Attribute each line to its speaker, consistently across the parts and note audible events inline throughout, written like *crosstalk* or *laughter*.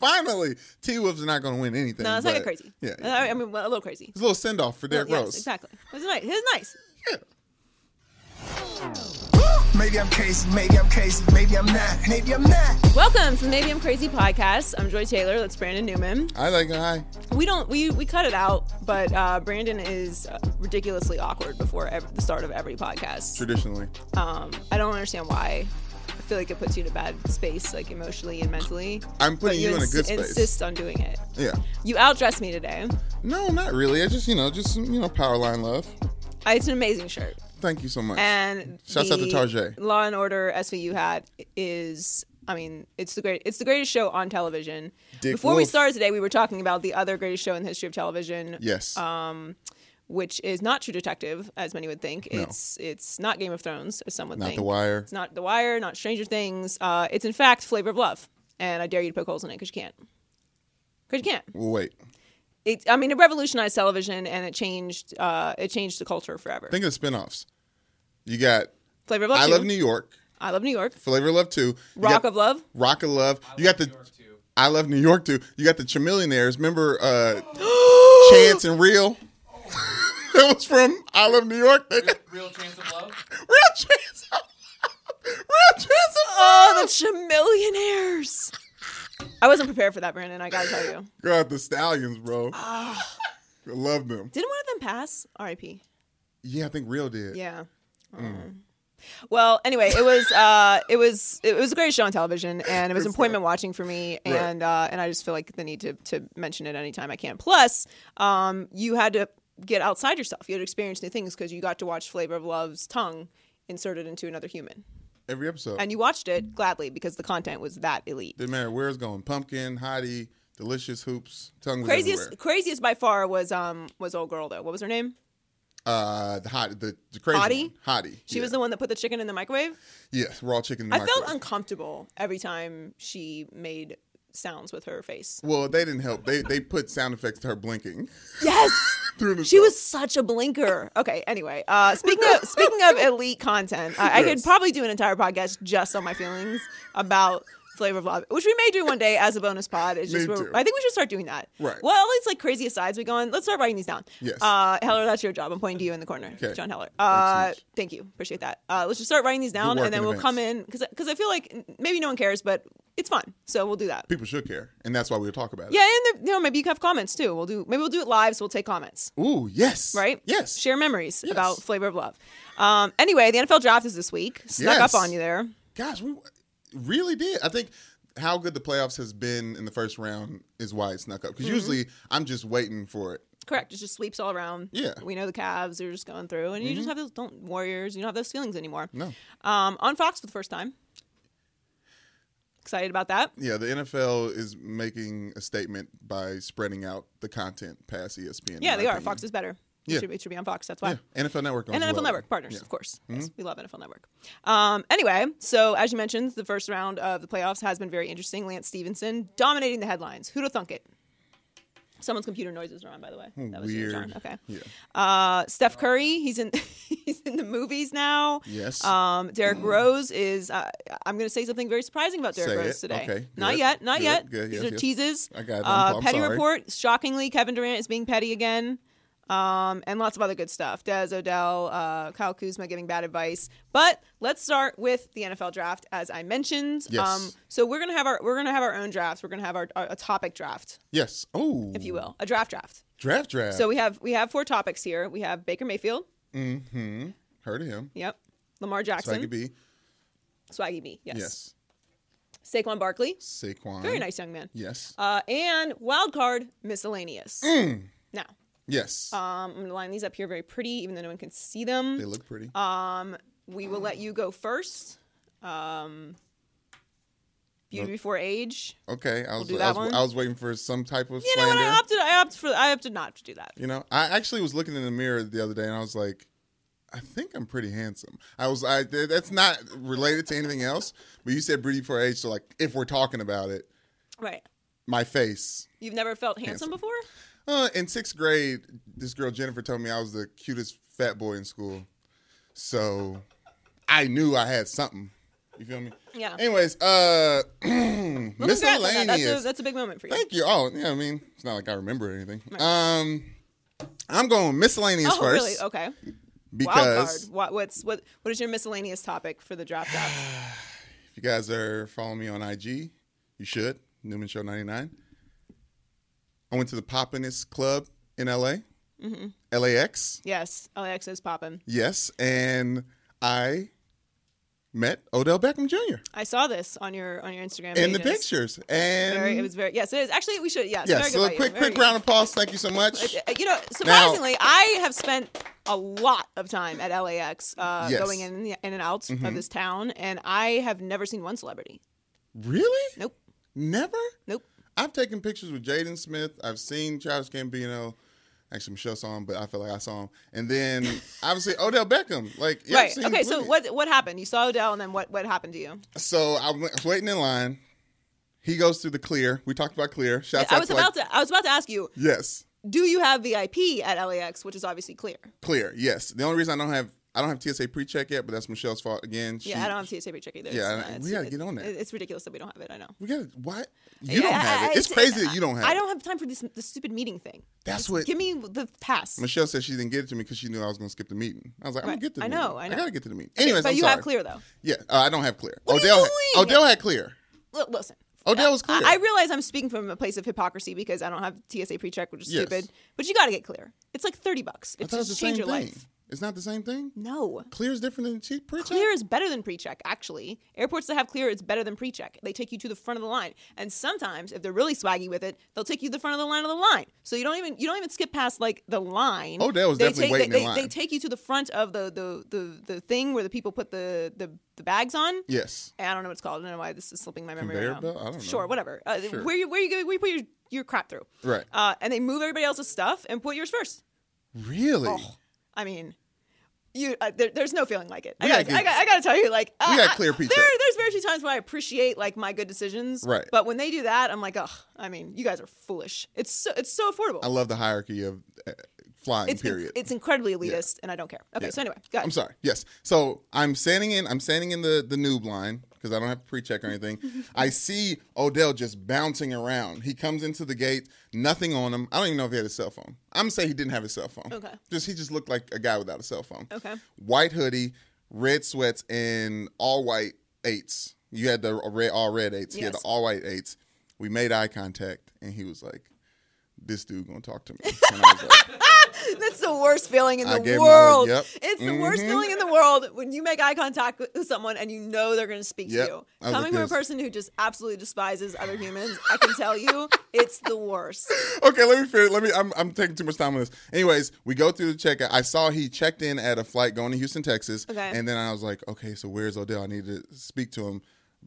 Speaker 1: Finally, T Wolves are not going to win anything.
Speaker 2: No, it's not
Speaker 1: but-
Speaker 2: that crazy.
Speaker 1: Yeah,
Speaker 2: Uh, I mean, well, a little crazy.
Speaker 1: it's a little send off for Derrick
Speaker 2: Yes,
Speaker 1: Rose.
Speaker 2: exactly. It was nice. It was nice.
Speaker 3: Maybe I'm crazy, maybe I'm crazy, maybe I'm not, maybe I'm not.
Speaker 2: Welcome to the Maybe I'm Crazy podcast. I'm Joy Taylor. That's Brandon Newman.
Speaker 1: I like I.
Speaker 2: We don't we we cut it out, but uh, Brandon is uh, ridiculously awkward before ev- the start of every podcast.
Speaker 1: Traditionally,
Speaker 2: Um, I don't understand why. I feel like it puts you in a bad space, like emotionally and mentally.
Speaker 1: I'm putting
Speaker 2: but
Speaker 1: you in a good
Speaker 2: ins-
Speaker 1: space.
Speaker 2: Insist on doing it.
Speaker 1: yeah.
Speaker 2: You outdressed me today.
Speaker 1: No, not really. I just you know just some, you know power line love.
Speaker 2: I, it's an amazing shirt.
Speaker 1: Thank you so much.
Speaker 2: And
Speaker 1: Shouts out to
Speaker 2: the
Speaker 1: Tarjay.
Speaker 2: Law and Order SVU hat is, I mean, it's the great, it's the greatest show on television.
Speaker 1: Dick
Speaker 2: Before we
Speaker 1: Wolf.
Speaker 2: started today, we were talking about the other greatest show in the history of television,
Speaker 1: yes.
Speaker 2: which is not True Detective, as many would think. It's it's not Game of Thrones, as some would
Speaker 1: not
Speaker 2: think.
Speaker 1: the wire.
Speaker 2: It's not The Wire, not Stranger Things. Uh, it's in fact Flavor of Love, and I dare you to poke holes in it because you can't. Because you can't.
Speaker 1: Well, wait.
Speaker 2: It, I mean, it revolutionized television, and it changed uh, it changed the culture forever.
Speaker 1: Think of the spinoffs. You got
Speaker 2: Flavor of Love.
Speaker 1: I
Speaker 2: two.
Speaker 1: Love New York,
Speaker 2: I love New York.
Speaker 1: Flavor of Love Two, You
Speaker 2: Rock
Speaker 1: got
Speaker 2: of Love.
Speaker 1: Rock of Love. you got the I Love New York Two. You got the Chamillionaires. Remember
Speaker 2: *gasps*
Speaker 1: uh, Chance and Real. *laughs* that was from I Love New York. They got-
Speaker 4: Oh. Real chance of love.
Speaker 1: *laughs* Real chance. of love. *laughs* Real chance. of
Speaker 2: Oh, the Chamillionaires. I wasn't prepared for that, Brandon. I gotta tell you.
Speaker 1: love. God, the stallions, bro. I
Speaker 2: Ah.
Speaker 1: love them.
Speaker 2: Didn't one of them pass? R.I.P.
Speaker 1: Yeah, I think Real did.
Speaker 2: Yeah. Oh. Well, anyway, it was uh, it was it was a great show on television, and it was appointment watching for me, and uh, and I just feel like the need to to mention it anytime I can. Plus, um, you had to get outside yourself. You had to experience new things because you got to watch Flavor of Love's tongue inserted into another human,
Speaker 1: Every episode.
Speaker 2: and you watched it gladly because the content was that elite.
Speaker 1: Didn't matter where it's going. Pumpkin, Hottie, Delicious Hoops, Tongue was
Speaker 2: craziest
Speaker 1: everywhere.
Speaker 2: craziest by far was um was old girl though. What was her name?
Speaker 1: Uh, the hot, the, the crazy
Speaker 2: Hottie?
Speaker 1: one. Hottie.
Speaker 2: She was the one that put the chicken in the microwave.
Speaker 1: yes raw chicken. In the
Speaker 2: I felt
Speaker 1: microwave.
Speaker 2: uncomfortable every time she made sounds with her
Speaker 1: *laughs*
Speaker 2: face.
Speaker 1: Well, they didn't help. They they put sound effects to her blinking. *laughs*
Speaker 2: Yes.
Speaker 1: through the
Speaker 2: She
Speaker 1: show.
Speaker 2: was such a blinker. Okay. Anyway, uh, speaking of speaking
Speaker 1: *laughs*
Speaker 2: of elite content, I, I could probably do an entire podcast just on my feelings about Flavor of Love, which we may do one day as a bonus pod. It's just
Speaker 1: Me
Speaker 2: we're-
Speaker 1: too.
Speaker 2: I think we should start doing that.
Speaker 1: Right.
Speaker 2: Well, all these like crazy asides we go on. Let's start writing these down.
Speaker 1: Yes.
Speaker 2: Uh, Heller, that's your job. I'm pointing to you in the corner,
Speaker 1: Okay.
Speaker 2: John Heller.
Speaker 1: so
Speaker 2: Uh,
Speaker 1: much.
Speaker 2: thank you. Appreciate that. Uh, let's just start writing these down,
Speaker 1: work
Speaker 2: and then
Speaker 1: in
Speaker 2: we'll
Speaker 1: advance.
Speaker 2: come in because because I feel like maybe no one cares, but it's fun, so we'll do that.
Speaker 1: People should care, and that's why we would talk about it.
Speaker 2: Yeah, and there, you know maybe you can have comments too. We'll do maybe we'll do it live, so we'll take comments
Speaker 1: Ooh, yes.
Speaker 2: right?
Speaker 1: Yes.
Speaker 2: Share memories about Flavor of Love. Um, anyway, the NFL draft is this week. Snuck
Speaker 1: Yes.
Speaker 2: up on you there.
Speaker 1: Gosh, we really did. I think how good the playoffs has been in the first round is why it snuck up. Because
Speaker 2: Mm-hmm.
Speaker 1: usually I'm just waiting for it.
Speaker 2: Correct. It just sweeps all around.
Speaker 1: Yeah. Mm-hmm.
Speaker 2: We know the Cavs are just going through, and you just have those don't Warriors. You don't have those feelings anymore.
Speaker 1: No.
Speaker 2: Um, on Fox for the first time. Excited about that.
Speaker 1: Yeah, the NFL is making a statement by spreading out the content past E ESPN. in
Speaker 2: Yeah,
Speaker 1: my
Speaker 2: they are.
Speaker 1: opinion.
Speaker 2: Fox is better. It,
Speaker 1: Yeah.
Speaker 2: should be, it should be on Fox. That's why.
Speaker 1: Yeah, NFL Network. owns
Speaker 2: And NFL
Speaker 1: well.
Speaker 2: Network partners, of course.
Speaker 1: Mm-hmm.
Speaker 2: Yes, we love NFL Network. Um, anyway, so as you mentioned, the first round of the playoffs has been very interesting. Lance Stevenson dominating the headlines. Who'd have thunk it? Someone's computer noises are on, by the way. That was you, John.
Speaker 1: Weird.
Speaker 2: Okay.
Speaker 1: Yeah.
Speaker 2: Uh, Steph Curry, he's in *laughs* he's in the movies now.
Speaker 1: Yes.
Speaker 2: Um, Derek Rose is. Uh, I'm going to say something very surprising about Derek
Speaker 1: Mm. Say
Speaker 2: Rose
Speaker 1: it.
Speaker 2: today.
Speaker 1: Okay,
Speaker 2: Not
Speaker 1: good,
Speaker 2: yet. Not
Speaker 1: good,
Speaker 2: yet.
Speaker 1: good,
Speaker 2: These
Speaker 1: yes,
Speaker 2: are
Speaker 1: yes.
Speaker 2: teases.
Speaker 1: I got it. I'm-
Speaker 2: Uh,
Speaker 1: I'm
Speaker 2: petty
Speaker 1: sorry.
Speaker 2: report. Shockingly, Kevin Durant is being petty again. Um, and lots of other good stuff. Des Odell, uh, Kyle Kuzma giving bad advice. But let's start with the NFL draft, as I mentioned. Um,
Speaker 1: Yes.
Speaker 2: so we're gonna have our we're gonna have our own drafts. We're gonna have our, our a topic draft,
Speaker 1: yes. Oh.
Speaker 2: if you will, a draft draft.
Speaker 1: Draft draft.
Speaker 2: So we have we have four topics here. We have Baker Mayfield.
Speaker 1: heard of him.
Speaker 2: Yep. Lamar Jackson.
Speaker 1: Swaggy B.
Speaker 2: Swaggy B. Yes.
Speaker 1: Yes.
Speaker 2: Saquon Barkley.
Speaker 1: Saquon.
Speaker 2: Very nice young man.
Speaker 1: Yes.
Speaker 2: Uh, and wild card miscellaneous.
Speaker 1: Hmm.
Speaker 2: Now,
Speaker 1: yes.
Speaker 2: um, I'm going to line these up here very pretty, even though no one can see
Speaker 1: they
Speaker 2: them.
Speaker 1: look pretty.
Speaker 2: We will let you go first. Um, Beauty Before Age.
Speaker 1: Okay, I was,
Speaker 2: do
Speaker 1: I,
Speaker 2: that
Speaker 1: was
Speaker 2: one.
Speaker 1: I was waiting for some type of
Speaker 2: You know
Speaker 1: slander.
Speaker 2: what? I opted. I opted for. I opted not to do that.
Speaker 1: You know, I actually was looking in the mirror the other day and I was like, I think I'm pretty handsome. I was, I th- that's not related to anything else. But you said beauty for age, so like, if we're talking about it,
Speaker 2: Right.
Speaker 1: my face.
Speaker 2: You've never felt handsome,
Speaker 1: Handsome.
Speaker 2: before.
Speaker 1: Uh, in sixth grade, this girl Jennifer told me I was the cutest fat boy in school, so I knew I had something. You feel me?
Speaker 2: Yeah.
Speaker 1: Anyways, uh, *clears throat*
Speaker 2: Well, congrats on that. That's, a,
Speaker 1: miscellaneous.
Speaker 2: that's a big moment for you.
Speaker 1: Thank you. Oh, yeah. I mean, it's not like I remember anything. Um, I'm going miscellaneous
Speaker 2: oh,
Speaker 1: first
Speaker 2: really? Okay. Wild card.
Speaker 1: because
Speaker 2: What, what's what? What is your miscellaneous topic for the drop
Speaker 1: *sighs*
Speaker 2: down?
Speaker 1: If you guys are following me on IG, you should. Newman Show 99. I went to the Poppinest Club in LA,
Speaker 2: Mm-hmm.
Speaker 1: LAX.
Speaker 2: yes, LAX is popping.
Speaker 1: Yes. And I met Odell Beckham Jr.
Speaker 2: I saw this on your on your Instagram.
Speaker 1: in the
Speaker 2: pages.
Speaker 1: pictures. And
Speaker 2: Very, it was very yes. It is actually we should yes. very
Speaker 1: yes,
Speaker 2: good
Speaker 1: so a
Speaker 2: by you,
Speaker 1: quick,
Speaker 2: very
Speaker 1: quick
Speaker 2: good.
Speaker 1: round of applause.
Speaker 2: *laughs*
Speaker 1: Thank you so much.
Speaker 2: Uh, You know, surprisingly, I have spent a lot of time at LAX, uh,
Speaker 1: Yes. Mm-hmm.
Speaker 2: going in in and out of this town, and I have never seen one celebrity.
Speaker 1: Really?
Speaker 2: Nope,
Speaker 1: Never?
Speaker 2: nope.
Speaker 1: I've taken pictures with Jaden Smith. I've seen Travis Gambino. Actually, Michelle saw him, but I feel like I saw him. And
Speaker 2: *laughs*
Speaker 1: then obviously Odell Beckham. Like, yeah, I've
Speaker 2: right.
Speaker 1: seen
Speaker 2: Okay. So
Speaker 1: plenty.
Speaker 2: what what happened? You saw Odell, and then what what happened to you?
Speaker 1: So I went- I was waiting in line. He goes through the clear. We talked about clear. Shouts
Speaker 2: I
Speaker 1: out
Speaker 2: was
Speaker 1: to,
Speaker 2: about
Speaker 1: like-
Speaker 2: to I was about to ask you,
Speaker 1: Yes,
Speaker 2: do you have VIP at LAX, which is obviously clear?
Speaker 1: clear. Yes. The only reason I don't have I don't have TSA pre check yet, but that's Michelle's fault again. She,
Speaker 2: Yeah, I don't have TSA check either.
Speaker 1: Yeah,
Speaker 2: It's- uh,
Speaker 1: I- we
Speaker 2: it's-
Speaker 1: gotta get on that.
Speaker 2: it- It's ridiculous that we don't have it. I know.
Speaker 1: We got what? You
Speaker 2: Yeah,
Speaker 1: don't have
Speaker 2: I-
Speaker 1: it. It's crazy that you don't have.
Speaker 2: I
Speaker 1: it.
Speaker 2: don't have time for this this stupid meeting thing.
Speaker 1: That's
Speaker 2: Just
Speaker 1: what-
Speaker 2: Give me the pass.
Speaker 1: Michelle said she didn't get it to me because she knew I was going to skip the meeting. I was like, I'm
Speaker 2: Right.
Speaker 1: gonna get to the
Speaker 2: I
Speaker 1: meeting.
Speaker 2: know, I know.
Speaker 1: gotta get to the meeting. Anyways,
Speaker 2: but
Speaker 1: I'm
Speaker 2: you
Speaker 1: sorry.
Speaker 2: have clear though.
Speaker 1: Yeah, uh, I don't have clear.
Speaker 2: What are you
Speaker 1: Odell,
Speaker 2: doing?
Speaker 1: Odell had clear.
Speaker 2: L- listen.
Speaker 1: Odell Oh, was clear.
Speaker 2: I, I realize I'm speaking from a place of hypocrisy because I don't have TSA pre-check, which is
Speaker 1: Yes.
Speaker 2: stupid. But you got to get clear. It's like thirty bucks.
Speaker 1: I
Speaker 2: It's
Speaker 1: thought it was the
Speaker 2: just change
Speaker 1: same
Speaker 2: your
Speaker 1: thing.
Speaker 2: life.
Speaker 1: It's not the same thing.
Speaker 2: No.
Speaker 1: Clear is different than cheap pre check.
Speaker 2: Clear is better than pre-check, actually. Airports that have clear, it's better than pre-check. They take you to the front of the line, and sometimes if they're really swaggy with it, they'll take you to the front of the line of the line. So you don't even you don't even skip past like the line.
Speaker 1: Odell Oh, was
Speaker 2: they
Speaker 1: definitely
Speaker 2: take,
Speaker 1: waiting
Speaker 2: they,
Speaker 1: in
Speaker 2: they-
Speaker 1: line.
Speaker 2: They take you to the front of the the the, the thing where the people put the the, the bags on.
Speaker 1: Yes.
Speaker 2: I don't know what it's called. I don't know why this is slipping my memory
Speaker 1: Conveyor
Speaker 2: right now.
Speaker 1: belt? I don't know.
Speaker 2: Sure, whatever. Uh,
Speaker 1: Sure.
Speaker 2: Where you where you go- where you put your your crap through.
Speaker 1: Right.
Speaker 2: Uh, and they move everybody else's stuff and put yours first.
Speaker 1: Really?
Speaker 2: Oh. I mean, you uh, there, there's no feeling like it. I
Speaker 1: We
Speaker 2: gotta,
Speaker 1: gotta get-
Speaker 2: I, gotta, I gotta tell you, like, uh,
Speaker 1: gotta clear pizza.
Speaker 2: There, there's very few times where I appreciate like my good decisions,
Speaker 1: Right.
Speaker 2: But when they do that, I'm like, ugh. I mean, you guys are foolish. It's so, it's so affordable.
Speaker 1: I love the hierarchy of uh, flying.
Speaker 2: it's inc-
Speaker 1: period.
Speaker 2: it's incredibly elitist, and I don't care. Okay,
Speaker 1: Yeah.
Speaker 2: so anyway, go ahead.
Speaker 1: I'm sorry. Yes. So I'm standing in. I'm standing in the the noob line because I don't have to pre-check or
Speaker 2: *laughs*
Speaker 1: anything. I see Odell just bouncing around. He comes into the gate. Nothing on him. I don't even know if he had a cell phone. I'm saying he didn't have a cell phone.
Speaker 2: Okay.
Speaker 1: Just he just looked like a guy without a cell phone.
Speaker 2: Okay.
Speaker 1: White hoodie, red sweats, and all white eights. You had the red all red eights. He had the
Speaker 2: Yes.
Speaker 1: all white eights. We made eye contact, and he was like, "This dude gonna talk
Speaker 2: *laughs*
Speaker 1: to me." And I was like,
Speaker 2: *laughs* That's the worst feeling in
Speaker 1: I gave
Speaker 2: the
Speaker 1: him a
Speaker 2: world.
Speaker 1: look, yep.
Speaker 2: It's the worst
Speaker 1: Mhm.
Speaker 2: feeling in the world when you make eye contact with someone and you know they're going to speak
Speaker 1: Yep.
Speaker 2: to you.
Speaker 1: I was
Speaker 2: Coming
Speaker 1: like
Speaker 2: from a
Speaker 1: this.
Speaker 2: person who just absolutely despises other humans, I can tell you it's the worst.
Speaker 1: okay, let me finish. Let me. I'm, I'm taking too much time on this. Anyways, we go through the checkout. I saw he checked in at a flight going to Houston, Texas.
Speaker 2: Okay.
Speaker 1: And then I was like, okay, so where's Odell? I need to speak to him.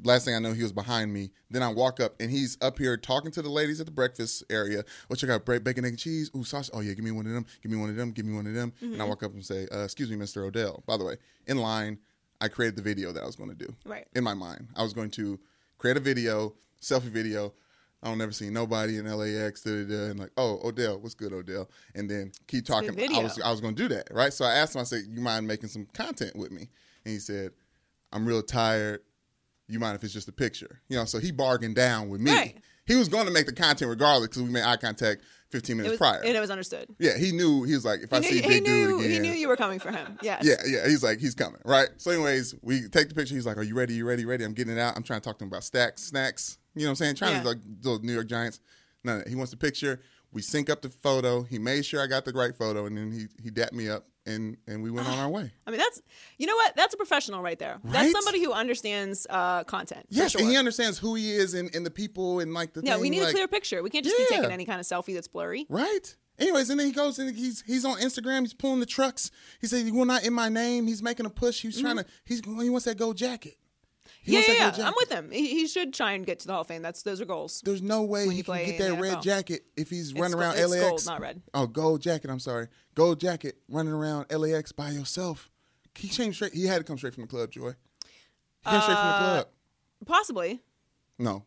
Speaker 1: Last thing I know, he was behind me. Then I walk up and he's up here talking to the ladies at the breakfast area. What you got? Bread, bacon, egg, and cheese. Ooh, sausage. Oh yeah, give me one of them. Give me one of them. Give me one of them. And I walk up and say, uh, "Excuse me, Mr. Odell." By the way, in line, I created the video that I was going to do.
Speaker 2: Right.
Speaker 1: In my mind, I was going to create a video, selfie video. I don't never see nobody in LAX, da, da, da, and like, oh, Odell, what's good, Odell? And then keep talking.
Speaker 2: good
Speaker 1: I
Speaker 2: video.
Speaker 1: was I was gonna do that, right? So I asked him, I said, You mind making some content with me? And he said, I'm real tired. You mind if it's just a picture? You know, so he bargained down with me.
Speaker 2: Right.
Speaker 1: He was gonna make the content regardless because we made eye contact 15
Speaker 2: It
Speaker 1: minutes
Speaker 2: was,
Speaker 1: prior.
Speaker 2: and it was understood.
Speaker 1: yeah, he knew he was like, if I
Speaker 2: he
Speaker 1: see
Speaker 2: knew, he,
Speaker 1: big
Speaker 2: knew
Speaker 1: dude again.
Speaker 2: he knew you were coming for him. Yes.
Speaker 1: Yeah, yeah. He's like, he's coming, right? So, anyways, we take the picture. He's like, "Are you ready? You ready? Ready?" I'm getting it out. I'm trying to talk to him about stacks, snacks. You know what I'm saying? Trying to
Speaker 2: Yeah.
Speaker 1: like those New York Giants. No, no. He wants the picture. We sync up the photo. He made sure I got the right photo, and then he he dapped me up, and and we went on
Speaker 2: *gasps*
Speaker 1: our way.
Speaker 2: I mean, that's you know what? That's a professional right there. That's
Speaker 1: Right?
Speaker 2: somebody who understands uh, content. for
Speaker 1: Yes,
Speaker 2: sure.
Speaker 1: and he understands who he is and, and the people and like the.
Speaker 2: yeah,
Speaker 1: thing,
Speaker 2: we need
Speaker 1: like,
Speaker 2: a clear picture. We can't just be
Speaker 1: Yeah.
Speaker 2: taking any kind of selfie that's blurry.
Speaker 1: Right. Anyways, and then he goes and he's he's on Instagram. He's pulling the trucks. He said, "You will not in my name." He's making a push. He's trying
Speaker 2: Mm-hmm.
Speaker 1: to. He's he wants that gold jacket. He
Speaker 2: Yeah,
Speaker 1: wants
Speaker 2: yeah,
Speaker 1: that
Speaker 2: yeah.
Speaker 1: gold
Speaker 2: I'm
Speaker 1: jacket.
Speaker 2: with him. He, he should try and get to the Hall of Fame. That's those are goals.
Speaker 1: There's no way
Speaker 2: you
Speaker 1: he can
Speaker 2: play
Speaker 1: get
Speaker 2: in
Speaker 1: that
Speaker 2: the
Speaker 1: red
Speaker 2: NFL.
Speaker 1: jacket if he's running
Speaker 2: go-
Speaker 1: around
Speaker 2: it's
Speaker 1: LAX.
Speaker 2: gold, not red.
Speaker 1: Oh, gold jacket. I'm sorry, gold jacket running around LAX by yourself. He came straight. He had to come straight from the club, Joy. He came straight from
Speaker 2: Uh,
Speaker 1: the club.
Speaker 2: Possibly.
Speaker 1: No,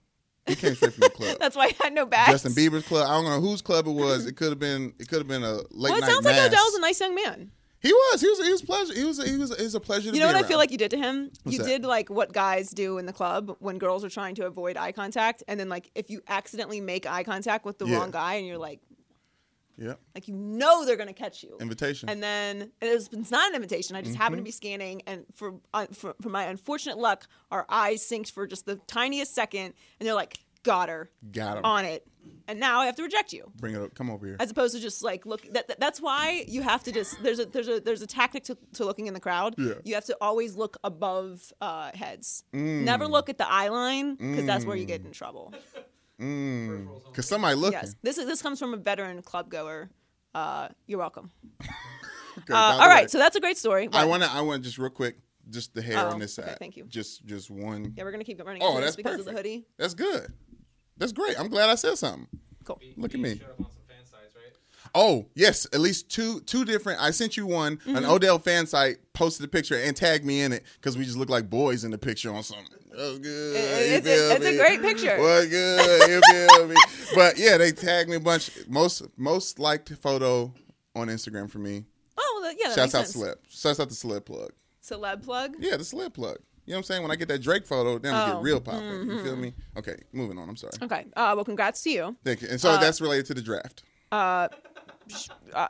Speaker 1: he came straight from the club.
Speaker 2: *laughs* That's why I had no bags.
Speaker 1: Justin Bieber's club. I don't know whose club it was. It could have been. It could have been a late
Speaker 2: Well, it
Speaker 1: night
Speaker 2: sounds
Speaker 1: mass.
Speaker 2: like Odell's a nice young man.
Speaker 1: He was. He was. He was pleasure. He was. He was. It was a pleasure. to
Speaker 2: You know
Speaker 1: be
Speaker 2: what I
Speaker 1: around.
Speaker 2: feel like you did to him?
Speaker 1: What's
Speaker 2: you
Speaker 1: that?
Speaker 2: did like what guys do in the club when girls are trying to avoid eye contact, and then like if you accidentally make eye contact with the
Speaker 1: Yeah.
Speaker 2: wrong guy, and you're like,
Speaker 1: Yeah.
Speaker 2: like you know they're gonna catch you.
Speaker 1: Invitation. Mm-hmm.
Speaker 2: And then and it was, it's not an invitation. I just happened to be scanning, and for, uh, for for my unfortunate luck, our eyes synced for just the tiniest second, and they're like, got her,
Speaker 1: Got 'em.
Speaker 2: on it, and now I have to reject you.
Speaker 1: Bring it up. Come over here.
Speaker 2: as opposed to just like look that, that- that's why you have to just there's a there's a there's a tactic to, to looking in the crowd
Speaker 1: Yeah.
Speaker 2: you have to always look above uh, heads
Speaker 1: Mm.
Speaker 2: never look at the eye line because that's where you get in trouble
Speaker 1: Cause somebody looking.
Speaker 2: yes Uh, this is this comes from a veteran club goer uh, you're welcome
Speaker 1: Okay,
Speaker 2: uh,
Speaker 1: by the
Speaker 2: all
Speaker 1: way,
Speaker 2: right so that's a great story
Speaker 1: I
Speaker 2: What?
Speaker 1: want to. I want just real quick. Just the hair
Speaker 2: Oh,
Speaker 1: on this side.
Speaker 2: okay, thank you.
Speaker 1: Just, just one.
Speaker 2: yeah we're gonna keep it running
Speaker 1: oh,
Speaker 2: after this
Speaker 1: that's
Speaker 2: because
Speaker 1: perfect.
Speaker 2: of the hoodie
Speaker 1: That's good. That's great. I'm glad I said something.
Speaker 2: cool
Speaker 1: Look at me.
Speaker 4: Showed up on some fan sites, right?
Speaker 1: Oh yes, at least two two different. I sent you one. An
Speaker 2: Mm-hmm.
Speaker 1: Odell fan site posted a picture and tagged me in it because we just look like boys in the picture on something. That's good.
Speaker 2: It-
Speaker 1: you
Speaker 2: it's a-
Speaker 1: feel
Speaker 2: it's a
Speaker 1: me?
Speaker 2: great picture.
Speaker 1: What's good? You feel me? But yeah, they tagged me a bunch. Most most liked photo on Instagram for me.
Speaker 2: oh well, that- yeah that
Speaker 1: Shouts out
Speaker 2: makes
Speaker 1: celeb. Shouts out the celeb plug.
Speaker 2: sense. celeb plug
Speaker 1: Yeah, the celeb plug. You know what I'm saying? When I get that Drake photo, then I
Speaker 2: Oh,
Speaker 1: get real popping. You feel me? Okay, moving on. I'm sorry.
Speaker 2: okay uh, well congrats to you
Speaker 1: Thank you. And so that's related to the draft.
Speaker 2: Uh,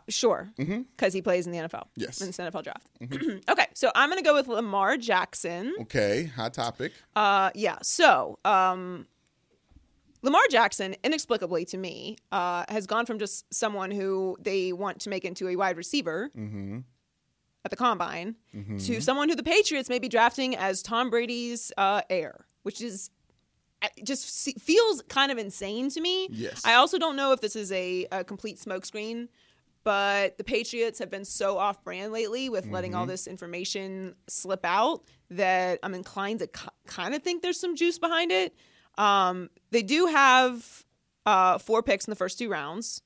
Speaker 2: sure, because he plays in the NFL.
Speaker 1: Mm-hmm. Yes. Mm-hmm.
Speaker 2: in this NFL draft. *clears throat* okay, so I'm gonna go with Lamar Jackson.
Speaker 1: Okay, hot topic.
Speaker 2: Uh, yeah. So, um, Lamar Jackson, inexplicably to me, uh, has gone from just someone who they want to make into a wide
Speaker 1: Mm-hmm.
Speaker 2: receiver at the combine to someone who the Patriots may be drafting as Tom Brady's uh, heir, which is it just se- feels kind of insane to me.
Speaker 1: Yes.
Speaker 2: I also don't know if this is a, a complete smokescreen, but the Patriots have been so off brand lately with letting all this information slip out that I'm inclined to kind of think there's some juice behind it. Um, they do have uh, four picks in the first two rounds.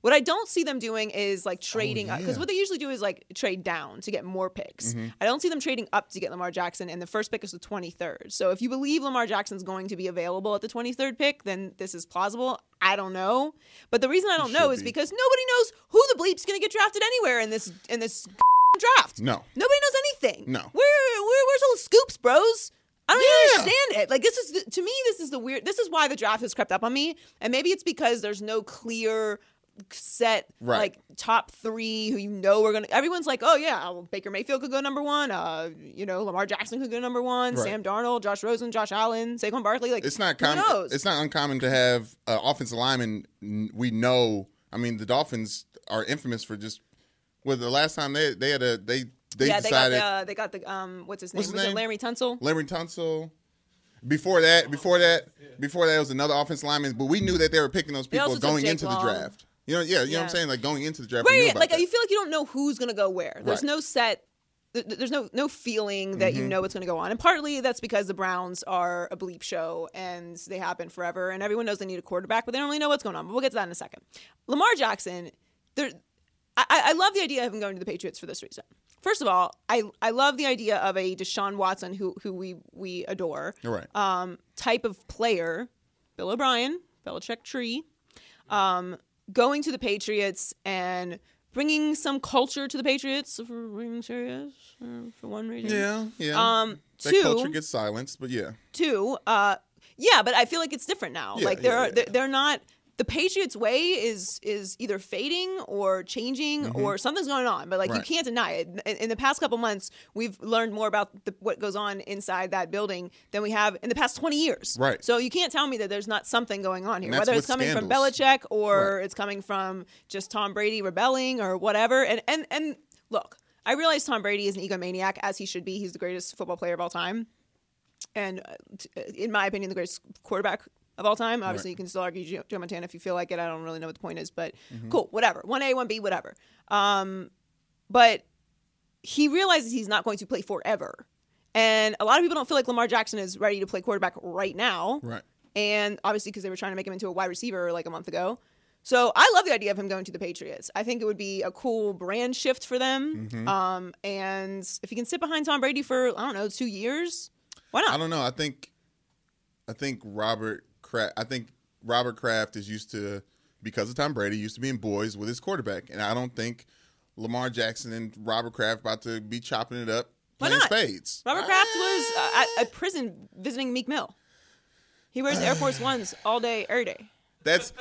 Speaker 2: What I don't see them doing is
Speaker 1: Oh,
Speaker 2: like trading up because what they usually do is like trade down to get more picks.
Speaker 1: Mm-hmm.
Speaker 2: I don't see them trading up to get Lamar Jackson, and the first pick is the 23rd. So if you believe Lamar Jackson's going to be available at the 23rd pick, then this is plausible. I don't know, but the reason I don't know
Speaker 1: should
Speaker 2: is
Speaker 1: be.
Speaker 2: because nobody knows who the bleep's going to get drafted anywhere in this in
Speaker 1: *laughs*
Speaker 2: this draft.
Speaker 1: No.
Speaker 2: nobody knows anything.
Speaker 1: No.
Speaker 2: where, where where's all the scoops, bros? I don't even
Speaker 1: Yeah.
Speaker 2: understand understand it. Like this is the, to me, this is the weird. This is why the draft has crept up on me, and maybe it's because there's no clear set
Speaker 1: Right.
Speaker 2: like top three who you know are gonna. Everyone's like, oh yeah, well, Baker Mayfield could go number one. Uh, you know, Lamar Jackson could go number one.
Speaker 1: Right.
Speaker 2: Sam Darnold, Josh Rosen, Josh Allen, Saquon Barkley. Like
Speaker 1: It's not
Speaker 2: who
Speaker 1: common.
Speaker 2: knows?
Speaker 1: It's not uncommon to have uh, offensive linemen. n- We know. I mean, the Dolphins are infamous for just. Well, the last time they they had a they they
Speaker 2: yeah, they got
Speaker 1: decided
Speaker 2: the uh, they got the um what's his name?
Speaker 1: What's his
Speaker 2: Was
Speaker 1: name?
Speaker 2: it Larry Tunsil?
Speaker 1: Larry Tunsil. Before that, before that, before that, it was another offensive lineman. But we knew that they were picking those people
Speaker 2: also took
Speaker 1: going
Speaker 2: Jake
Speaker 1: into
Speaker 2: Long.
Speaker 1: the draft. You know, yeah, you know what
Speaker 2: Yeah.
Speaker 1: I'm saying. Like going into the draft, we knew
Speaker 2: Right,
Speaker 1: about
Speaker 2: like
Speaker 1: that.
Speaker 2: you feel like you don't know who's gonna go where. There's
Speaker 1: Right. Mm-hmm.
Speaker 2: no set. th- th- There's no no feeling that you know what's gonna go on, and partly that's because the Browns are a bleep show and they have been forever, and everyone knows they need a quarterback, but they don't really know what's going on. But we'll get to that in a second. Lamar Jackson, there, I, I I love the idea of him going to the Patriots for this reason. First of all, I, I love the idea of a Deshaun Watson who who we we adore
Speaker 1: You're right.
Speaker 2: um, type of player, Bill O'Brien, Belichick tree, um, going to the Patriots and bringing some culture to the Patriots if we're being serious uh, for one reason.
Speaker 1: yeah, yeah.
Speaker 2: Um,
Speaker 1: that
Speaker 2: two,
Speaker 1: culture gets silenced, but yeah,
Speaker 2: two, uh, yeah, but I feel like it's different now.
Speaker 1: Yeah,
Speaker 2: like they're,
Speaker 1: yeah, yeah,
Speaker 2: they're
Speaker 1: yeah.
Speaker 2: they're not the Patriots way is is either fading or changing or something's going on. But like you
Speaker 1: Mm-hmm. Right.
Speaker 2: can't deny it. In, in the past couple months, we've learned more about the, what goes on inside that building than we have in the past twenty years.
Speaker 1: Right.
Speaker 2: So you can't tell me that there's not something going on here,
Speaker 1: And that's
Speaker 2: whether it's
Speaker 1: with
Speaker 2: coming from
Speaker 1: scandals.
Speaker 2: Belichick or it's coming from just Tom Brady rebelling or whatever. And and and look. I realize Tom Brady is an egomaniac, as he should be. He's the greatest football player of all time and uh, t- in my opinion, the greatest quarterback of all time. Obviously, you can still argue Joe, Joe Montana if you feel like it. I don't really know what the point is, but
Speaker 1: Mm-hmm.
Speaker 2: cool, whatever. One A, one B, whatever. Um, but he realizes he's not going to play forever, and a lot of people don't feel like Lamar Jackson is ready to play quarterback right now
Speaker 1: Right.
Speaker 2: and obviously because they were trying to make him into a wide receiver like a month ago. So I love the idea of him going to the Patriots. I think it would be a cool brand shift for them.
Speaker 1: Mm-hmm.
Speaker 2: Um, and if he can sit behind Tom Brady for I don't know two years, why
Speaker 1: I
Speaker 2: not?
Speaker 1: don't know. I think, I think Robert Kraft. I think Robert Kraft is used to because of Tom Brady used to being boys with his quarterback, and I don't think Lamar Jackson and Robert Kraft about to be chopping it up
Speaker 2: Why
Speaker 1: playing
Speaker 2: not?
Speaker 1: spades.
Speaker 2: Robert Kraft was uh, at a prison visiting Meek Mill. He wears Air Force Ones all day, every day.
Speaker 1: That's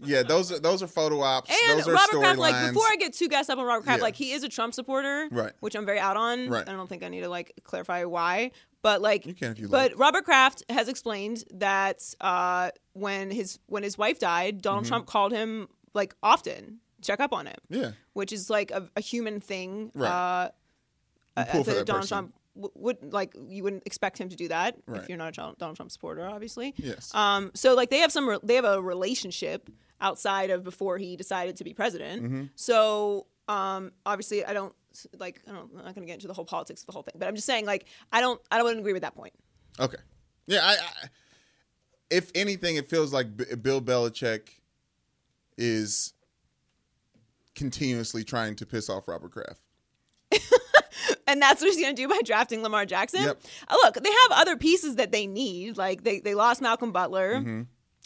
Speaker 1: yeah. Those are those are photo ops.
Speaker 2: And
Speaker 1: those are
Speaker 2: Robert Kraft, like
Speaker 1: storylines.
Speaker 2: before I get too gassed up on Robert Kraft,
Speaker 1: Yeah.
Speaker 2: like he is a Trump supporter,
Speaker 1: Right.
Speaker 2: Which I'm very out on.
Speaker 1: Right.
Speaker 2: I don't think I need to like clarify why, but like
Speaker 1: You can if you
Speaker 2: But
Speaker 1: like.
Speaker 2: Robert Kraft has explained that uh, when his when his wife died, Donald Trump called him like often check up on him,
Speaker 1: Mm-hmm. yeah,
Speaker 2: which is like a, a human thing.
Speaker 1: Right.
Speaker 2: Uh, I
Speaker 1: You pull for
Speaker 2: feel
Speaker 1: that
Speaker 2: like Donald
Speaker 1: person.
Speaker 2: Trump w- would like you wouldn't expect him to do that
Speaker 1: Right.
Speaker 2: if you're not a Donald Donald Trump supporter, obviously.
Speaker 1: Yes.
Speaker 2: Um. So like they have some re- they have a relationship outside of before he decided to be president.
Speaker 1: Mm-hmm.
Speaker 2: So um. Obviously, I don't like I don't I'm not gonna get into the whole politics of the whole thing, but I'm just saying like I don't I don't agree with that point.
Speaker 1: Okay. Yeah, I, I if anything, it feels like B- Bill Belichick is continuously trying to piss off Robert Kraft.
Speaker 2: and that's what he's going to do by drafting Lamar Jackson.
Speaker 1: Yep.
Speaker 2: Uh, Look, they have other pieces that they need. Like they, they lost Malcolm Butler.
Speaker 1: Mm-hmm.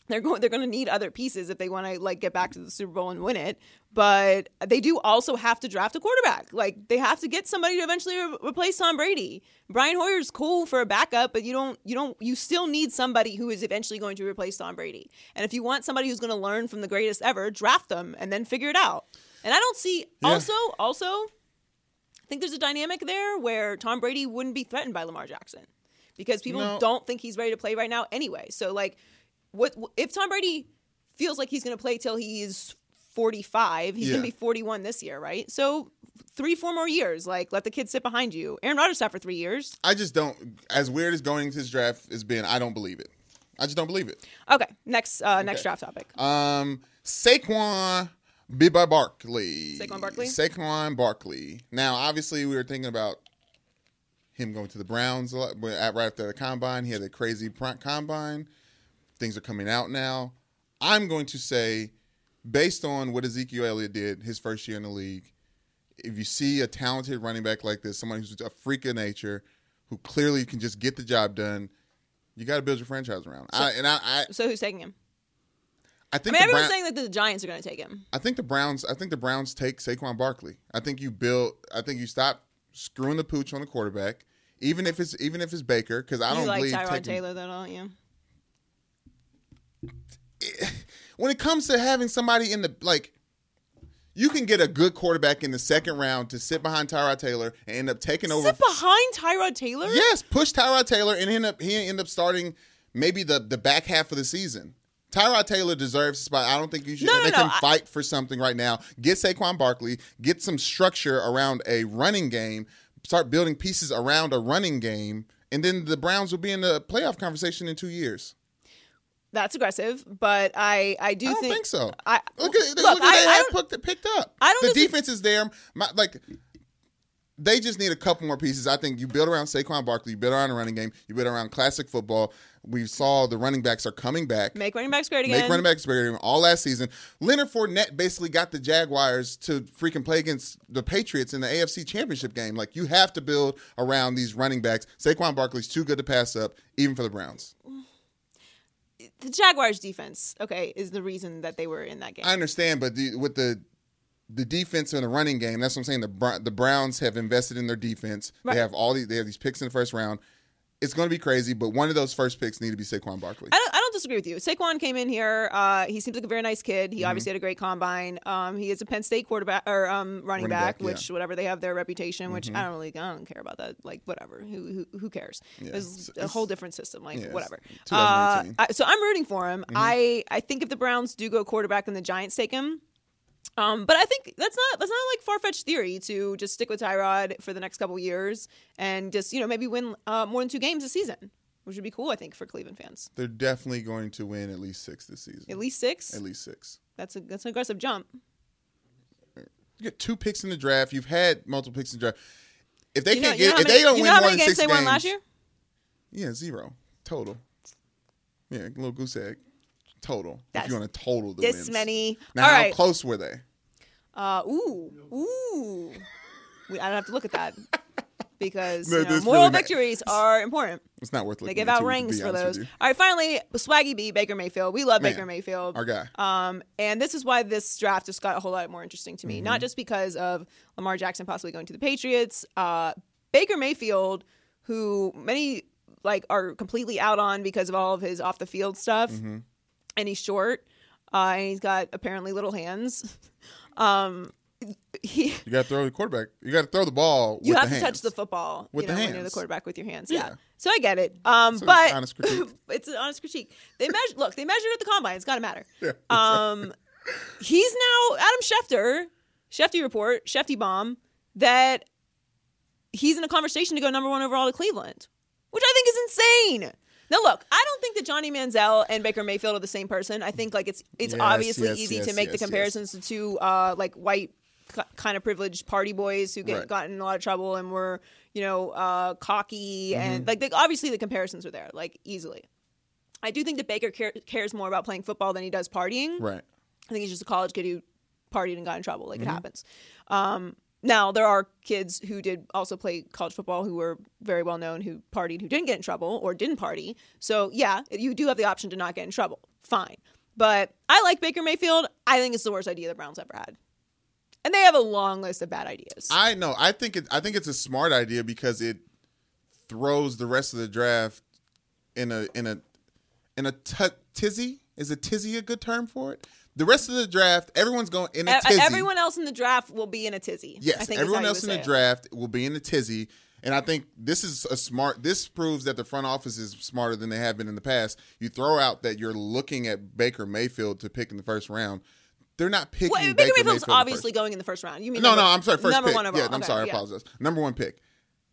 Speaker 2: They're going they're going to need other pieces if they want to like get back to the Super Bowl and win it. But they do also have to draft a quarterback. Like they have to get somebody to eventually re- replace Tom Brady. Brian Hoyer's cool for a backup, but you don't you don't you still need somebody who is eventually going to replace Tom Brady. And if you want somebody who's going to learn from the greatest ever, draft them and then figure it out. And I don't see
Speaker 1: Yeah.
Speaker 2: also also I think there's a dynamic there where Tom Brady wouldn't be threatened by Lamar Jackson because people
Speaker 1: No.
Speaker 2: don't think he's ready to play right now anyway. So like, what if Tom Brady feels like he's going to play till he's 45? He's going
Speaker 1: Yeah.
Speaker 2: to be 41 this year, right? So three, four more years. Like, let the kid sit behind you. Aaron Rodgers sat for three years.
Speaker 1: I just don't. As weird as going into this draft has been, I don't believe it. I just don't believe it.
Speaker 2: Okay, next uh, next draft topic.
Speaker 1: Um, Saquon Biba Barkley.
Speaker 2: Saquon Barkley?
Speaker 1: Saquon Barkley. Now, obviously, we were thinking about him going to the Browns a lot, but at, right after the combine, he had a crazy pro- combine. Things are coming out now. I'm going to say, based on what Ezekiel Elliott did his first year in the league, if you see a talented running back like this, someone who's a freak of nature, who clearly can just get the job done, you got to build your franchise around. I, and I, I,
Speaker 2: so who's taking him?
Speaker 1: I
Speaker 2: I mean,
Speaker 1: think the
Speaker 2: everyone's
Speaker 1: Brown-
Speaker 2: saying that the Giants are going to take him.
Speaker 1: I think the Browns. I think the Browns take Saquon Barkley. I think you build. I think you stop screwing the pooch on the quarterback, even if it's even if it's Baker, because I
Speaker 2: you
Speaker 1: don't
Speaker 2: like
Speaker 1: believe
Speaker 2: Tyrod
Speaker 1: taking-
Speaker 2: Taylor, though, don't you?
Speaker 1: when it comes to having somebody in the like. You can get a good quarterback in the second round to sit behind Tyrod Taylor and end up taking over.
Speaker 2: Sit behind Tyrod Taylor?
Speaker 1: Yes, push Tyrod Taylor and end up he end up starting maybe the the back half of the season. Tyrod Taylor deserves a spot. I don't think you should.
Speaker 2: No, no,
Speaker 1: they
Speaker 2: no,
Speaker 1: can
Speaker 2: I-
Speaker 1: fight for something right now. Get Saquon Barkley. Get some structure around a running game. Start building pieces around a running game, and then the Browns will be in the playoff conversation in two years.
Speaker 2: That's aggressive, but I, I do
Speaker 1: I don't
Speaker 2: think,
Speaker 1: think, so.
Speaker 2: I,
Speaker 1: look at look,
Speaker 2: look,
Speaker 1: at
Speaker 2: I-
Speaker 1: they
Speaker 2: I
Speaker 1: have
Speaker 2: don't-
Speaker 1: picked, picked up.
Speaker 2: I don't
Speaker 1: The
Speaker 2: disagree-
Speaker 1: defense is there. My, like they just need a couple more pieces. I think you build around Saquon Barkley, you build around the running game, you build around classic football. We saw the running backs are coming back.
Speaker 2: Make running backs great again.
Speaker 1: Make running backs better than all last season. Leonard Fournette basically got the Jaguars to freaking play against the Patriots in the AFC Championship game. Like you have to build around these running backs. Saquon Barkley's too good to pass up, even for the Browns.
Speaker 2: The Jaguars' defense, okay, is the reason that they were in that game.
Speaker 1: I understand, but the, with the the defense and the running game, that's what I'm saying. The Br- the Browns have invested in their defense.
Speaker 2: Right.
Speaker 1: They have all these. They have these picks in the first round. It's going to be crazy, but one of those first picks need to be Saquon Barkley.
Speaker 2: I don't, I don't disagree with you. Saquon came in here. Uh, he seems like a very nice kid.
Speaker 1: Mm-hmm.
Speaker 2: He obviously had a great combine. Um, he is a Penn State quarterback or um, running,
Speaker 1: Running
Speaker 2: back,
Speaker 1: back, yeah. Mm-hmm.
Speaker 2: which whatever they have their reputation, which I don't really, I don't care about that. Like whatever, who who, who cares? There's a whole different system. Like
Speaker 1: it's Mm-hmm.
Speaker 2: whatever. Uh,
Speaker 1: 2018.
Speaker 2: I, so I'm rooting for him. I I think if the Browns do go quarterback and the Giants take him. Um, but I think that's not that's not like far fetched theory to just stick with Tyrod for the next couple years and just you know maybe win uh, more than two games a season, which would be cool, I think, for Cleveland fans.
Speaker 1: They're definitely going to win at least six this season.
Speaker 2: At least six.
Speaker 1: At least six.
Speaker 2: That's a that's an aggressive jump.
Speaker 1: You get two picks in the draft. You've had multiple picks in the draft. If they
Speaker 2: you know,
Speaker 1: can't
Speaker 2: you know
Speaker 1: get,
Speaker 2: how
Speaker 1: if
Speaker 2: many,
Speaker 1: they don't
Speaker 2: you
Speaker 1: win
Speaker 2: know how
Speaker 1: more
Speaker 2: many
Speaker 1: than
Speaker 2: games
Speaker 1: six
Speaker 2: they
Speaker 1: games,
Speaker 2: won last year?
Speaker 1: yeah, zero total. Yeah, a little goose egg total.
Speaker 2: That's
Speaker 1: if you want to total the
Speaker 2: this
Speaker 1: wins.
Speaker 2: many.
Speaker 1: Now,
Speaker 2: All
Speaker 1: how
Speaker 2: right.
Speaker 1: close were they?
Speaker 2: Uh, ooh, ooh. We, I don't have to look at
Speaker 1: *laughs*
Speaker 2: that because
Speaker 1: No,
Speaker 2: you know,
Speaker 1: that's
Speaker 2: moral
Speaker 1: really not-
Speaker 2: victories are important.
Speaker 1: It's not worth looking.
Speaker 2: They give
Speaker 1: into,
Speaker 2: out
Speaker 1: to be
Speaker 2: rings for
Speaker 1: honest with
Speaker 2: those. All
Speaker 1: you.
Speaker 2: right, finally, Swaggy B, Baker Mayfield. We love
Speaker 1: Man,
Speaker 2: Baker Mayfield.
Speaker 1: our guy.
Speaker 2: Um, and this is why this draft just got a whole lot more interesting to me. Not just because of Lamar Jackson possibly going to the Patriots, uh, Baker Mayfield, who many like are completely out on because of all of his off the field stuff, and he's short, uh, and he's got apparently little hands. *laughs* um, he.
Speaker 1: You got to throw the quarterback. You got to throw the ball.
Speaker 2: You
Speaker 1: with
Speaker 2: have
Speaker 1: the
Speaker 2: to touch
Speaker 1: hands.
Speaker 2: the football
Speaker 1: With
Speaker 2: you
Speaker 1: the
Speaker 2: know, when you're the
Speaker 1: hands.
Speaker 2: quarterback with your hands. Yeah.
Speaker 1: Yeah.
Speaker 2: So I get it. Um,
Speaker 1: So it's
Speaker 2: but
Speaker 1: honest critique.
Speaker 2: *laughs* it's an honest critique. They measure. look, they measured at the combine. It's got to matter.
Speaker 1: Yeah.
Speaker 2: Um, he's now Adam Schefter, Shefty report, Shefty bomb that he's in a conversation to go number one overall to Cleveland, which I think is insane. Now look, I don't think that Johnny Manziel and Baker Mayfield are the same person. I think like it's it's
Speaker 1: Yes,
Speaker 2: obviously
Speaker 1: yes,
Speaker 2: easy
Speaker 1: yes,
Speaker 2: to make the
Speaker 1: yes, yes.
Speaker 2: comparisons to two uh, like white ki- kind of privileged party boys who get
Speaker 1: Right.
Speaker 2: got in a lot of trouble and were you know uh, cocky and like they, obviously the comparisons are there like easily. I do think that Baker care, cares more about playing football than he does partying.
Speaker 1: right.
Speaker 2: I think he's just a college kid who partied and got in trouble.
Speaker 1: Mm-hmm.
Speaker 2: Like it happens. Um, now there are kids who did also play college football who were very well known who partied who didn't get in trouble or didn't party. So yeah, you do have the option to not get in trouble. Fine. But I like Baker Mayfield. I think it's the worst idea the Browns ever had. And they have a long list of bad ideas.
Speaker 1: I know. I think it. I think it's a smart idea because it throws the rest of the draft in a in a in a t- tizzy. Is a tizzy a good term for it? The rest of the draft, everyone's going in a
Speaker 2: E-
Speaker 1: tizzy.
Speaker 2: everyone else in the draft will be in a tizzy. I
Speaker 1: yes,
Speaker 2: think is
Speaker 1: everyone
Speaker 2: how you
Speaker 1: else in
Speaker 2: would say it.
Speaker 1: the draft will be in a tizzy, and I think this is a smart. This proves that the front office is smarter than they have been in the past. You throw out that you're looking at Baker Mayfield to pick in the first round. They're not picking
Speaker 2: Well, Baker,
Speaker 1: Baker
Speaker 2: Mayfield's
Speaker 1: Mayfield
Speaker 2: obviously
Speaker 1: going.
Speaker 2: going in the first round. You mean
Speaker 1: No,
Speaker 2: number-
Speaker 1: no, I'm sorry. First
Speaker 2: number
Speaker 1: pick.
Speaker 2: one overall.
Speaker 1: Yeah, I'm
Speaker 2: Okay,
Speaker 1: sorry. I
Speaker 2: yeah.
Speaker 1: apologize. Number one pick.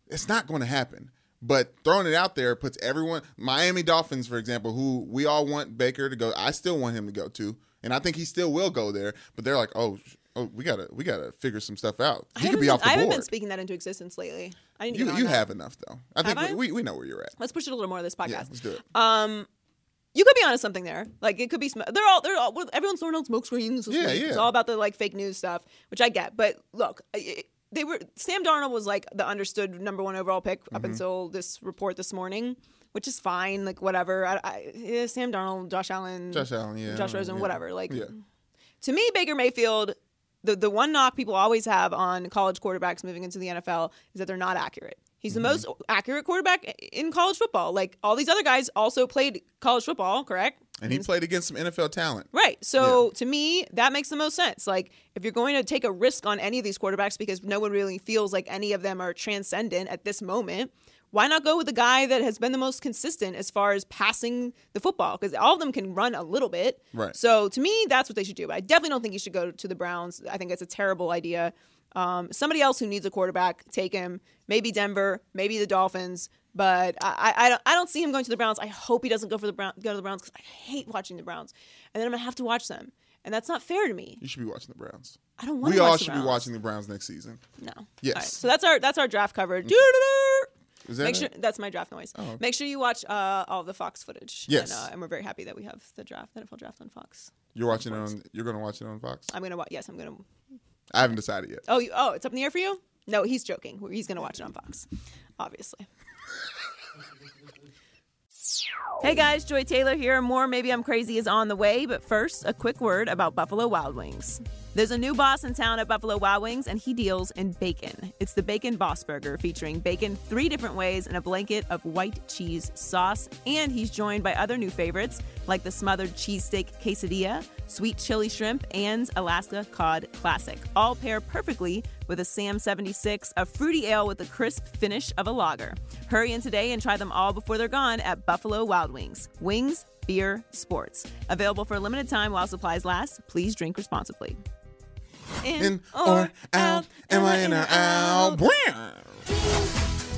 Speaker 1: It's not going to happen. But throwing it out there puts everyone, Miami Dolphins, for example, who we all want Baker to go. I still want him to go to, and I think he still will go there. But they're like, oh, sh- oh, we gotta, we gotta figure some stuff out.
Speaker 2: I
Speaker 1: He could
Speaker 2: haven't
Speaker 1: be
Speaker 2: been-
Speaker 1: off the
Speaker 2: I haven't been
Speaker 1: board.
Speaker 2: speaking that into existence lately. I need to
Speaker 1: You,
Speaker 2: get on
Speaker 1: you
Speaker 2: that.
Speaker 1: have enough though. I think
Speaker 2: Have I? Um,
Speaker 1: we, we, we know where you're at.
Speaker 2: Let's push it a little more this podcast.
Speaker 1: Yeah, let's do it.
Speaker 2: You could be onto something there. Like it could be. Sm- they're all. They're all. well, Everyone's throwing out smoke screens.
Speaker 1: Yeah,
Speaker 2: It's
Speaker 1: yeah.
Speaker 2: all about the like fake news stuff, which I get. But look, I- I- they were. Sam Darnold was like the understood number one overall pick up
Speaker 1: Mm-hmm.
Speaker 2: until this report this morning, which is fine. Like whatever. I, I, yeah, Sam Darnold, Josh Allen,
Speaker 1: Josh Allen, yeah,
Speaker 2: Josh Rosen,
Speaker 1: yeah.
Speaker 2: whatever. Like
Speaker 1: yeah,
Speaker 2: to me, Baker Mayfield, the, the one knock people always have on college quarterbacks moving into the NFL is that they're not accurate. He's
Speaker 1: Mm-hmm.
Speaker 2: the most accurate quarterback i- in college football. Like all these other guys also played college football, correct?
Speaker 1: and he played against some NFL talent.
Speaker 2: Right. So to me, that makes the most sense. Like if you're going to take a risk on any of these quarterbacks because no one really feels like any of them are transcendent at this moment, why not go with the guy that has been the most consistent as far as passing the football? Because all of them can run a little bit.
Speaker 1: Right.
Speaker 2: So to me, that's what they should do. But I definitely don't think he should go to the Browns. I think that's a terrible idea. Um, somebody else who needs a quarterback, take him. Maybe Denver, maybe the Dolphins. But I, I, I, don't, I don't see him going to the Browns. I hope he doesn't go for the Brown, go to the Browns because I hate watching the Browns, and then I'm gonna have to watch them, and that's not fair to me.
Speaker 1: You should be watching the Browns.
Speaker 2: I don't want.
Speaker 1: We all
Speaker 2: watch the
Speaker 1: should
Speaker 2: Browns.
Speaker 1: be watching the Browns next season.
Speaker 2: No.
Speaker 1: Yes.
Speaker 2: All right, so that's our that's our draft cover. Doo-doo-doo.
Speaker 1: Is that
Speaker 2: Make
Speaker 1: it? Oh.
Speaker 2: sure that's my draft noise. Make sure you watch uh, all the Fox footage.
Speaker 1: Yes.
Speaker 2: And, uh, and we're very happy that we have the draft the NFL draft on Fox.
Speaker 1: You're watching it on. You're gonna watch it on Fox.
Speaker 2: I'm gonna watch. Yes, I'm gonna.
Speaker 1: I haven't decided yet.
Speaker 2: Oh, you, oh, it's up in the air for you? No, he's joking. He's gonna watch it on Fox, obviously. Hey guys, Joy Taylor here. More Maybe I'm Crazy is on the way, but first, a quick word about Buffalo Wild Wings. There's a new boss in town at Buffalo Wild Wings, and he deals in bacon. It's the Bacon Boss Burger, featuring bacon three different ways and a blanket of white cheese sauce. And he's joined by other new favorites like the smothered cheesesteak quesadilla, sweet chili shrimp, and Alaska Cod Classic. All pair perfectly with a Sam 76, a fruity ale with the crisp finish of a lager. Hurry in today and try them all before they're gone at Buffalo Wild Wings. Wings, beer, sports. Available for a limited time while supplies last. Please drink responsibly. In,
Speaker 1: in or out? Am I in or out? Bwah!
Speaker 4: In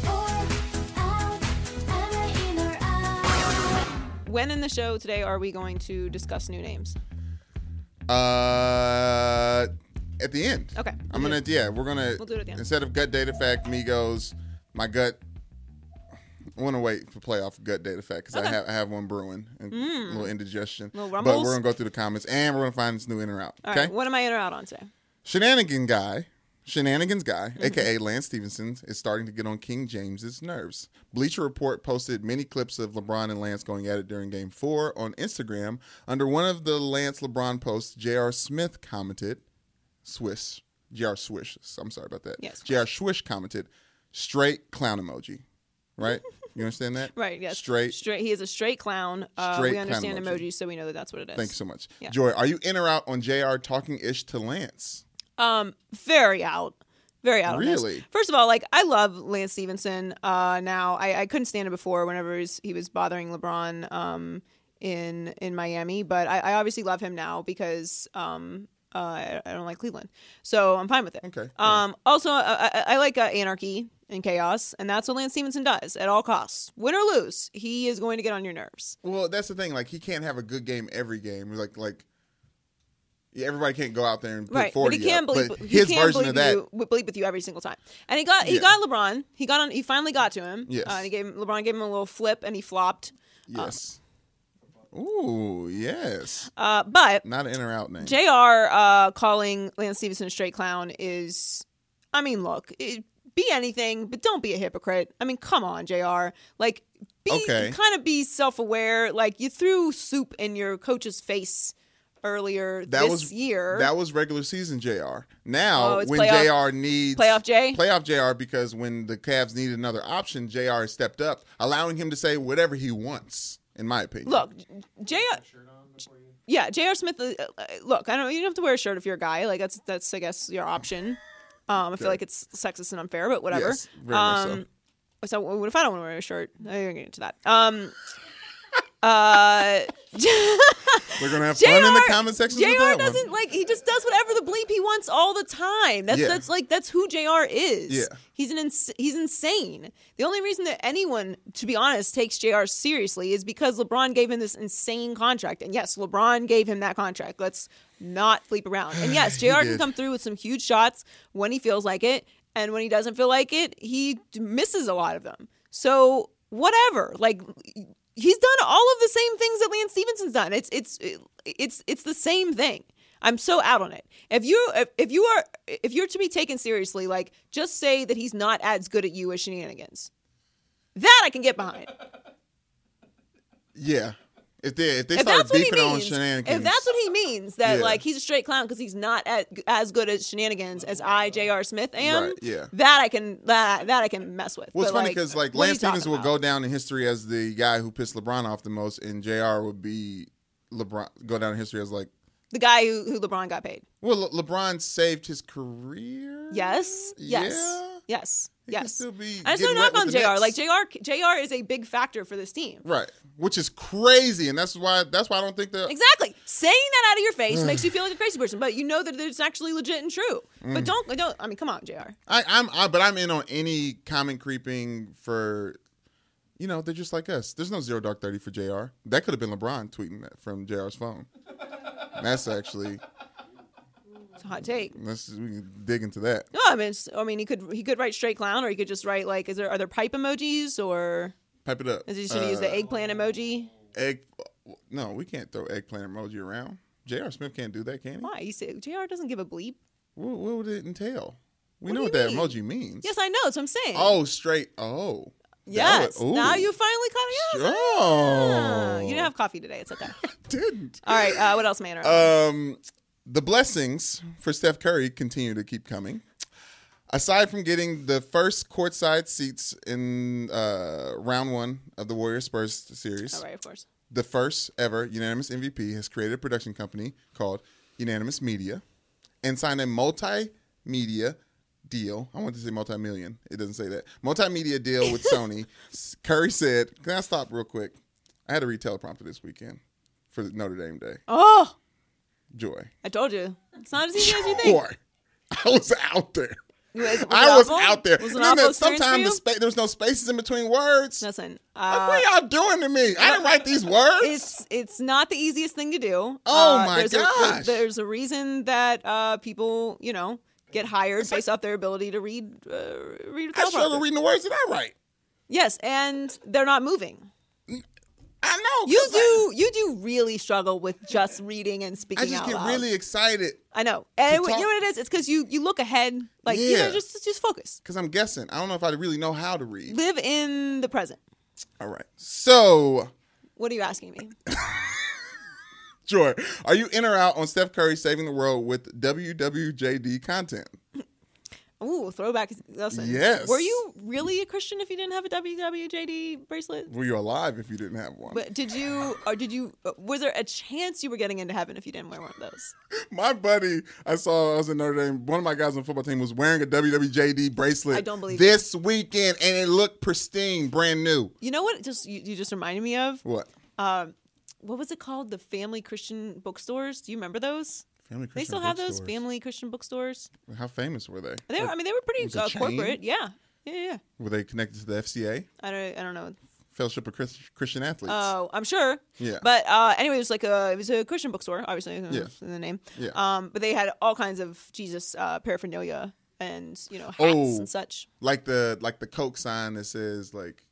Speaker 4: or out? Am I in or out?
Speaker 2: when in the show today are we going to discuss new names?
Speaker 1: Uh, at the end.
Speaker 2: Okay.
Speaker 1: I'm gonna. Yeah, we're gonna.
Speaker 2: We'll do it at the end.
Speaker 1: Instead of gut data fact, Migos. My gut. I want to wait for playoff gut data fact because I have I have one brewing and a little indigestion.
Speaker 2: Mm. Little
Speaker 1: but
Speaker 2: rumbles?
Speaker 1: we're gonna go through the comments and we're gonna find this new in or out.
Speaker 2: All right,
Speaker 1: okay.
Speaker 2: What am I in or out on today?
Speaker 1: Shenanigan guy, shenanigans guy,
Speaker 2: Mm-hmm.
Speaker 1: aka Lance Stevenson, is starting to get on King James's nerves. Bleacher Report posted many clips of LeBron and Lance going at it during Game Four on Instagram. Under one of the Lance LeBron posts, J.R. Smith commented, "Swish, J.R. Swish. I'm sorry about that.
Speaker 2: Yes.
Speaker 1: J.R. Swish commented, straight clown emoji.
Speaker 2: *laughs*
Speaker 1: Right? you understand that?
Speaker 2: Right. Yes.
Speaker 1: Straight.
Speaker 2: Straight. He is a straight clown. Uh,
Speaker 1: Straight
Speaker 2: we
Speaker 1: clown
Speaker 2: understand
Speaker 1: emoji.
Speaker 2: emojis, so we know that that's what it is.
Speaker 1: Thank you so much,
Speaker 2: Yeah.
Speaker 1: Joy. Are you in or out on Jr. talking ish to Lance?
Speaker 2: Um, very out. Very out. on this.
Speaker 1: Really?
Speaker 2: First of all, like I love Lance Stevenson. Uh, now I, I couldn't stand it before. Whenever he was, he was bothering LeBron, um, in in Miami, but I, I obviously love him now because um. Uh, I, I don't like Cleveland, so I'm fine with it.
Speaker 1: Okay, yeah.
Speaker 2: Um. Also, I, I, I like uh, anarchy and chaos, and that's what Lance Stevenson does at all costs. Win or lose, he is going to get on your nerves.
Speaker 1: Well, that's the thing. Like he can't have a good game every game. Like like yeah, everybody can't go out there and put
Speaker 2: right, but
Speaker 1: forty.
Speaker 2: he can
Speaker 1: up.
Speaker 2: believe
Speaker 1: But
Speaker 2: he
Speaker 1: his
Speaker 2: can
Speaker 1: version
Speaker 2: believe
Speaker 1: of that.
Speaker 2: You, w- believe with you every single time. And he got he
Speaker 1: Yeah.
Speaker 2: got LeBron. He got on. He finally got to him.
Speaker 1: Yes.
Speaker 2: Uh, and he gave him, LeBron gave him a little flip, and he flopped.
Speaker 1: Yes. Ooh, yes.
Speaker 2: Uh, but
Speaker 1: Not an in or out name.
Speaker 2: Jr. Uh, calling Lance Stevenson a straight clown is, I mean, look, it, be anything, but don't be a hypocrite. I mean, come on, Jr. Like, be
Speaker 1: Okay.
Speaker 2: kind of be self aware. Like you threw soup in your coach's face earlier
Speaker 1: that
Speaker 2: this
Speaker 1: was
Speaker 2: year.
Speaker 1: That was regular season Jr. Now
Speaker 2: Oh, it's
Speaker 1: when
Speaker 2: playoff-
Speaker 1: Jr. needs
Speaker 2: playoff J?
Speaker 1: playoff Jr. Because when the Cavs need another option, Jr. has stepped up, allowing him to say whatever he wants. In my opinion,
Speaker 2: look, J. Yeah, J.R. Smith. uh, uh, Look, I don't. You don't have to wear a shirt if you're a guy. Like that's that's I guess your option. Um, I feel like it's sexist and unfair, but whatever.
Speaker 1: Yes, very much
Speaker 2: um,
Speaker 1: so.
Speaker 2: so. what if I don't want to wear a shirt? I didn't get into that. Um, uh,
Speaker 1: we're gonna have fun in the comment section.
Speaker 2: Jr.
Speaker 1: with that one.
Speaker 2: doesn't like he just does whatever the bleep he wants all the time. That's
Speaker 1: Yeah.
Speaker 2: that's like that's who Jr. is.
Speaker 1: Yeah.
Speaker 2: he's an ins- he's insane. The only reason that anyone, to be honest, takes Jr. seriously is because LeBron gave him this insane contract. And yes, LeBron gave him that contract. Let's not bleep around. And
Speaker 1: *sighs*
Speaker 2: yes, Jr. can
Speaker 1: did.
Speaker 2: come through with some huge shots when he feels like it, and when he doesn't feel like it, he d- misses a lot of them. So whatever, like he's done all of the same things that Lance Stevenson's done. It's it's it's it's the same thing. I'm so out on it. If you if, if you are if you're to be taken seriously, like just say that he's not as good at you as shenanigans. That I can get
Speaker 1: *laughs*
Speaker 2: behind.
Speaker 1: Yeah. If they if they
Speaker 2: If
Speaker 1: start
Speaker 2: that's what he
Speaker 1: beefing on
Speaker 2: means,
Speaker 1: shenanigans,
Speaker 2: if that's what he means, that
Speaker 1: Yeah.
Speaker 2: like he's a straight clown because he's not at, as good at shenanigans as I J.R. Smith am.
Speaker 1: Right, yeah.
Speaker 2: That I can that that I can mess with.
Speaker 1: Well, it's
Speaker 2: But,
Speaker 1: funny because like,
Speaker 2: what are you
Speaker 1: Lance Stevens
Speaker 2: talking
Speaker 1: will
Speaker 2: about?
Speaker 1: go down in history as the guy who pissed LeBron off the most, and Jr. would be LeBron go down in history as like,
Speaker 2: the guy who, who LeBron got paid.
Speaker 1: well, Le- LeBron saved his career.
Speaker 2: Yes. Yes.
Speaker 1: Yeah?
Speaker 2: Yes.
Speaker 1: He could
Speaker 2: yes.
Speaker 1: still be
Speaker 2: and it's no
Speaker 1: getting
Speaker 2: knock
Speaker 1: wet
Speaker 2: on
Speaker 1: with
Speaker 2: Jr.
Speaker 1: the Knicks.
Speaker 2: Like Jr. Jr. is a big factor for this team.
Speaker 1: Right, which is crazy, and that's why that's why I don't think that
Speaker 2: Exactly. Saying that out of your face makes
Speaker 1: *sighs*
Speaker 2: you feel like a crazy person, but you know that it's actually legit and true.
Speaker 1: Mm.
Speaker 2: But don't don't. I mean, come on, Jr.
Speaker 1: I, I'm, I, but I'm in on any comment creeping for, you know, they're just like us. There's no zero dark thirty for Jr. That could have been LeBron tweeting that from Jr.'s phone. that's actually
Speaker 2: It's a hot take.
Speaker 1: let's we can dig into that.
Speaker 2: No, I mean, it's- I mean, he could he could write straight clown, or he could just write like, is there are there pipe emojis, or
Speaker 1: Pipe it up.
Speaker 2: is he just gonna use the
Speaker 1: Uh,
Speaker 2: eggplant emoji?
Speaker 1: egg. No, we can't throw eggplant emoji around. J.R. Smith can't do that, can he?
Speaker 2: Why? You say Jr. doesn't give a bleep.
Speaker 1: What, what would it entail? We know
Speaker 2: do
Speaker 1: what
Speaker 2: you
Speaker 1: that
Speaker 2: mean?
Speaker 1: emoji means.
Speaker 2: Yes, I know. That's what I'm saying.
Speaker 1: Oh, straight. Oh. That
Speaker 2: yes.
Speaker 1: would- ooh.
Speaker 2: now you finally caught it.
Speaker 1: Oh.
Speaker 2: out. You didn't have coffee today. It's okay.
Speaker 1: didn't.
Speaker 2: All right. Uh, what else,
Speaker 1: *laughs*
Speaker 2: man?
Speaker 1: Um, the blessings for Steph Curry continue to keep coming. Aside from getting the first courtside seats in uh, round one of the Warriors Spurs series,
Speaker 2: All right, of course.
Speaker 1: the first ever unanimous MVP has created a production company called Unanimous Media and signed a multimedia deal. I want to say multi-million. It doesn't say that. Multimedia deal
Speaker 2: *laughs*
Speaker 1: with Sony. Curry said, "Can I stop real quick? I had to read teleprompter this weekend for Notre Dame Day.
Speaker 2: Oh,
Speaker 1: Joy, *laughs*
Speaker 2: I told you. It's not as easy as you think.
Speaker 1: Joy, I was out there.
Speaker 2: Was, was it
Speaker 1: I was
Speaker 2: awful?
Speaker 1: out there.
Speaker 2: Was it
Speaker 1: And then
Speaker 2: awful
Speaker 1: the-
Speaker 2: experience for
Speaker 1: sometimes
Speaker 2: you?
Speaker 1: the spa- there was no spaces in between words.
Speaker 2: Listen,
Speaker 1: Like,
Speaker 2: uh,
Speaker 1: what are y'all doing to me? I didn't
Speaker 2: *laughs*
Speaker 1: write these words.
Speaker 2: it's it's not the easiest thing to do. Uh,
Speaker 1: Oh my
Speaker 2: there's
Speaker 1: gosh.
Speaker 2: A, there's a reason that uh, people, you know, get hired based off their ability to read uh, read.
Speaker 1: I
Speaker 2: teleprompter.
Speaker 1: struggle reading the words that I write.
Speaker 2: Yes, and they're not moving.
Speaker 1: I know.
Speaker 2: You
Speaker 1: 'cause I-
Speaker 2: do you do really struggle with just reading and speaking
Speaker 1: I just
Speaker 2: out
Speaker 1: get
Speaker 2: loud.
Speaker 1: really excited
Speaker 2: I know, and you know
Speaker 1: talk-
Speaker 2: what it is? It's because you you look ahead, like you
Speaker 1: Yeah.
Speaker 2: know, just just focus,
Speaker 1: because I'm guessing. I don't know if I really know how to read.
Speaker 2: live in the present.
Speaker 1: All right. So,
Speaker 2: What are you asking me?
Speaker 1: Joy, are you in or out on Steph Curry saving the world with WWJD content?
Speaker 2: Ooh, throwback. Listen,
Speaker 1: Yes.
Speaker 2: Were you really a Christian if you didn't have a WWJD bracelet?
Speaker 1: Were you alive if you didn't have one?
Speaker 2: But did you or did you uh, was there a chance you were getting into heaven if you didn't wear one of those?
Speaker 1: My buddy, I saw I was in Notre Dame. One of my guys on the football team was wearing a WWJD bracelet.
Speaker 2: I don't believe
Speaker 1: this weekend, and it looked pristine, brand new.
Speaker 2: You know what? it Just you, you just reminded me of
Speaker 1: What?
Speaker 2: Uh, what was it called? The family Christian bookstores. Do you remember those?
Speaker 1: Family
Speaker 2: they
Speaker 1: Christian
Speaker 2: still have those
Speaker 1: bookstores.
Speaker 2: family Christian bookstores.
Speaker 1: How famous were they?
Speaker 2: They were, I mean, they were
Speaker 1: was
Speaker 2: pretty
Speaker 1: a
Speaker 2: uh,
Speaker 1: chain?
Speaker 2: corporate. Yeah, yeah, yeah.
Speaker 1: Were they connected to the FCA,
Speaker 2: I don't, I don't know.
Speaker 1: Fellowship of Chris, Christian Athletes?
Speaker 2: Oh, I'm sure.
Speaker 1: Yeah.
Speaker 2: But uh, anyway, it was like a it was a Christian bookstore, obviously.
Speaker 1: Yeah.
Speaker 2: Yeah. In the name.
Speaker 1: Yeah.
Speaker 2: Um, but they had all kinds of Jesus uh, paraphernalia and you know hats
Speaker 1: Oh.
Speaker 2: and such.
Speaker 1: like the like the Coke sign that says like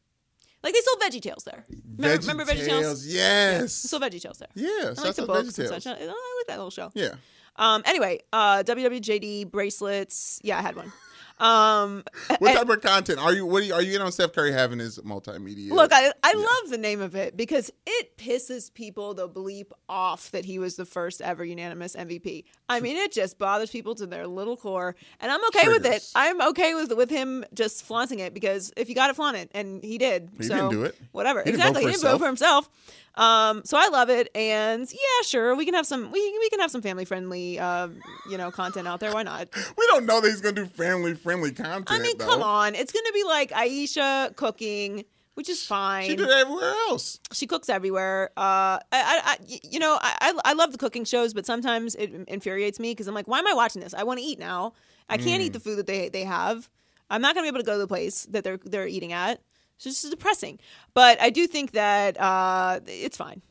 Speaker 2: Like they sold Veggie Tales there. Remember,
Speaker 1: Veggie
Speaker 2: remember Veggie Tales?
Speaker 1: Yes.
Speaker 2: Still Veggie Tales there.
Speaker 1: Yeah,
Speaker 2: I
Speaker 1: shout
Speaker 2: like the
Speaker 1: out
Speaker 2: books and
Speaker 1: VeggieTales.
Speaker 2: such. I, I like that little show.
Speaker 1: yeah.
Speaker 2: Um. Anyway, uh, WWJD bracelets. Yeah, I had one. Um.
Speaker 1: What type of content are you? What are you, are you in on Steph Curry having his multimedia?
Speaker 2: Look, I, I love the name of it because it pisses people the bleep off that he was the first ever unanimous MVP. I mean, it just bothers people to their little core, and I'm okay with it.
Speaker 1: Triggers.
Speaker 2: I'm okay with with him just flaunting it because if you got it, flaunt it, and he did.
Speaker 1: He
Speaker 2: so
Speaker 1: didn't do it.
Speaker 2: Whatever.
Speaker 1: He didn't vote
Speaker 2: exactly.
Speaker 1: for
Speaker 2: he didn't vote for himself. Um, so I love it, and yeah, sure, we can have some we we can have some family friendly, uh, you know, content out there. Why not?
Speaker 1: we don't know that he's gonna do family friendly content.
Speaker 2: I mean,
Speaker 1: though.
Speaker 2: come on, it's gonna be like Aisha cooking. Which is fine
Speaker 1: She did it everywhere else.
Speaker 2: she cooks everywhere. Uh, I, I, I- y- you know, I, I- I love the cooking shows, but sometimes it infuriates me because I'm like, why am I watching this? I want to eat now. I can't
Speaker 1: Mm.
Speaker 2: eat the food that they they have. I'm not gonna be able to go to the place that they're they're eating at. So it's just depressing. But I do think that uh, it's fine.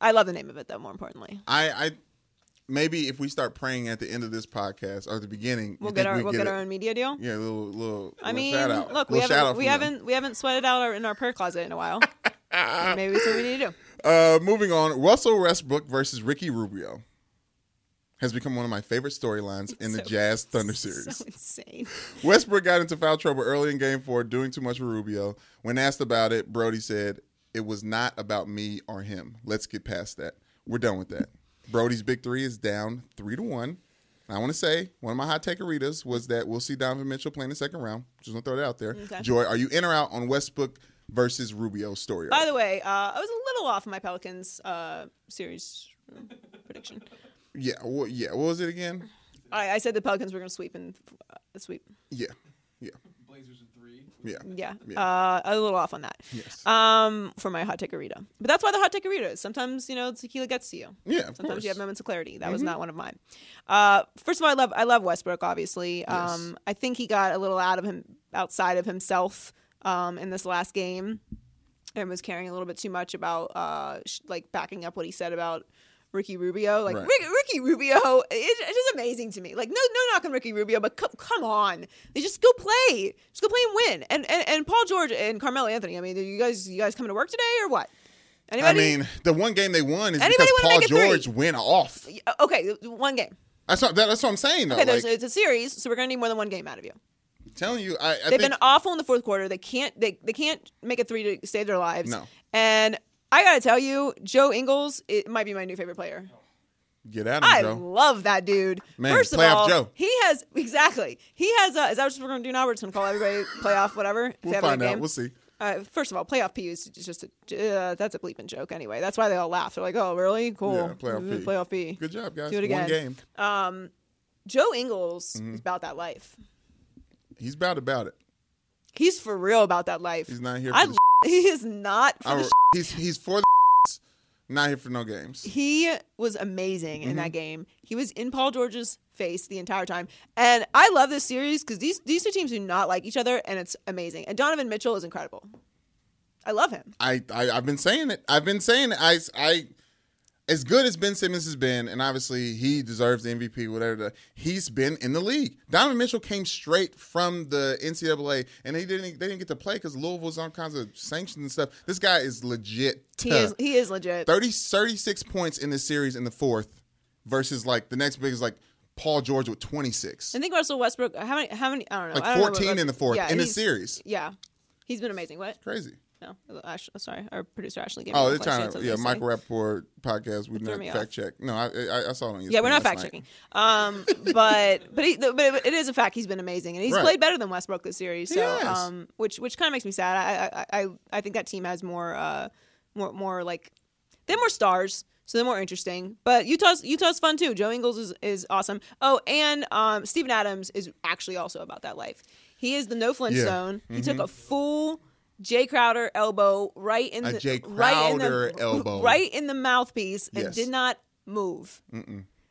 Speaker 2: I love the name of it though. More importantly,
Speaker 1: I, I maybe if we start praying at the end of this podcast or the beginning,
Speaker 2: we'll
Speaker 1: you
Speaker 2: get
Speaker 1: think
Speaker 2: our
Speaker 1: we
Speaker 2: we'll get
Speaker 1: it?
Speaker 2: our own media deal.
Speaker 1: Yeah, a little little.
Speaker 2: I
Speaker 1: little
Speaker 2: mean,
Speaker 1: shout out.
Speaker 2: look, we
Speaker 1: Little shout out
Speaker 2: haven't we
Speaker 1: from them.
Speaker 2: haven't we haven't sweated out our in our prayer closet in a
Speaker 1: *laughs*
Speaker 2: while. Maybe that's what we need to do.
Speaker 1: Uh, moving on, Russell Westbrook versus Ricky Rubio has become one of my favorite storylines in the
Speaker 2: So-
Speaker 1: Jazz Thunder series.
Speaker 2: *laughs* So insane.
Speaker 1: Westbrook got into foul trouble early in game four, doing too much for Rubio. When asked about it, Brody said, It was not about me or him. Let's get past that. We're done with that. Brody's big three is down three to one. And I want to say one of my hot take readers was that we'll see Donovan Mitchell playing the second round. Just gonna throw that out there.
Speaker 2: Okay.
Speaker 1: Joy, are you in or out on Westbrook versus Rubio story?
Speaker 2: By the way, uh, I was a little off my Pelicans uh, series uh, prediction.
Speaker 1: yeah, well, yeah. What was it again?
Speaker 2: I, I said the Pelicans were going to sweep and uh, sweep.
Speaker 1: Yeah, yeah. Blazers in three. Yeah,
Speaker 2: Yeah, Uh, a little off on that.
Speaker 1: Yes.
Speaker 2: Um, for my hot take Arita. but that's why the hot take Arita is. Sometimes you know tequila gets to you.
Speaker 1: Yeah,
Speaker 2: Sometimes
Speaker 1: of course. Mm-hmm.
Speaker 2: you have moments of clarity. That was not one of mine. Uh, first of all, I love I love Westbrook. Obviously, um, I think he got a little out of him outside of himself um, in this last game. and was caring a little bit too much about uh sh- like backing up what he said about Ricky Rubio. Like
Speaker 1: Right.
Speaker 2: Rick, Ricky Rubio, it, it's just amazing to me. Like no no knock on Ricky Rubio, but come come on, they just go play, just go play and win. And and, and Paul George and Carmelo Anthony. I mean, you guys you guys coming to work today or what?
Speaker 1: I
Speaker 2: Anybody?
Speaker 1: mean, the one game they won is
Speaker 2: Anybody
Speaker 1: because Paul
Speaker 2: wanna make a three?
Speaker 1: George went off.
Speaker 2: okay, one game.
Speaker 1: That's what, that, that's what I'm saying. Though,
Speaker 2: Okay, there's,
Speaker 1: *laughs* like,
Speaker 2: it's a series, so we're gonna need more than one game out of you.
Speaker 1: telling you, I, I
Speaker 2: They've
Speaker 1: think
Speaker 2: been awful in the fourth quarter. They can't they, they can't make a three to save their lives.
Speaker 1: No.
Speaker 2: And I gotta tell you, Joe Ingles, it might be my new favorite player.
Speaker 1: get out
Speaker 2: I
Speaker 1: of Joe.
Speaker 2: love that dude.
Speaker 1: Man,
Speaker 2: First of
Speaker 1: playoff
Speaker 2: all,
Speaker 1: Joe.
Speaker 2: he has exactly. He has. Uh, is that what we're going to do now? We're just going to call
Speaker 1: *laughs*
Speaker 2: everybody playoff whatever. if
Speaker 1: We'll
Speaker 2: they have a
Speaker 1: find
Speaker 2: good
Speaker 1: out.
Speaker 2: game?
Speaker 1: We'll see.
Speaker 2: Uh, first of all, playoff P is just a uh, that's a bleeping joke anyway. That's why they all laugh. They're like, "Oh, really? Cool.
Speaker 1: Yeah, playoff
Speaker 2: Mm,
Speaker 1: P.
Speaker 2: Playoff P.
Speaker 1: Good job, guys.
Speaker 2: Do it again.
Speaker 1: One game. Mm-hmm.
Speaker 2: Joe Ingles is about that life.
Speaker 1: He's about about it.
Speaker 2: He's for real about that life.
Speaker 1: He's not here for
Speaker 2: I,
Speaker 1: the
Speaker 2: *laughs* he is not for
Speaker 1: I-
Speaker 2: the
Speaker 1: he's he's for the *laughs* not here for no games. Mm-hmm.
Speaker 2: he was amazing in that game. He was in Paul George's face the entire time. And I love this series because these these two teams do not like each other, and it's amazing. And Donovan Mitchell is incredible. I love him.
Speaker 1: I, I I've been saying it. I've been saying it. I I as good as Ben Simmons has been, and obviously he deserves the MVP. Whatever the, he's been in the league. Donovan Mitchell came straight from the NCAA, and he didn't they didn't get to play because Louisville's on kinds of sanctions and stuff. This guy is legit.
Speaker 2: He is he is legit.
Speaker 1: 30, 36 points in this series in the fourth, versus like the next biggest like Paul George with twenty six.
Speaker 2: I think Russell Westbrook. How many? How many? I don't know.
Speaker 1: Like
Speaker 2: I don't know what
Speaker 1: 14 in
Speaker 2: Russell-
Speaker 1: the fourth, in the
Speaker 2: he's-
Speaker 1: series.
Speaker 2: Yeah, he's been amazing. What?
Speaker 1: Crazy.
Speaker 2: No, Ash, sorry, our producer Ashley gave me.
Speaker 1: Oh,
Speaker 2: the
Speaker 1: they're trying
Speaker 2: questions, I
Speaker 1: to
Speaker 2: was
Speaker 1: yeah,
Speaker 2: gonna
Speaker 1: Michael
Speaker 2: say.
Speaker 1: Rapport podcast. We
Speaker 2: threw
Speaker 1: not
Speaker 2: me off.
Speaker 1: fact check. No, I, I I saw it on E
Speaker 2: Yeah, we're not
Speaker 1: ESPN last
Speaker 2: fact
Speaker 1: night.
Speaker 2: checking. Um, but *laughs* but, he, but it is a fact he's been amazing, and he's
Speaker 1: Right.
Speaker 2: played better than Westbrook this series. So,
Speaker 1: has.
Speaker 2: um, which which kind of makes me sad. I, I I I think that team has more uh more more like they have more stars. So they're more interesting, but Utah's Utah's fun too. Joe Ingles is, is awesome. Oh, and um, Stephen Adams is actually also about that life. He is the no Flintstone. He
Speaker 1: Mm-hmm.
Speaker 2: took a full Jay Crowder elbow right in
Speaker 1: A
Speaker 2: the
Speaker 1: Jay
Speaker 2: right in the-
Speaker 1: Crowder elbow.
Speaker 2: right in the mouthpiece and
Speaker 1: Yes.
Speaker 2: did not move.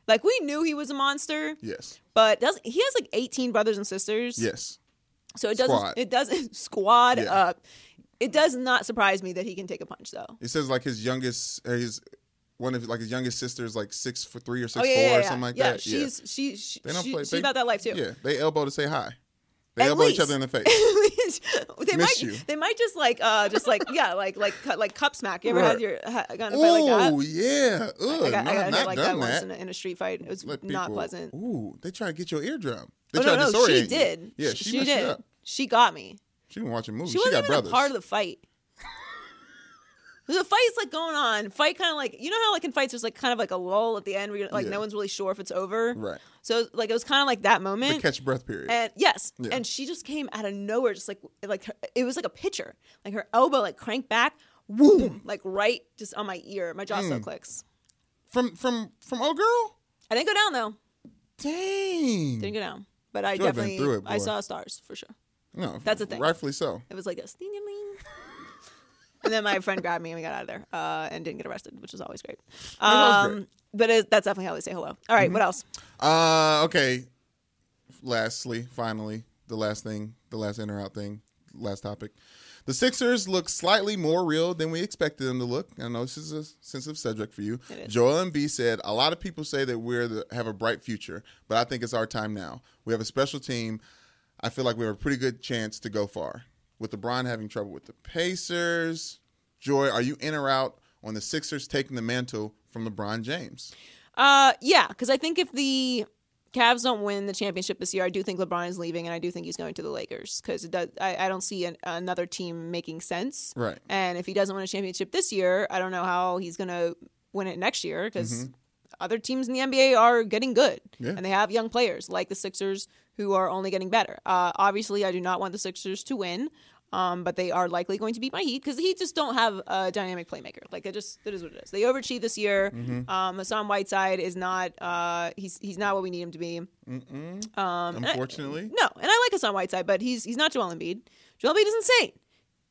Speaker 2: Like we knew he was a monster.
Speaker 1: Yes.
Speaker 2: But does he has like 18 brothers and sisters.
Speaker 1: Yes.
Speaker 2: So it doesn't
Speaker 1: Squad.
Speaker 2: it doesn't *laughs* squad
Speaker 1: Yeah.
Speaker 2: up. It does not surprise me that he can take a punch though.
Speaker 1: It says like his youngest, or his one of like his youngest sister is like six foot three or
Speaker 2: Oh
Speaker 1: six four
Speaker 2: yeah, yeah, yeah.
Speaker 1: or something like
Speaker 2: yeah,
Speaker 1: that.
Speaker 2: She's she, she,
Speaker 1: They don't
Speaker 2: she-
Speaker 1: play-
Speaker 2: she's
Speaker 1: they-
Speaker 2: about that life too.
Speaker 1: Yeah, they elbow to say hi. They
Speaker 2: At
Speaker 1: elbow each
Speaker 2: least.
Speaker 1: other in the face.
Speaker 2: *laughs* they might
Speaker 1: Miss you.
Speaker 2: they might just like uh just like yeah like like cu- like cup smack. You ever
Speaker 1: Right.
Speaker 2: had your ha- gotten in a fight like that?
Speaker 1: Oh yeah, ugh,
Speaker 2: I got,
Speaker 1: no,
Speaker 2: I
Speaker 1: I've
Speaker 2: got hit
Speaker 1: not
Speaker 2: like that
Speaker 1: done
Speaker 2: once
Speaker 1: that.
Speaker 2: in a, in a street fight. It was
Speaker 1: Let
Speaker 2: not
Speaker 1: people-
Speaker 2: pleasant.
Speaker 1: Ooh, they try to get your eardrum. They
Speaker 2: Oh,
Speaker 1: try
Speaker 2: no, no,
Speaker 1: to disorient
Speaker 2: she
Speaker 1: you.
Speaker 2: did.
Speaker 1: Yeah,
Speaker 2: she,
Speaker 1: she, messed you
Speaker 2: did.
Speaker 1: up.
Speaker 2: She got me.
Speaker 1: She been watching movies.
Speaker 2: She
Speaker 1: She,
Speaker 2: wasn't
Speaker 1: got
Speaker 2: even
Speaker 1: brothers.
Speaker 2: a part of the fight. *laughs* The fight's like going on. Fight kind of like you know how like in fights there's like kind of like a lull at the end where you're like
Speaker 1: Yeah.
Speaker 2: no one's really sure if it's over.
Speaker 1: Right.
Speaker 2: So like it was kind of like that moment.
Speaker 1: the catch breath period.
Speaker 2: And yes,
Speaker 1: Yeah.
Speaker 2: and she just came out of nowhere, just like like her, it was like a picture, like her elbow like cranked back,
Speaker 1: Mm.
Speaker 2: boom, like right just on my ear. My jaw still clicks.
Speaker 1: from from from old girl.
Speaker 2: I didn't go down though.
Speaker 1: Dang.
Speaker 2: Didn't go down. But I
Speaker 1: Should've been
Speaker 2: definitely
Speaker 1: through it,
Speaker 2: I
Speaker 1: boy.
Speaker 2: saw stars for sure.
Speaker 1: No,
Speaker 2: That's the thing.
Speaker 1: Rightfully so.
Speaker 2: It was like this.
Speaker 1: *laughs*
Speaker 2: Ding-a-ling. and then my friend grabbed me and we got out of there uh, and didn't get arrested, which is always great.
Speaker 1: was
Speaker 2: Um,
Speaker 1: great. Mm-hmm.
Speaker 2: But it, that's definitely how they say hello. All right, what else?
Speaker 1: Uh, okay. Lastly, finally, the last thing, the last in or out thing, last topic. The Sixers look slightly more real than we expected them to look. I know this is a sensitive subject for you. Joel Embiid said, "A lot of people say that we're the, have a bright future, but I think it's our time now. We have a special team. I feel like we have a pretty good chance to go far. With LeBron having trouble with the Pacers, Joy, are you in or out on the Sixers taking the mantle from LeBron James?
Speaker 2: Uh, yeah, because I think if the Cavs don't win the championship this year, I do think LeBron is leaving, and I do think he's going to the Lakers because I, I don't see an, another team making sense.
Speaker 1: Right.
Speaker 2: And if he doesn't win a championship this year, I don't know how he's going to win it next year
Speaker 1: Mm-hmm.
Speaker 2: because other teams in the NBA are getting good and they have young players like the Sixers who are only getting better. Uh, obviously, I do not want the Sixers to win. Um, but they are likely going to beat my Heat because the Heat just don't have a dynamic playmaker. Like it just that is what it is. They overachieved this year. Um, Hassan Whiteside is not uh, he's he's not what we need him to be.
Speaker 1: Unfortunately,
Speaker 2: No, and I like Hassan Whiteside, but he's he's not Joel Embiid. Joel Embiid is insane.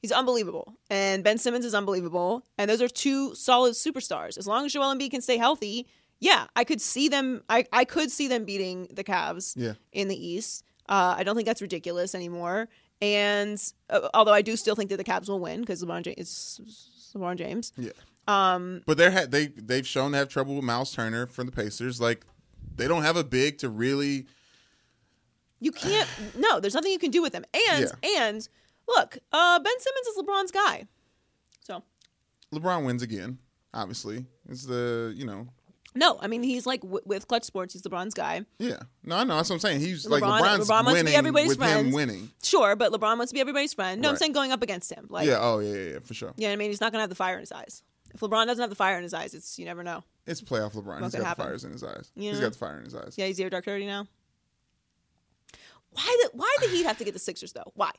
Speaker 2: He's unbelievable, and Ben Simmons is unbelievable, and those are two solid superstars. As long as Joel Embiid can stay healthy, yeah, I could see them. I, I could see them beating the Cavs
Speaker 1: Yeah.
Speaker 2: in the East. Uh, I don't think that's ridiculous anymore. And uh, although I do still think that the Cavs will win because LeBron James is LeBron James.
Speaker 1: Yeah. Um. But they're ha- they they've shown to have trouble with Miles Turner from the Pacers. Like they don't have a big to really.
Speaker 2: You can't. no, there's nothing you can do with them. And and look, uh, Ben Simmons is LeBron's guy. So
Speaker 1: LeBron wins again. Obviously, it's the you know
Speaker 2: No, I mean he's like w- with Clutch Sports, he's LeBron's guy.
Speaker 1: yeah no I know that's what I'm saying. He's like
Speaker 2: LeBron-
Speaker 1: LeBron's
Speaker 2: LeBron wants to be
Speaker 1: winning
Speaker 2: everybody's
Speaker 1: with him
Speaker 2: friend.
Speaker 1: winning.
Speaker 2: Sure, but LeBron wants to be everybody's friend. No, I'm
Speaker 1: Right.
Speaker 2: saying going up against him. Like,
Speaker 1: Yeah.
Speaker 2: yeah,
Speaker 1: Oh yeah, yeah. yeah, For sure.
Speaker 2: you know what I mean. He's not gonna have the fire in his eyes. If LeBron doesn't have the fire in his eyes, it's you never know.
Speaker 1: It's playoff LeBron. He's
Speaker 2: could
Speaker 1: got
Speaker 2: happen?
Speaker 1: the fires in his eyes.
Speaker 2: Yeah.
Speaker 1: He's got the fire in his eyes.
Speaker 2: Yeah, he's zero dark thirty now. Why the Why did he have to get the Sixers though? Why?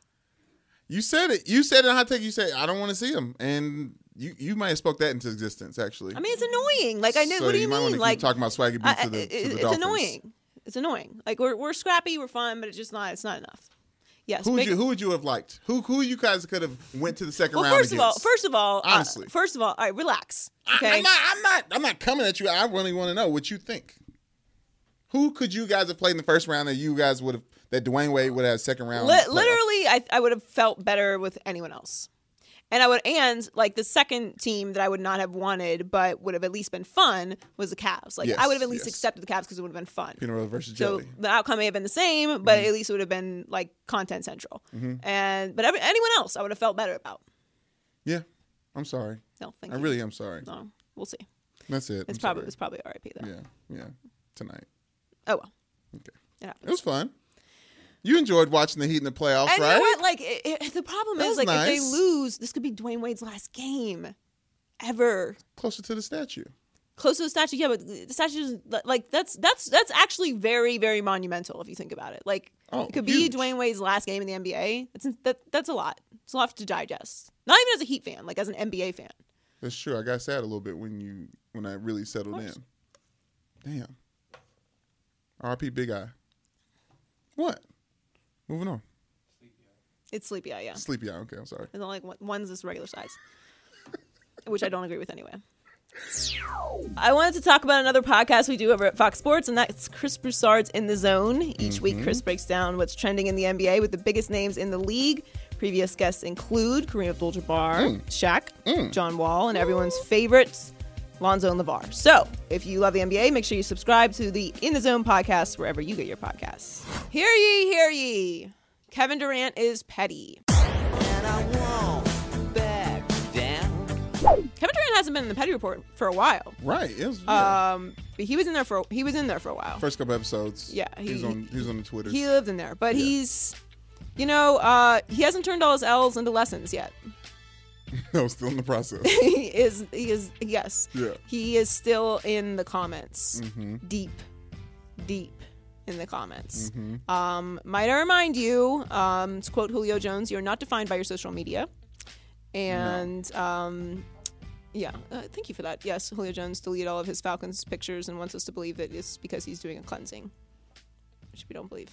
Speaker 1: You said it. You said it in hot take. You said I don't want to see him, and you you might have spoke that into existence actually.
Speaker 2: I mean, it's annoying. Like I know.
Speaker 1: So
Speaker 2: what do
Speaker 1: you
Speaker 2: you
Speaker 1: might wanna
Speaker 2: mean?
Speaker 1: keep
Speaker 2: Like
Speaker 1: talking about Swaggy B
Speaker 2: I-
Speaker 1: to the-
Speaker 2: I-
Speaker 1: to the
Speaker 2: it's
Speaker 1: Dolphins.
Speaker 2: annoying. It's annoying. Like we're we're scrappy, we're fun, but it's just not. It's not enough. Yes.
Speaker 1: who would
Speaker 2: big-
Speaker 1: you who would you have liked? Who who you guys could have went to the second
Speaker 2: well,
Speaker 1: round?
Speaker 2: first of all,
Speaker 1: against?
Speaker 2: first of all, uh,
Speaker 1: Honestly.
Speaker 2: first of all, all right, relax.
Speaker 1: I-
Speaker 2: Okay.
Speaker 1: I'm not. I'm not. I'm not coming at you. I really want to know what you think. Who could you guys have played in the first round that you guys would have that Dwayne Wade would have second round?
Speaker 2: Li-
Speaker 1: playoff?
Speaker 2: literally, I, I would have felt better with anyone else. And I would, and like the second team that I would not have wanted, but would have at least been fun, was the Cavs. Like
Speaker 1: Yes,
Speaker 2: I would have at least
Speaker 1: yes.
Speaker 2: accepted the Cavs because it would have been fun.
Speaker 1: Peanut butter versus
Speaker 2: so
Speaker 1: jelly. Mm-hmm.
Speaker 2: the outcome may have been the same, but at least it would have been like content central. And but every, anyone else, I would have felt better about.
Speaker 1: Yeah, I'm sorry.
Speaker 2: No, thank
Speaker 1: I
Speaker 2: you.
Speaker 1: really am sorry.
Speaker 2: No, we'll see.
Speaker 1: That's it.
Speaker 2: It's
Speaker 1: I'm
Speaker 2: probably
Speaker 1: sorry.
Speaker 2: it's probably R.I.P. though.
Speaker 1: yeah, yeah. Tonight,
Speaker 2: Oh well.
Speaker 1: okay.
Speaker 2: It
Speaker 1: It
Speaker 2: happens.
Speaker 1: was fun. You enjoyed watching the Heat in the playoffs,
Speaker 2: And
Speaker 1: right?
Speaker 2: you know what? Like it, it, the problem
Speaker 1: That
Speaker 2: is,
Speaker 1: was
Speaker 2: like if they
Speaker 1: nice.
Speaker 2: lose, this could be Dwayne Wade's last game ever.
Speaker 1: Closer to the statue.
Speaker 2: Close to the statue, yeah, but the statue is like that's that's that's actually very very monumental if you think about it. Like
Speaker 1: Oh,
Speaker 2: it could
Speaker 1: huge.
Speaker 2: be Dwayne Wade's last game in the NBA. That's that, that's a lot. It's a lot to digest. Not even as a Heat fan, like as an NBA fan.
Speaker 1: That's true. I got sad a little bit when you when I really settled in.
Speaker 2: course.
Speaker 1: Damn. R.P. Big Eye. What? Moving on.
Speaker 2: It's sleepy eye, yeah.
Speaker 1: Sleepy Eye. Okay, I'm sorry.
Speaker 2: It's not like one- one's this regular size, which I don't agree with anyway. I wanted to talk about another podcast we do over at Fox Sports, and that's Chris Broussard's In the Zone. Each week, Chris breaks down what's trending in the NBA with the biggest names in the league. Previous guests include Kareem Abdul-Jabbar, Shaq, John Wall, and everyone's favorites, Lonzo and LeVar. So, if you love the NBA, make sure you subscribe to the In the Zone podcast wherever you get your podcasts. Hear ye, hear ye. Kevin Durant is petty. Kevin Durant hasn't been in the Petty Report for a while,
Speaker 1: Right. It was, yeah.
Speaker 2: um, but he was in there for he was in there for a while.
Speaker 1: First couple episodes.
Speaker 2: yeah,
Speaker 1: He, was
Speaker 2: he-
Speaker 1: on. He was on the Twitter. *laughs*
Speaker 2: he lived in there, but he's, you know, uh, he hasn't turned all his L's into lessons yet.
Speaker 1: no, still in
Speaker 2: *laughs*
Speaker 1: the process.
Speaker 2: he is he is yes,
Speaker 1: Yeah.
Speaker 2: he is still in the comments, deep, deep in the comments. Um, might I remind you um, to quote Julio Jones, "You're not defined by your social media," and um, yeah, uh, thank you for that. Yes, Julio Jones deleted all of his Falcons pictures and wants us to believe that it's because he's doing a cleansing, which we don't believe.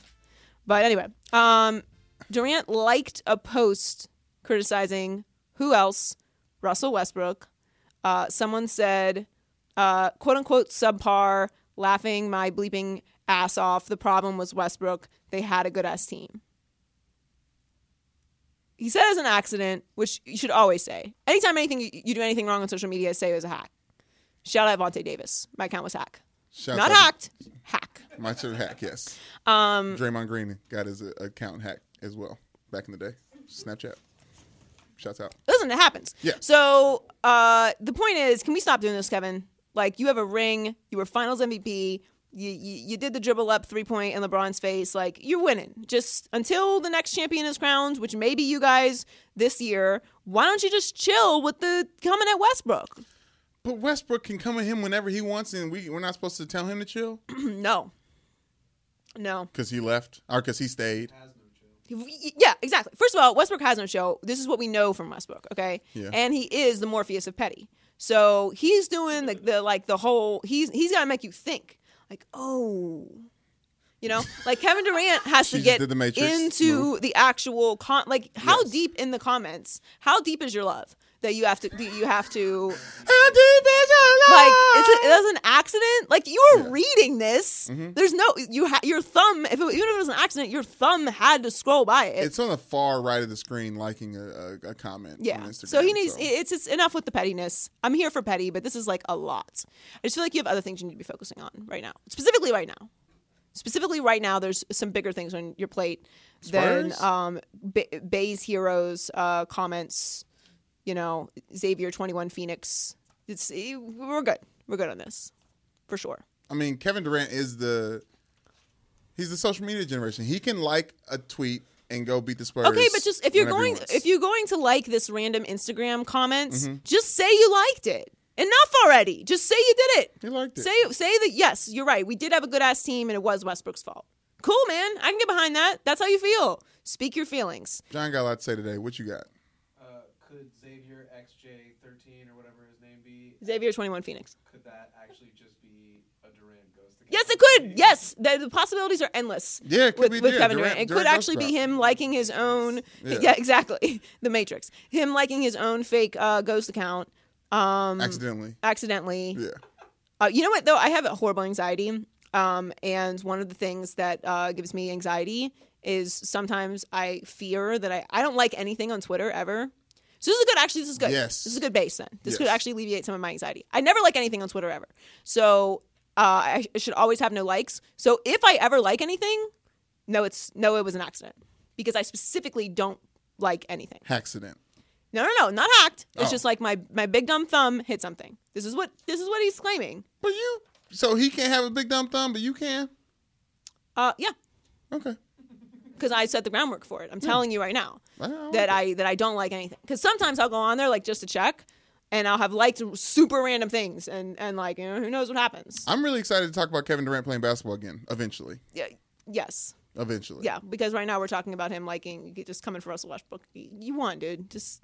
Speaker 2: But anyway, um, Durant liked a post criticizing who else? Russell Westbrook. Uh, someone said, uh, quote unquote, subpar, laughing my bleeping ass off. The problem was Westbrook. They had a good ass team. He said it was an accident, which you should always say. Anytime anything you, you do anything wrong on social media, say it was a hack. Shout out Vontae Davis. My account was hack.
Speaker 1: Shout
Speaker 2: Not
Speaker 1: out-
Speaker 2: hacked, hack.
Speaker 1: My Twitter hack. Yes. Um. Draymond Green got his uh, account hacked as well back in the day. Snapchat. Shouts out.
Speaker 2: Listen, it happens.
Speaker 1: Yeah.
Speaker 2: So uh, the point is, can we stop doing this, Kevin? Like, you have a ring. You were Finals MVP. You, you you did the dribble up three point in LeBron's face. Like, you're winning. Just until the next champion is crowned, which may be you guys this year. Why don't you just chill with the coming at Westbrook? *clears throat*
Speaker 1: But Westbrook can come at him whenever he wants, and we we're not supposed to tell him to chill
Speaker 2: No. No.
Speaker 1: because he left or because he stayed.
Speaker 2: Yeah, exactly. First of all, Westbrook has no show. This is what we know from Westbrook, okay?
Speaker 1: Yeah.
Speaker 2: And he is the Morpheus of Petty. So he's doing the, the like the whole he's he's gotta make you think. Like, oh you
Speaker 1: *laughs*
Speaker 2: know? Like Kevin Durant has to
Speaker 1: just
Speaker 2: get
Speaker 1: did the Matrix
Speaker 2: into
Speaker 1: move.
Speaker 2: the actual con like how
Speaker 1: Yes.
Speaker 2: deep in the comments, how deep is your love that you have to that you have to
Speaker 1: How deep is your
Speaker 2: like
Speaker 1: love?
Speaker 2: it's a, it was an accident. Like you were reading this.
Speaker 1: Mm-hmm.
Speaker 2: There's no you ha- your thumb. If it, even if it was an accident, your thumb had to scroll by it.
Speaker 1: It's on the far right of the screen, liking a, a, a comment.
Speaker 2: yeah.
Speaker 1: on Instagram,
Speaker 2: so he needs.
Speaker 1: so-
Speaker 2: It's, it's enough with the pettiness. I'm here for petty, but this is like a lot. I just feel like you have other things you need to be focusing on right now, specifically right now. Specifically, right now, there's some bigger things on your plate than
Speaker 1: Spurs?
Speaker 2: um, B- Bay's heroes uh, comments. You know, Xavier 21 Phoenix. It's we're good. We're good on this, for sure.
Speaker 1: I mean, Kevin Durant is the he's the social media generation. He can like a tweet and go beat the Spurs.
Speaker 2: Okay, but just if you're
Speaker 1: whenever he
Speaker 2: going
Speaker 1: wants. Mm-hmm.
Speaker 2: if you're going to like this random Instagram comments, just say you liked it. Enough already. Just say you did it.
Speaker 1: You liked it.
Speaker 2: Say say that yes, you're right. We did have a good ass team and it was Westbrook's fault. Cool, man. I can get behind that. That's how you feel. Speak your feelings.
Speaker 1: John got a lot to say today. What you got?
Speaker 4: Uh, could Xavier XJ13 or whatever his name be,
Speaker 2: Xavier 21 Phoenix.
Speaker 4: could that actually just be a Durant goes to
Speaker 2: Yes,
Speaker 4: Cavs
Speaker 2: it could.
Speaker 4: game?
Speaker 2: Yes, the, the possibilities are endless.
Speaker 1: Yeah, it could
Speaker 2: with,
Speaker 1: be-
Speaker 2: with
Speaker 1: yeah,
Speaker 2: Kevin
Speaker 1: Durant-
Speaker 2: Durant, it could
Speaker 1: Durant does
Speaker 2: actually be
Speaker 1: drop.
Speaker 2: him liking his own.
Speaker 1: Yeah.
Speaker 2: *laughs* Yeah, exactly. The Matrix. Him liking his own fake uh, ghost account Um,
Speaker 1: Accidentally.
Speaker 2: accidentally.
Speaker 1: Yeah.
Speaker 2: Uh, you know what though? I have a horrible anxiety. Um, and one of the things that uh, gives me anxiety is sometimes I fear that I, I don't like anything on Twitter ever. So this is good. Actually, this is good.
Speaker 1: Yes.
Speaker 2: This is a good base then. This could
Speaker 1: Yes.
Speaker 2: actually alleviate some of my anxiety. I never like anything on Twitter ever. So uh, I I should always have no likes. So if I ever like anything, no, it's no, it was an accident because I specifically don't like anything.
Speaker 1: Accident.
Speaker 2: No, no, no, not hacked. It's
Speaker 1: Oh.
Speaker 2: just like my my big dumb thumb hit something. This is what this is what he's claiming.
Speaker 1: But you, so he can't have a big dumb thumb, but you can.
Speaker 2: Uh, yeah,
Speaker 1: Okay.
Speaker 2: because I set the groundwork for it. I'm telling you right now
Speaker 1: Well,
Speaker 2: that I that I don't like anything. Because sometimes I'll go on there like just to check, and I'll have liked super random things, and and like you know, who knows what happens.
Speaker 1: I'm really excited to talk about Kevin Durant playing basketball again, eventually.
Speaker 2: Yeah, yes,
Speaker 1: Eventually.
Speaker 2: yeah. Because right now we're talking about him liking just coming for Russell Westbrook. Y- You won, dude. Just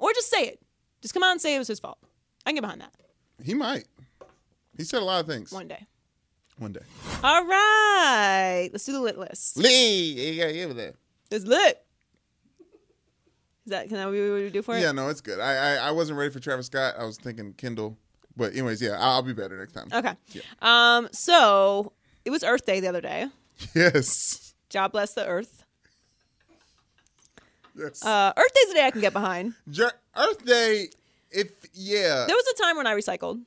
Speaker 2: or just say it. Just come out and say it was his fault. I can get behind that
Speaker 1: He might. He said a lot of things.
Speaker 2: one day.
Speaker 1: One day.
Speaker 2: All right, let's do the lit list.
Speaker 1: Lee, you gotta give it that.
Speaker 2: It's lit. Is that can that be what we do for it?
Speaker 1: Yeah, no, it's good. I, I I wasn't ready for Travis Scott. I was thinking Kendall. But anyways, yeah, I'll, I'll be better next time.
Speaker 2: Okay. Um. So it was Earth Day the other day.
Speaker 1: Yes.
Speaker 2: God bless the Earth.
Speaker 1: Yes.
Speaker 2: Uh, Earth Day's a day I can get behind.
Speaker 1: Jer- Earth Day. If yeah,
Speaker 2: There was a time when I recycled.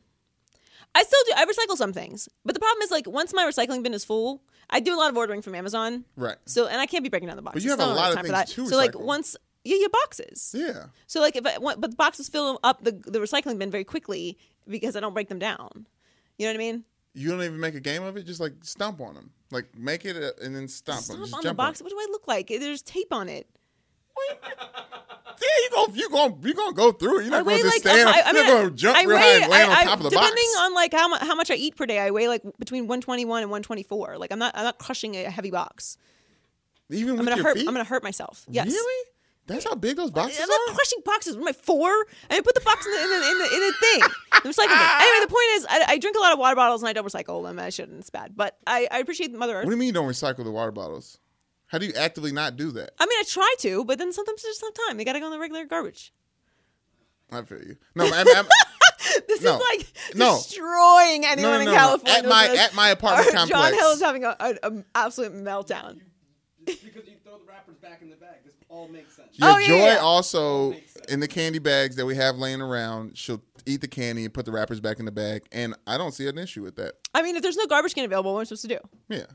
Speaker 2: I still do. I recycle some things, but the problem is like once my recycling bin is full, I do a lot of ordering from Amazon.
Speaker 1: Right.
Speaker 2: So and I can't be breaking down the boxes.
Speaker 1: you have
Speaker 2: Still
Speaker 1: a
Speaker 2: don't
Speaker 1: lot
Speaker 2: have
Speaker 1: of
Speaker 2: time
Speaker 1: things
Speaker 2: for that.
Speaker 1: to
Speaker 2: So like
Speaker 1: recycle.
Speaker 2: once yeah, your boxes.
Speaker 1: yeah.
Speaker 2: So like if I want, but the boxes fill up the the recycling bin very quickly because I don't break them down. You know what I mean?
Speaker 1: You don't even make a game of it. Just like stomp on them. Like make it a, and then stomp,
Speaker 2: Stop
Speaker 1: them. Just
Speaker 2: on the
Speaker 1: jump
Speaker 2: box.
Speaker 1: On
Speaker 2: What do I look like? There's tape on it.
Speaker 1: them. Yeah, you gonna you gonna you gonna go through it. You're
Speaker 2: I
Speaker 1: not
Speaker 2: weigh
Speaker 1: gonna just
Speaker 2: like
Speaker 1: stand.
Speaker 2: I, I
Speaker 1: you're
Speaker 2: mean,
Speaker 1: not gonna jump
Speaker 2: I
Speaker 1: real
Speaker 2: weigh,
Speaker 1: high and land
Speaker 2: I,
Speaker 1: on
Speaker 2: I-
Speaker 1: top of the
Speaker 2: depending
Speaker 1: box.
Speaker 2: on like how, mu- how much I eat per day, I weigh like between 121 and 124. Like I'm not I'm not crushing a heavy box.
Speaker 1: even
Speaker 2: I'm
Speaker 1: with
Speaker 2: gonna
Speaker 1: your
Speaker 2: hurt
Speaker 1: feet.
Speaker 2: I'm gonna hurt myself. Yes.
Speaker 1: Really? That's how big those boxes
Speaker 2: I'm not
Speaker 1: are.
Speaker 2: crushing boxes. What am I four? And I put the box in the in the, in the, in the thing. The recycling
Speaker 1: *laughs*
Speaker 2: bin. Anyway, the point is, I, I drink a lot of water bottles and I don't recycle them. I shouldn't. It's bad. But I, I appreciate Mother Earth.
Speaker 1: What do you mean you don't recycle the water bottles? How do you actively not do that?
Speaker 2: I mean, I try to, but then sometimes there's no time. They gotta go in the regular garbage.
Speaker 1: I feel you. No, I'm, I'm,
Speaker 2: This
Speaker 1: No.
Speaker 2: is like
Speaker 1: No.
Speaker 2: destroying
Speaker 1: no,
Speaker 2: anyone
Speaker 1: no,
Speaker 2: in
Speaker 1: no.
Speaker 2: California.
Speaker 1: At my
Speaker 2: with this.
Speaker 1: at my apartment
Speaker 2: John
Speaker 1: complex.
Speaker 2: Hill is having an absolute meltdown.
Speaker 4: It's because you throw the wrappers back in the bag. This all makes sense.
Speaker 2: *laughs*
Speaker 1: Yeah,
Speaker 2: Oh, yeah,
Speaker 1: Joy
Speaker 2: yeah, yeah.
Speaker 1: also in the candy bags that we have laying around, she'll eat the candy and put the wrappers back in the bag, and I don't see an issue with that.
Speaker 2: I mean, if there's no garbage can available, what am I supposed to do?
Speaker 1: Yeah,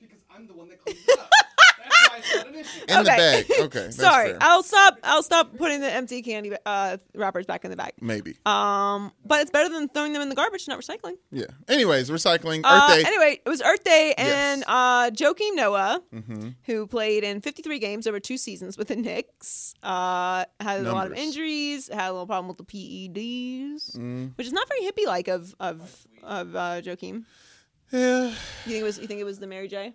Speaker 4: Because I'm the one that cleans it up. That's why it's not an *laughs* issue.
Speaker 1: in the bag.
Speaker 2: *laughs*
Speaker 1: Okay, that's
Speaker 2: Sorry,
Speaker 1: fair.
Speaker 2: I'll stop. I'll stop putting the empty candy uh, wrappers back in the bag.
Speaker 1: maybe.
Speaker 2: Uh, But it's better than throwing them in the garbage, and not recycling.
Speaker 1: yeah. Anyways, recycling Earth
Speaker 2: Uh,
Speaker 1: Day.
Speaker 2: Anyway, it was Earth Day, and
Speaker 1: Yes. Mm-hmm.
Speaker 2: uh, Joakim Noah, who played in 53 games over two seasons with the Knicks, uh, had a lot of
Speaker 1: Numbers.
Speaker 2: injuries, had a little problem with the PEDs,
Speaker 1: Mm.
Speaker 2: which is not very hippie like of of of uh, Joakim.
Speaker 1: yeah.
Speaker 2: You think it was? You think it was the Mary J?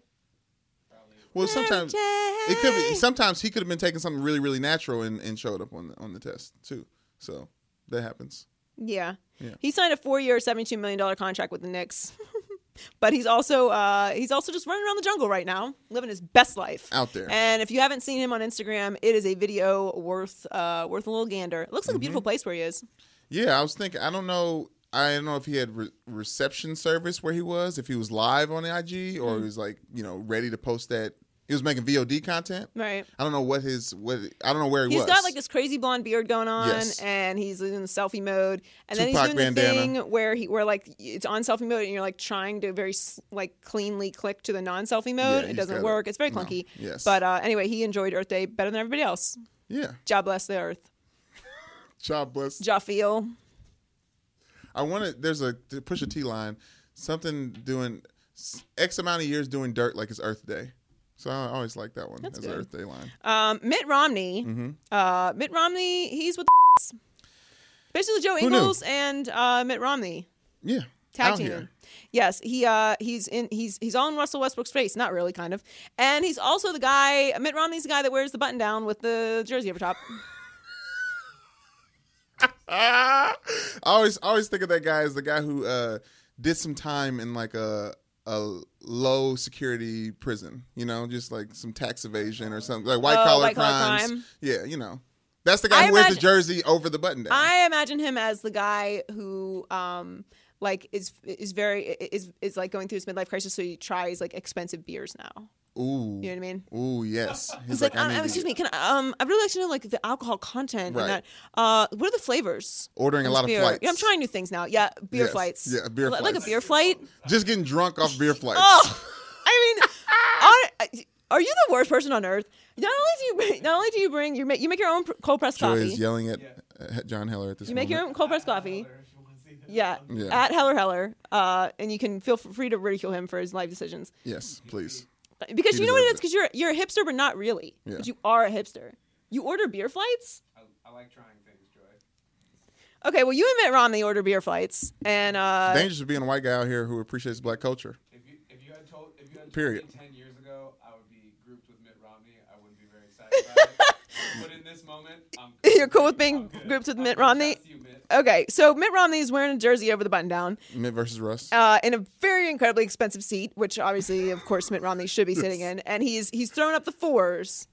Speaker 1: Well, sometimes it could be. Sometimes he could have been taking something really, really natural and, and showed up on the, on the test too. So that happens.
Speaker 2: Yeah.
Speaker 1: Yeah.
Speaker 2: He signed a four-year, seventy-two million dollar contract with the Knicks, *laughs* but he's also uh, he's also just running around the jungle right now, living his best life
Speaker 1: Out there.
Speaker 2: And if you haven't seen him on Instagram, it is a video worth uh, worth a little gander. It looks like a
Speaker 1: Mm-hmm.
Speaker 2: beautiful place where he is.
Speaker 1: Yeah, I was thinking. I don't know. I don't know if he had re- reception service where he was, if he was live on IG
Speaker 2: Mm-hmm.
Speaker 1: or he was like, you know, ready to post that. He was making VOD content.
Speaker 2: Right.
Speaker 1: I don't know what his what. I don't know where he
Speaker 2: He's
Speaker 1: was.
Speaker 2: got like this crazy blonde beard going on,
Speaker 1: Yes.
Speaker 2: and he's in selfie mode. And then
Speaker 1: Tupac
Speaker 2: he's doing
Speaker 1: bandana.
Speaker 2: the thing where he, where like it's on selfie mode, and you're like trying to very s- like cleanly click to the non-selfie mode. it
Speaker 1: he's
Speaker 2: doesn't
Speaker 1: gotta-
Speaker 2: work. It's very
Speaker 1: no.
Speaker 2: clunky.
Speaker 1: Yes.
Speaker 2: But uh, anyway, he enjoyed Earth Day better than everybody else.
Speaker 1: yeah.
Speaker 2: God bless the Earth.
Speaker 1: Job bless.
Speaker 2: Jafiel.
Speaker 1: I want to. There's a the push a T line. Something doing s- x amount of years doing dirt like it's Earth Day. So I always like that one. That's the
Speaker 2: good.
Speaker 1: Earth Day line.
Speaker 2: Um, Mitt Romney. Uh, Mitt Romney, he's with the Basically Joe
Speaker 1: knew?
Speaker 2: Ingles and uh, Mitt Romney.
Speaker 1: yeah.
Speaker 2: Tag
Speaker 1: out
Speaker 2: team.
Speaker 1: here.
Speaker 2: Yes, he uh, he's in he's he's on Russell Westbrook's face, not really, kind of, and he's also the guy. Mitt Romney's the guy that wears the button down with the jersey over top.
Speaker 1: I always I always think of that guy as the guy who uh, did some time in like a a low security prison, you know, just like some tax evasion or something like white
Speaker 2: Oh,
Speaker 1: collar
Speaker 2: white collar
Speaker 1: crimes.
Speaker 2: crime.
Speaker 1: Yeah, you know, that's the guy
Speaker 2: I
Speaker 1: who wears the
Speaker 2: imagine-
Speaker 1: jersey over the button down.
Speaker 2: I imagine him as the guy who um, like is is very is is like going through his midlife crisis. So he tries like expensive beers now.
Speaker 1: Ooh.
Speaker 2: You know what I mean?
Speaker 1: Ooh, yes.
Speaker 2: It's
Speaker 1: He's
Speaker 2: like,
Speaker 1: I
Speaker 2: um,
Speaker 1: need to
Speaker 2: excuse me, can I, um, I'd really like to know like the alcohol content
Speaker 1: Right.
Speaker 2: and that. Uh, what are the flavors?
Speaker 1: Ordering a
Speaker 2: This
Speaker 1: lot of
Speaker 2: beer.
Speaker 1: flights.
Speaker 2: Yeah, I'm trying new things now. Yeah, beer
Speaker 1: Yes.
Speaker 2: flights.
Speaker 1: Yeah, beer
Speaker 2: Li- Like a
Speaker 1: flights.
Speaker 2: beer flight.
Speaker 1: Just getting drunk off beer flights.
Speaker 2: *laughs* Oh, I mean, on, *laughs* are you the worst person on earth? Not only do you bring, not only do you bring you make you make your own pr- cold pressed
Speaker 1: Joy
Speaker 2: coffee.
Speaker 1: is yelling at uh, John Heller at this
Speaker 2: You make your
Speaker 1: moment.
Speaker 2: own cold pressed coffee. Yeah,
Speaker 1: Yeah.
Speaker 2: at Heller Heller, uh, and you can feel free to ridicule him for his life decisions
Speaker 1: Yes, please.
Speaker 2: because
Speaker 1: He
Speaker 2: you know what it
Speaker 1: deserves
Speaker 2: is. Because you're you're a hipster, but not really.
Speaker 1: Yeah.
Speaker 2: But you are a hipster. You order beer flights.
Speaker 4: I, I like trying things, Joy.
Speaker 2: Okay, well, you and Mitt Romney order beer flights, and uh,
Speaker 1: Dangerous of being a white guy out here who appreciates black culture.
Speaker 4: If you if you had told if you had told
Speaker 1: Period.
Speaker 4: me ten years ago I would be grouped with Mitt Romney, I wouldn't be very excited about
Speaker 2: *laughs*
Speaker 4: it. but in this moment, I'm good.
Speaker 2: *laughs* you're cool with being
Speaker 4: I'm good.
Speaker 2: grouped with
Speaker 4: I'm
Speaker 2: Mitt
Speaker 4: gonna
Speaker 2: Romney.
Speaker 4: trust you, Mitt.
Speaker 2: Okay, so Mitt Romney is wearing a jersey over the button down
Speaker 1: Mitt versus Russ.
Speaker 2: uh, in a very incredibly expensive seat, which obviously, of course, Mitt Romney should be sitting in, and he's he's throwing up the fours.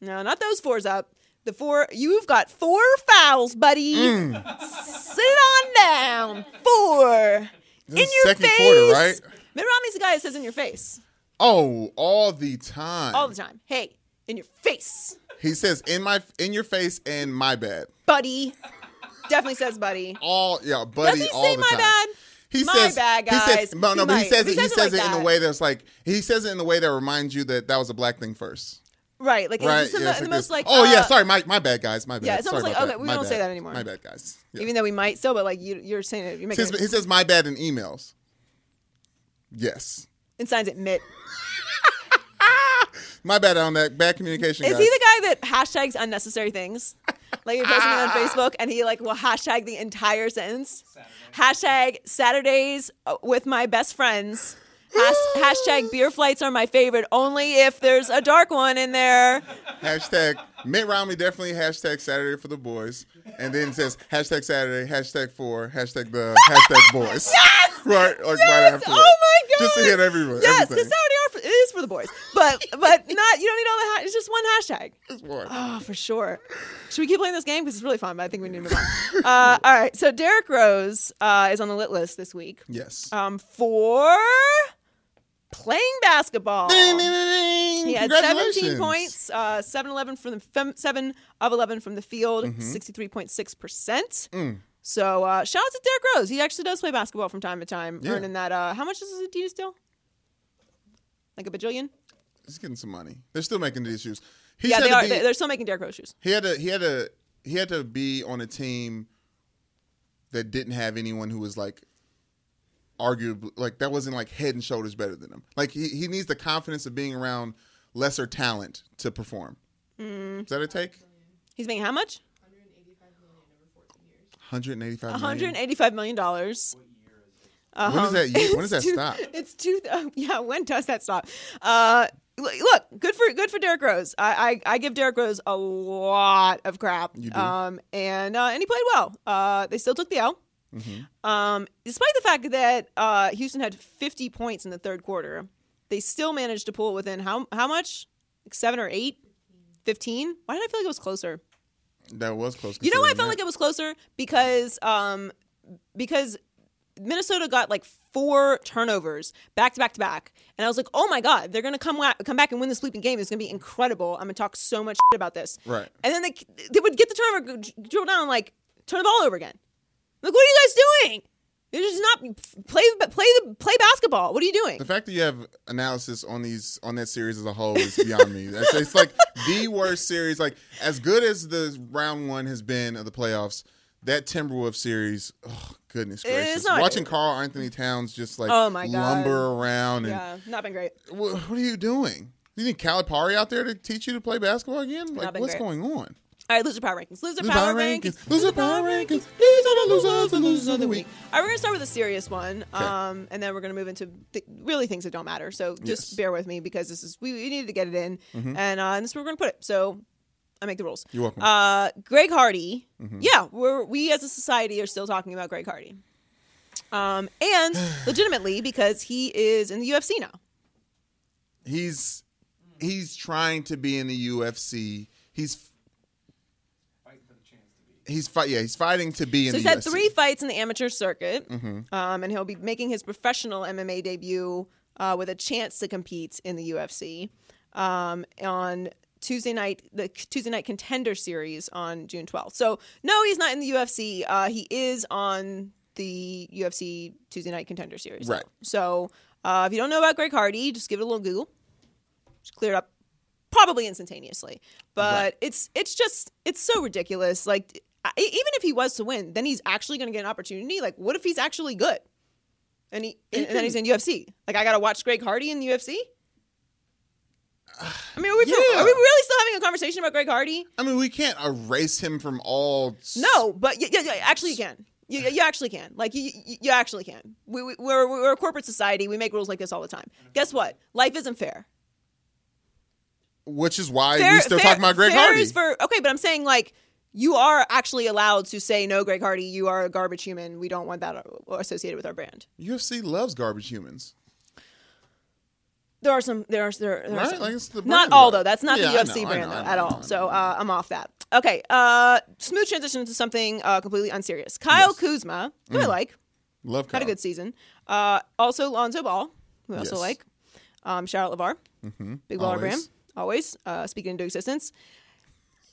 Speaker 2: No, not those fours up. The four you've got four fouls, buddy.
Speaker 1: Mm.
Speaker 2: Sit on down. Four in
Speaker 1: is
Speaker 2: your
Speaker 1: second
Speaker 2: face.
Speaker 1: quarter, right?
Speaker 2: Mitt Romney's the guy that says in your face
Speaker 1: oh, all the time.
Speaker 2: all the time. Hey, in your face.
Speaker 1: He says in my in your face and my bad.
Speaker 2: buddy. Definitely says buddy.
Speaker 1: All yeah, buddy.
Speaker 2: Does he
Speaker 1: all
Speaker 2: say
Speaker 1: the
Speaker 2: my
Speaker 1: time.
Speaker 2: bad?
Speaker 1: He
Speaker 2: My
Speaker 1: says,
Speaker 2: bad,
Speaker 1: He
Speaker 2: guys.
Speaker 1: says, no,
Speaker 2: He
Speaker 1: no, but he
Speaker 2: might.
Speaker 1: says
Speaker 2: He
Speaker 1: it. He
Speaker 2: says it
Speaker 1: says,
Speaker 2: like
Speaker 1: it in
Speaker 2: that.
Speaker 1: a way that's like he says it in a way that reminds you that that was a black thing first,
Speaker 2: Right. Like
Speaker 1: right?
Speaker 2: it's just the,
Speaker 1: Yeah, it's
Speaker 2: the
Speaker 1: like
Speaker 2: most
Speaker 1: this.
Speaker 2: like
Speaker 1: oh yeah,
Speaker 2: uh,
Speaker 1: sorry, my my bad, guys, my bad.
Speaker 2: yeah, it's almost
Speaker 1: Sorry
Speaker 2: like,
Speaker 1: about
Speaker 2: okay,
Speaker 1: that.
Speaker 2: we
Speaker 1: My
Speaker 2: don't say
Speaker 1: bad.
Speaker 2: that anymore.
Speaker 1: My bad, guys. Yeah.
Speaker 2: Even though we might still, but like you you're saying it, you're
Speaker 1: He
Speaker 2: making
Speaker 1: says,
Speaker 2: it,
Speaker 1: he says my bad in emails. Yes.
Speaker 2: and signs it Mitt.
Speaker 1: My bad on that bad communication.
Speaker 2: Is
Speaker 1: guys.
Speaker 2: he the guy that hashtags unnecessary things? Like you post something
Speaker 1: *laughs*
Speaker 2: on Facebook and he like will hashtag the entire sentence. Hashtag Saturdays uh, with my best friends. Has, hashtag beer flights are my favorite only if there's a dark one in there.
Speaker 1: Hashtag Mitt Romney definitely hashtag Saturday for the boys, and then it says hashtag Saturday, hashtag for, hashtag the, hashtag boys. Yes! Right, like right after.
Speaker 2: Oh
Speaker 1: that.
Speaker 2: my god!
Speaker 1: Just to hit everyone.
Speaker 2: Yes, because
Speaker 1: everything.
Speaker 2: Saudi Arabia is for the boys,
Speaker 1: *laughs*
Speaker 2: but but not you don't need all the. Ha- it's just one hashtag.
Speaker 1: Just one.
Speaker 2: Oh, for sure. Should we keep playing this game because it's really fun? But I think we need to move on. Uh, all right. So Derek Rose uh, is on the lit list this week
Speaker 1: Yes.
Speaker 2: um, for playing basketball.
Speaker 1: Ding, ding, ding, ding.
Speaker 2: He had 17
Speaker 1: Congratulations.
Speaker 2: points, uh, 7, 11 from the fem- 7 of 11 from the field,
Speaker 1: Mm-hmm.
Speaker 2: 63.6%.
Speaker 1: Mm.
Speaker 2: So uh, shout out to Derrick Rose. He actually does play basketball from time to time,
Speaker 1: Yeah.
Speaker 2: earning that. Uh, how much is his Adidas deal? Like a bajillion?
Speaker 1: He's getting some money. They're still making these shoes. He's
Speaker 2: yeah,
Speaker 1: had
Speaker 2: they
Speaker 1: to
Speaker 2: are.
Speaker 1: be-
Speaker 2: they- They're still making Derrick Rose shoes.
Speaker 1: he had to he had to he had to be on a team that didn't have anyone who was like arguably like that wasn't like head and shoulders better than him. Like he, he needs the confidence of being around lesser talent to perform.
Speaker 2: Mm.
Speaker 1: Is that a take?
Speaker 2: He's making how much?
Speaker 1: 185 million.
Speaker 2: $185 million. dollars.
Speaker 1: When
Speaker 2: *laughs*
Speaker 1: is that year- when does that
Speaker 2: It's two-
Speaker 1: stop?
Speaker 2: It's two. Uh, yeah, when does that stop? Uh, l- look, good for good for Derrick Rose. I, I I give Derrick Rose a lot of crap.
Speaker 1: You do.
Speaker 2: Um, and uh, and he played well. Uh, they still took the L.
Speaker 1: Mm-hmm.
Speaker 2: Um, despite the fact that uh, Houston had 50 points in the third quarter, they still managed to pull it within how how much? Like seven or eight? 15? Why did I feel like it was closer?
Speaker 1: That was close.
Speaker 2: You know why I
Speaker 1: considering
Speaker 2: felt like
Speaker 1: that.
Speaker 2: it was closer? Because um because Minnesota got like four turnovers back to back to back. And I was like, "Oh my god, they're going to come wa- come back and win this sleeping game. It's going to be incredible. I'm going to talk so much shit about this."
Speaker 1: Right.
Speaker 2: And then they they would get the turnover g- drill down like turn the ball over again. Like, what are you guys doing? You're just not play play the play basketball. What are you doing?
Speaker 1: the fact that you have analysis on these on that series as a whole is beyond me. It's, it's like the worst series. Like as good as the round one has been of the playoffs, that Timberwolves series. Oh goodness gracious!
Speaker 2: not-
Speaker 1: Watching Carl Anthony Towns just like
Speaker 2: Oh, my God.
Speaker 1: lumber around and
Speaker 2: yeah, not been great.
Speaker 1: wha- what, are you doing? You need Calipari out there to teach you to play basketball again? Like
Speaker 2: been
Speaker 1: what's
Speaker 2: great.
Speaker 1: going on?
Speaker 2: All right, loser power rankings. Loser
Speaker 1: Loser
Speaker 2: power
Speaker 1: power
Speaker 2: rankings.
Speaker 1: rankings. Loser power rankings. These are the losers, the losers of the week.
Speaker 2: All right, we're gonna start with a serious one, um, and then we're gonna move into th- really things that don't matter. So just
Speaker 1: Yes. Mm-hmm.
Speaker 2: bear with me because this is we, we needed to get it in, and, uh, and this is where we're gonna put it. So I make the rules.
Speaker 1: You're welcome. Mm-hmm.
Speaker 2: Uh, Greg Hardy. Yeah, we're, we as a society are still talking about Greg Hardy, um, and
Speaker 1: *sighs*
Speaker 2: legitimately because he is in the UFC now.
Speaker 1: He's he's trying to be in the UFC. He's
Speaker 4: Fight for the chance to be.
Speaker 1: He's fight. Yeah, he's fighting to be
Speaker 2: So
Speaker 1: in. the
Speaker 2: he's had
Speaker 1: UFC.
Speaker 2: three fights in the amateur circuit,
Speaker 1: Mm-hmm.
Speaker 2: um, and he'll be making his professional MMA debut uh, with a chance to compete in the UFC um, on Tuesday night, the Tuesday night contender series on June 12th. So no, he's not in the UFC. Uh, he is on the UFC Tuesday night contender series. though.
Speaker 1: Right.
Speaker 2: So uh, if you don't know about Greg Hardy, just give it a little Google. Just clear it up probably instantaneously. But it's it's just it's so ridiculous. Like I, e, even if he was to win, then he's actually going to get an opportunity. Like what if he's actually good? And he and, and then he's in UFC. Like I got to watch Greg Hardy in the UFC. I mean, are we,
Speaker 1: Yeah.
Speaker 2: are we really still having a conversation about Greg Hardy?
Speaker 1: I mean, we can't erase him from all. s-
Speaker 2: No, but yeah, yeah, yeah actually you can. You, you actually can. Like you, you, you actually can. We, we we're we're a corporate society. We make rules like this all the time. Guess what? Life isn't fair.
Speaker 1: Which is why
Speaker 2: fair,
Speaker 1: we still
Speaker 2: fair-
Speaker 1: talking about Greg
Speaker 2: fair
Speaker 1: Hardy.
Speaker 2: is for okay, but I'm saying like you are actually allowed to say no, Greg Hardy. You are a garbage human. We don't want that uh, associated with our brand.
Speaker 1: UFC loves garbage humans.
Speaker 2: There are some. There are there. there are
Speaker 1: Right?
Speaker 2: some-
Speaker 1: Like, it's the
Speaker 2: not
Speaker 1: brand,
Speaker 2: all
Speaker 1: though.
Speaker 2: though. That's not
Speaker 1: Yeah, I
Speaker 2: the UFC
Speaker 1: know, I
Speaker 2: brand
Speaker 1: know, I
Speaker 2: though,
Speaker 1: know,
Speaker 2: at
Speaker 1: I
Speaker 2: all.
Speaker 1: know.
Speaker 2: so uh, I'm off that. Okay. Uh, smooth transition to something uh, completely unserious. Kyle Kuzma, who
Speaker 1: Mm.
Speaker 2: I like,
Speaker 1: Love Kyle.
Speaker 2: had a good season. Uh, also Lonzo Ball, who I also
Speaker 1: Yes. Mm-hmm.
Speaker 2: like. Um, shout out Levar, big baller
Speaker 1: Always.
Speaker 2: brand, always uh, speaking into existence.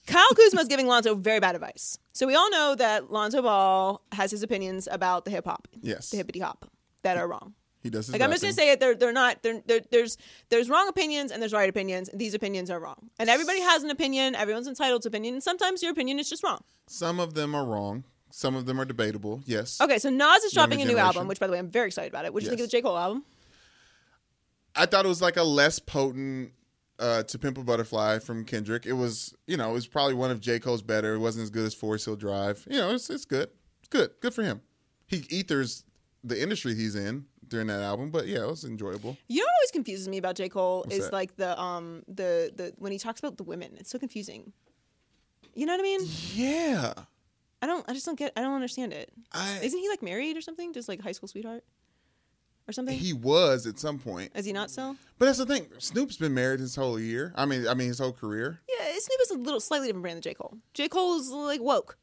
Speaker 2: Kyle Kuzma is giving Lonzo very bad advice. So we all know that Lonzo Ball has his opinions about the hip hop,
Speaker 1: Yes.
Speaker 2: the hippity hop, that are wrong.
Speaker 1: He does his
Speaker 2: Like I'm just gonna
Speaker 1: rapping.
Speaker 2: say it. They're they're not. They're, they're, there's there's wrong opinions and there's right opinions. These opinions are wrong. And everybody has an opinion. Everyone's entitled to opinion. And sometimes your opinion is just wrong.
Speaker 1: Some of them are wrong. Some of them are debatable. Yes.
Speaker 2: Okay, so Nas is dropping a new
Speaker 1: generation.
Speaker 2: album, which by the way I'm very excited about it. What do you think of
Speaker 1: Yes.
Speaker 2: the J Cole album?
Speaker 1: I thought it was like a less potent uh, "To Pimp a Butterfly" from Kendrick. It was, you know, it was probably one of J. Cole's better. It wasn't as good as Forest Hill Drive. You know, it's it's good. It's good. Good for him. He ethers the industry he's in during that album, but yeah, it was enjoyable.
Speaker 2: You know what always confuses me about J Cole is
Speaker 1: that?
Speaker 2: like the um the the when he talks about the women. It's so confusing. You know what I mean?
Speaker 1: Yeah,
Speaker 2: I don't. I just don't get. I don't understand it.
Speaker 1: I-
Speaker 2: Isn't he like married or something? Just like high school sweetheart or something?
Speaker 1: he Mm. was at some point,
Speaker 2: is he not still?
Speaker 1: but that's the thing. Snoop's been married his whole year. I mean, I mean his whole career.
Speaker 2: Yeah, Snoop is a little slightly different brand than J Cole. J Cole's like woke.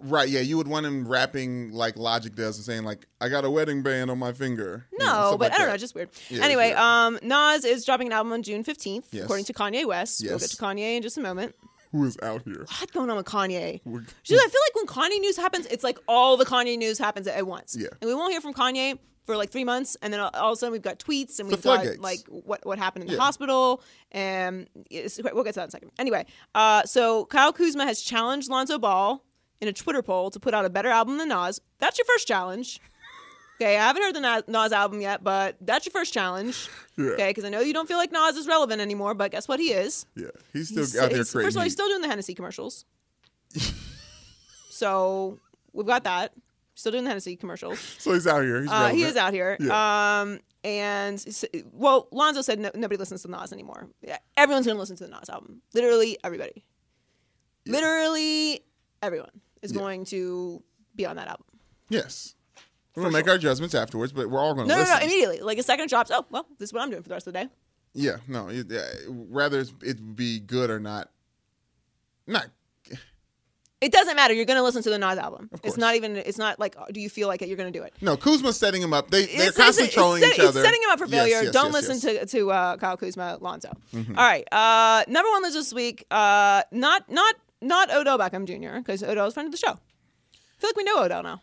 Speaker 1: Right? Yeah, you would want him rapping like Logic does and saying like, "I got a wedding band on my finger." you know,
Speaker 2: No, but
Speaker 1: stuff Mm, like
Speaker 2: I don't
Speaker 1: that.
Speaker 2: know, just weird.
Speaker 1: Yeah, it's
Speaker 2: anyway,
Speaker 1: weird.
Speaker 2: um, Nas is dropping an album on June fifteenth,
Speaker 1: Yes.
Speaker 2: according to Kanye West. We'll get
Speaker 1: Yes.
Speaker 2: to Kanye in just a moment.
Speaker 1: who is out here?
Speaker 2: lot going on with Kanye. Dude, I feel like when Kanye news happens, it's like all the Kanye news happens at, at once.
Speaker 1: Yeah.
Speaker 2: And we won't hear from Kanye for like three months, and then all, all of a sudden we've got tweets and
Speaker 1: the
Speaker 2: we've got
Speaker 1: floodgates.
Speaker 2: like what what happened in the
Speaker 1: Yeah.
Speaker 2: hospital, and it's, we'll get to that in a second. Anyway, uh, so Kyle Kuzma has challenged Lonzo Ball in a Twitter poll to put out a better album than Nas. That's your first challenge. Okay, I haven't heard the Na- Nas album yet, but that's your first challenge. Okay, because I know you don't feel like Nas is relevant anymore, but guess what? He is.
Speaker 1: Yeah, he's still
Speaker 2: He's-
Speaker 1: out there
Speaker 2: he's-
Speaker 1: creating.
Speaker 2: First of all, he's
Speaker 1: heat.
Speaker 2: still doing the Hennessy
Speaker 1: *laughs*
Speaker 2: commercials. so we've got that. Still doing the Hennessy commercials.
Speaker 1: so he's out here. He's
Speaker 2: Uh, he
Speaker 1: relevant.
Speaker 2: is out here. Um, and s- well, Lonzo said no, nobody listens to Nas anymore. Yeah, Everyone's going to listen to the Nas album. Literally everybody. Literally everyone is going to be on that album.
Speaker 1: Yes. We're gonna make our judgments afterwards, but we're all gonna
Speaker 2: No,
Speaker 1: listen.
Speaker 2: no, no, immediately. Like a second it drops. Oh, well, this is what I'm doing for the rest of the day.
Speaker 1: yeah, no. It, uh, rather, it's- it be good or not. Not.
Speaker 2: It doesn't matter. You're going to listen to the Nas album.
Speaker 1: course.
Speaker 2: It's not even. It's not like. uh, Do you feel like it? You're going to do it.
Speaker 1: No, Kuzma's setting him up. They they're
Speaker 2: It's-
Speaker 1: constantly
Speaker 2: it's-
Speaker 1: trolling
Speaker 2: it's
Speaker 1: each
Speaker 2: set- it's
Speaker 1: other.
Speaker 2: setting him up for
Speaker 1: Yes,
Speaker 2: failure.
Speaker 1: yes,
Speaker 2: Don't
Speaker 1: yes,
Speaker 2: listen
Speaker 1: yes. Mm-hmm.
Speaker 2: to to uh, Kyle Kuzma, Lonzo. All right, uh, number one list this week. Uh, not not not Odell Beckham Jr. because Odell's friend of the show. I feel like we know Odell now.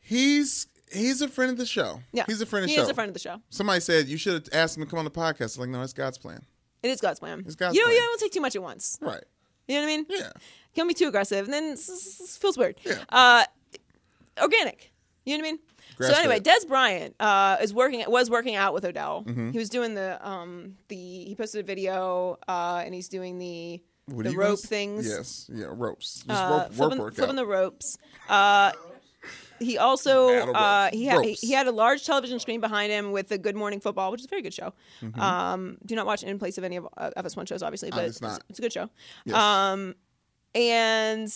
Speaker 1: He's he's a friend of the show.
Speaker 2: Yeah,
Speaker 1: he's a friend of
Speaker 2: he
Speaker 1: the show.
Speaker 2: is a friend of the show.
Speaker 1: Somebody said you should have asked him to come on the podcast. I'm like, no, that's God's plan.
Speaker 2: It is God's plan.
Speaker 1: It's God's
Speaker 2: you know, you
Speaker 1: plan.
Speaker 2: don't take too much at once.
Speaker 1: Right.
Speaker 2: You know what I mean?
Speaker 1: Yeah.
Speaker 2: Can't be too aggressive, and then it feels weird.
Speaker 1: Yeah.
Speaker 2: Uh, organic. You know what I mean? so
Speaker 1: Grass-fed.
Speaker 2: anyway, Des Bryant uh, is working was working out with Odell.
Speaker 1: Mm-hmm.
Speaker 2: He was doing the um the he posted a video uh, and he's doing the
Speaker 1: What are
Speaker 2: the
Speaker 1: you gonna
Speaker 2: rope
Speaker 1: s-
Speaker 2: things.
Speaker 1: Yes. Yeah. Ropes. Just
Speaker 2: Uh,
Speaker 1: rope,
Speaker 2: flipping,
Speaker 1: rope
Speaker 2: flipping
Speaker 1: workout.
Speaker 2: the ropes. Uh, he also
Speaker 1: Battle
Speaker 2: uh,
Speaker 1: ropes.
Speaker 2: he, had, he
Speaker 1: Ropes.
Speaker 2: he had a large television screen behind him with the Good Morning Football, which is a very good show.
Speaker 1: Mm-hmm.
Speaker 2: Um, do not watch it in place of any of uh, FS1 shows, obviously, but
Speaker 1: it's not.
Speaker 2: it's a good show.
Speaker 1: Yes.
Speaker 2: Um, and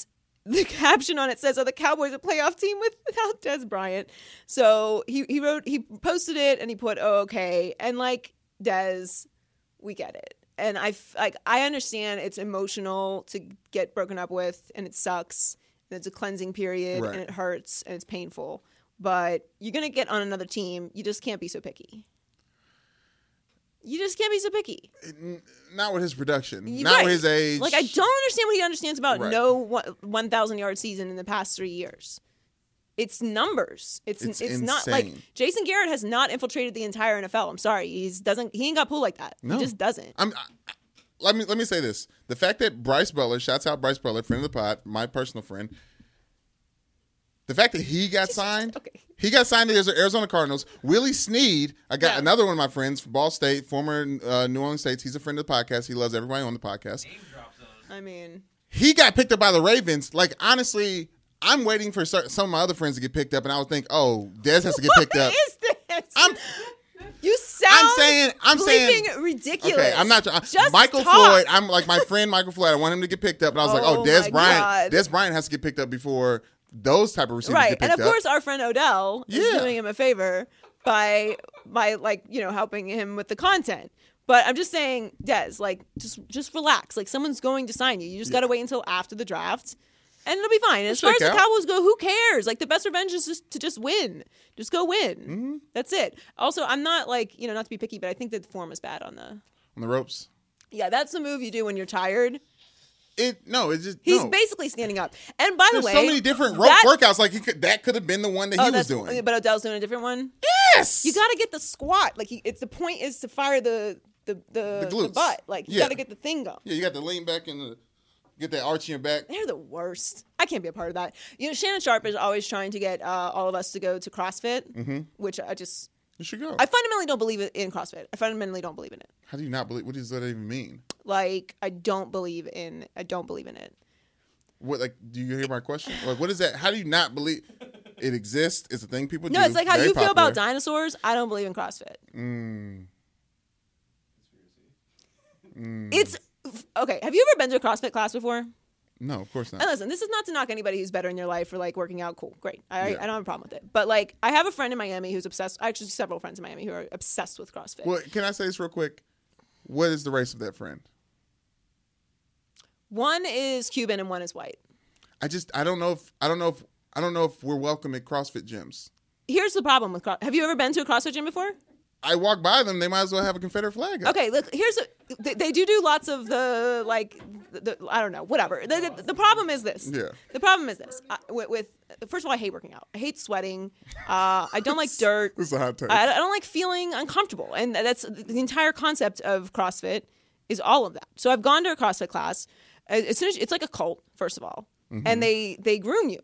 Speaker 2: the *laughs* caption on it says, "Are the Cowboys a playoff team with- without Des Bryant?" So he he wrote he posted it and he put, "Oh, okay," and like Des, we get it. and I f- like I understand it's emotional to get broken up with, and it sucks. And it's a cleansing period,
Speaker 1: Right.
Speaker 2: and it hurts, and it's painful. But you're gonna get on another team. You just can't be so picky. You just can't be so picky.
Speaker 1: Not with his production.
Speaker 2: You-
Speaker 1: Not
Speaker 2: right.
Speaker 1: with his age.
Speaker 2: Like I don't understand what he understands about
Speaker 1: Right.
Speaker 2: no one thousand yard season in the past three years. It's numbers. It's
Speaker 1: It's
Speaker 2: it's, not like
Speaker 1: insane.
Speaker 2: Jason Garrett has not infiltrated the entire NFL. I'm sorry, he's doesn't he ain't got pull like that.
Speaker 1: No.
Speaker 2: He just doesn't.
Speaker 1: I'm. I, let me let me say this: the fact that Bryce Butler, shouts out Bryce Butler, friend of the pod, my personal friend. The fact that he got signed,
Speaker 2: okay.
Speaker 1: he got signed to the Arizona Cardinals. Willie Sneed, I got
Speaker 2: Yeah.
Speaker 1: another one of my friends from Ball State, former uh, New Orleans States. He's a friend of the podcast. He loves everybody on the podcast.
Speaker 2: I mean,
Speaker 1: he got picked up by the Ravens. Like honestly, I'm waiting for cer- some of my other friends to get picked up, and I would think, oh, Dez has to get
Speaker 2: *laughs*
Speaker 1: picked up.
Speaker 2: What is this?
Speaker 1: I'm
Speaker 2: you sound.
Speaker 1: I'm saying I'm saying
Speaker 2: bleeping ridiculous.
Speaker 1: Okay, I'm not. I,
Speaker 2: Just
Speaker 1: Michael
Speaker 2: talk.
Speaker 1: Floyd. I'm like my friend Michael Floyd. I want him to get picked up, and I was like, oh,
Speaker 2: Oh
Speaker 1: Des
Speaker 2: my
Speaker 1: Bryant.
Speaker 2: God.
Speaker 1: Des Bryant has to get picked up before those type of receivers
Speaker 2: right,
Speaker 1: get
Speaker 2: and
Speaker 1: picked
Speaker 2: of
Speaker 1: up.
Speaker 2: course, our friend Odell
Speaker 1: Yeah.
Speaker 2: is doing him a favor by by like you know helping him with the content. But I'm just saying, Des, like just just relax. Like someone's going to sign you. You just got to wait until after the draft. And it'll be fine. As far as
Speaker 1: shake
Speaker 2: the
Speaker 1: out.
Speaker 2: Cowboys go, who cares? Like the best revenge is just to just win. Just go win.
Speaker 1: Mm-hmm.
Speaker 2: That's it. Also, I'm not like you know not to be picky, but I think that the form is bad on the.
Speaker 1: on the ropes.
Speaker 2: Yeah, that's the move you do when you're tired.
Speaker 1: It no. It just
Speaker 2: He's
Speaker 1: no.
Speaker 2: basically standing up. And by
Speaker 1: There's
Speaker 2: the way,
Speaker 1: so many different rope
Speaker 2: that-
Speaker 1: workouts. Like he could, that could have been the one that
Speaker 2: Oh,
Speaker 1: he was
Speaker 2: that's-
Speaker 1: doing.
Speaker 2: But Odell's doing a different one.
Speaker 1: yes,
Speaker 2: You got to get the squat. Like he, it's the point is to fire the the the,
Speaker 1: The
Speaker 2: the,
Speaker 1: glutes.
Speaker 2: butt. Like you
Speaker 1: Yeah.
Speaker 2: got to get the thing going.
Speaker 1: Yeah, you got to lean back and uh, get that arch in your back.
Speaker 2: They're the worst. I can't be a part of that. You know, Shannon Sharp is always trying to get uh, all of us to go to CrossFit,
Speaker 1: Mm-hmm.
Speaker 2: which I just
Speaker 1: You should go.
Speaker 2: I fundamentally don't believe it in CrossFit. I fundamentally don't believe in it.
Speaker 1: How do you not believe? What does that even mean?
Speaker 2: Like I don't believe in I don't believe in it.
Speaker 1: What like? Do you hear my question? Like, what is that? How do you not believe it exists? It's a thing people do.
Speaker 2: No, it's like how
Speaker 1: Very
Speaker 2: you feel about
Speaker 1: popular. Mm.
Speaker 2: dinosaurs. I don't believe in CrossFit. It's okay. Have you ever been to a CrossFit class before?
Speaker 1: No, of course not.
Speaker 2: And listen, this is not to knock anybody who's better in your life for like working out. Cool, great. I,
Speaker 1: Yeah.
Speaker 2: I don't have a problem with it. But like, I have a friend in Miami who's obsessed. Actually, several friends in Miami who are obsessed with CrossFit.
Speaker 1: Well, can I say this real quick? What is the race of that friend?
Speaker 2: One is Cuban and one is white.
Speaker 1: I just I don't know if I don't know if I don't know if we're welcome at CrossFit gyms.
Speaker 2: Here's the problem with CrossFit. Have you ever been to a CrossFit gym before?
Speaker 1: I walk by them, they might as well have a Confederate flag. up.
Speaker 2: Okay, look, here's a, they, they do do lots of the like, the, the- I don't know, whatever. The, the, the problem is this.
Speaker 1: Yeah.
Speaker 2: The problem is this. I, with, with first of all, I hate working out. I hate sweating. Uh, I don't
Speaker 1: *laughs*
Speaker 2: like dirt.
Speaker 1: This is a hot take.
Speaker 2: I, I don't like feeling uncomfortable, and that's the entire concept of CrossFit is all of that. So I've gone to a CrossFit class. As as soon as it's like a cult, first of all,
Speaker 1: Mm-hmm.
Speaker 2: and they they groom you,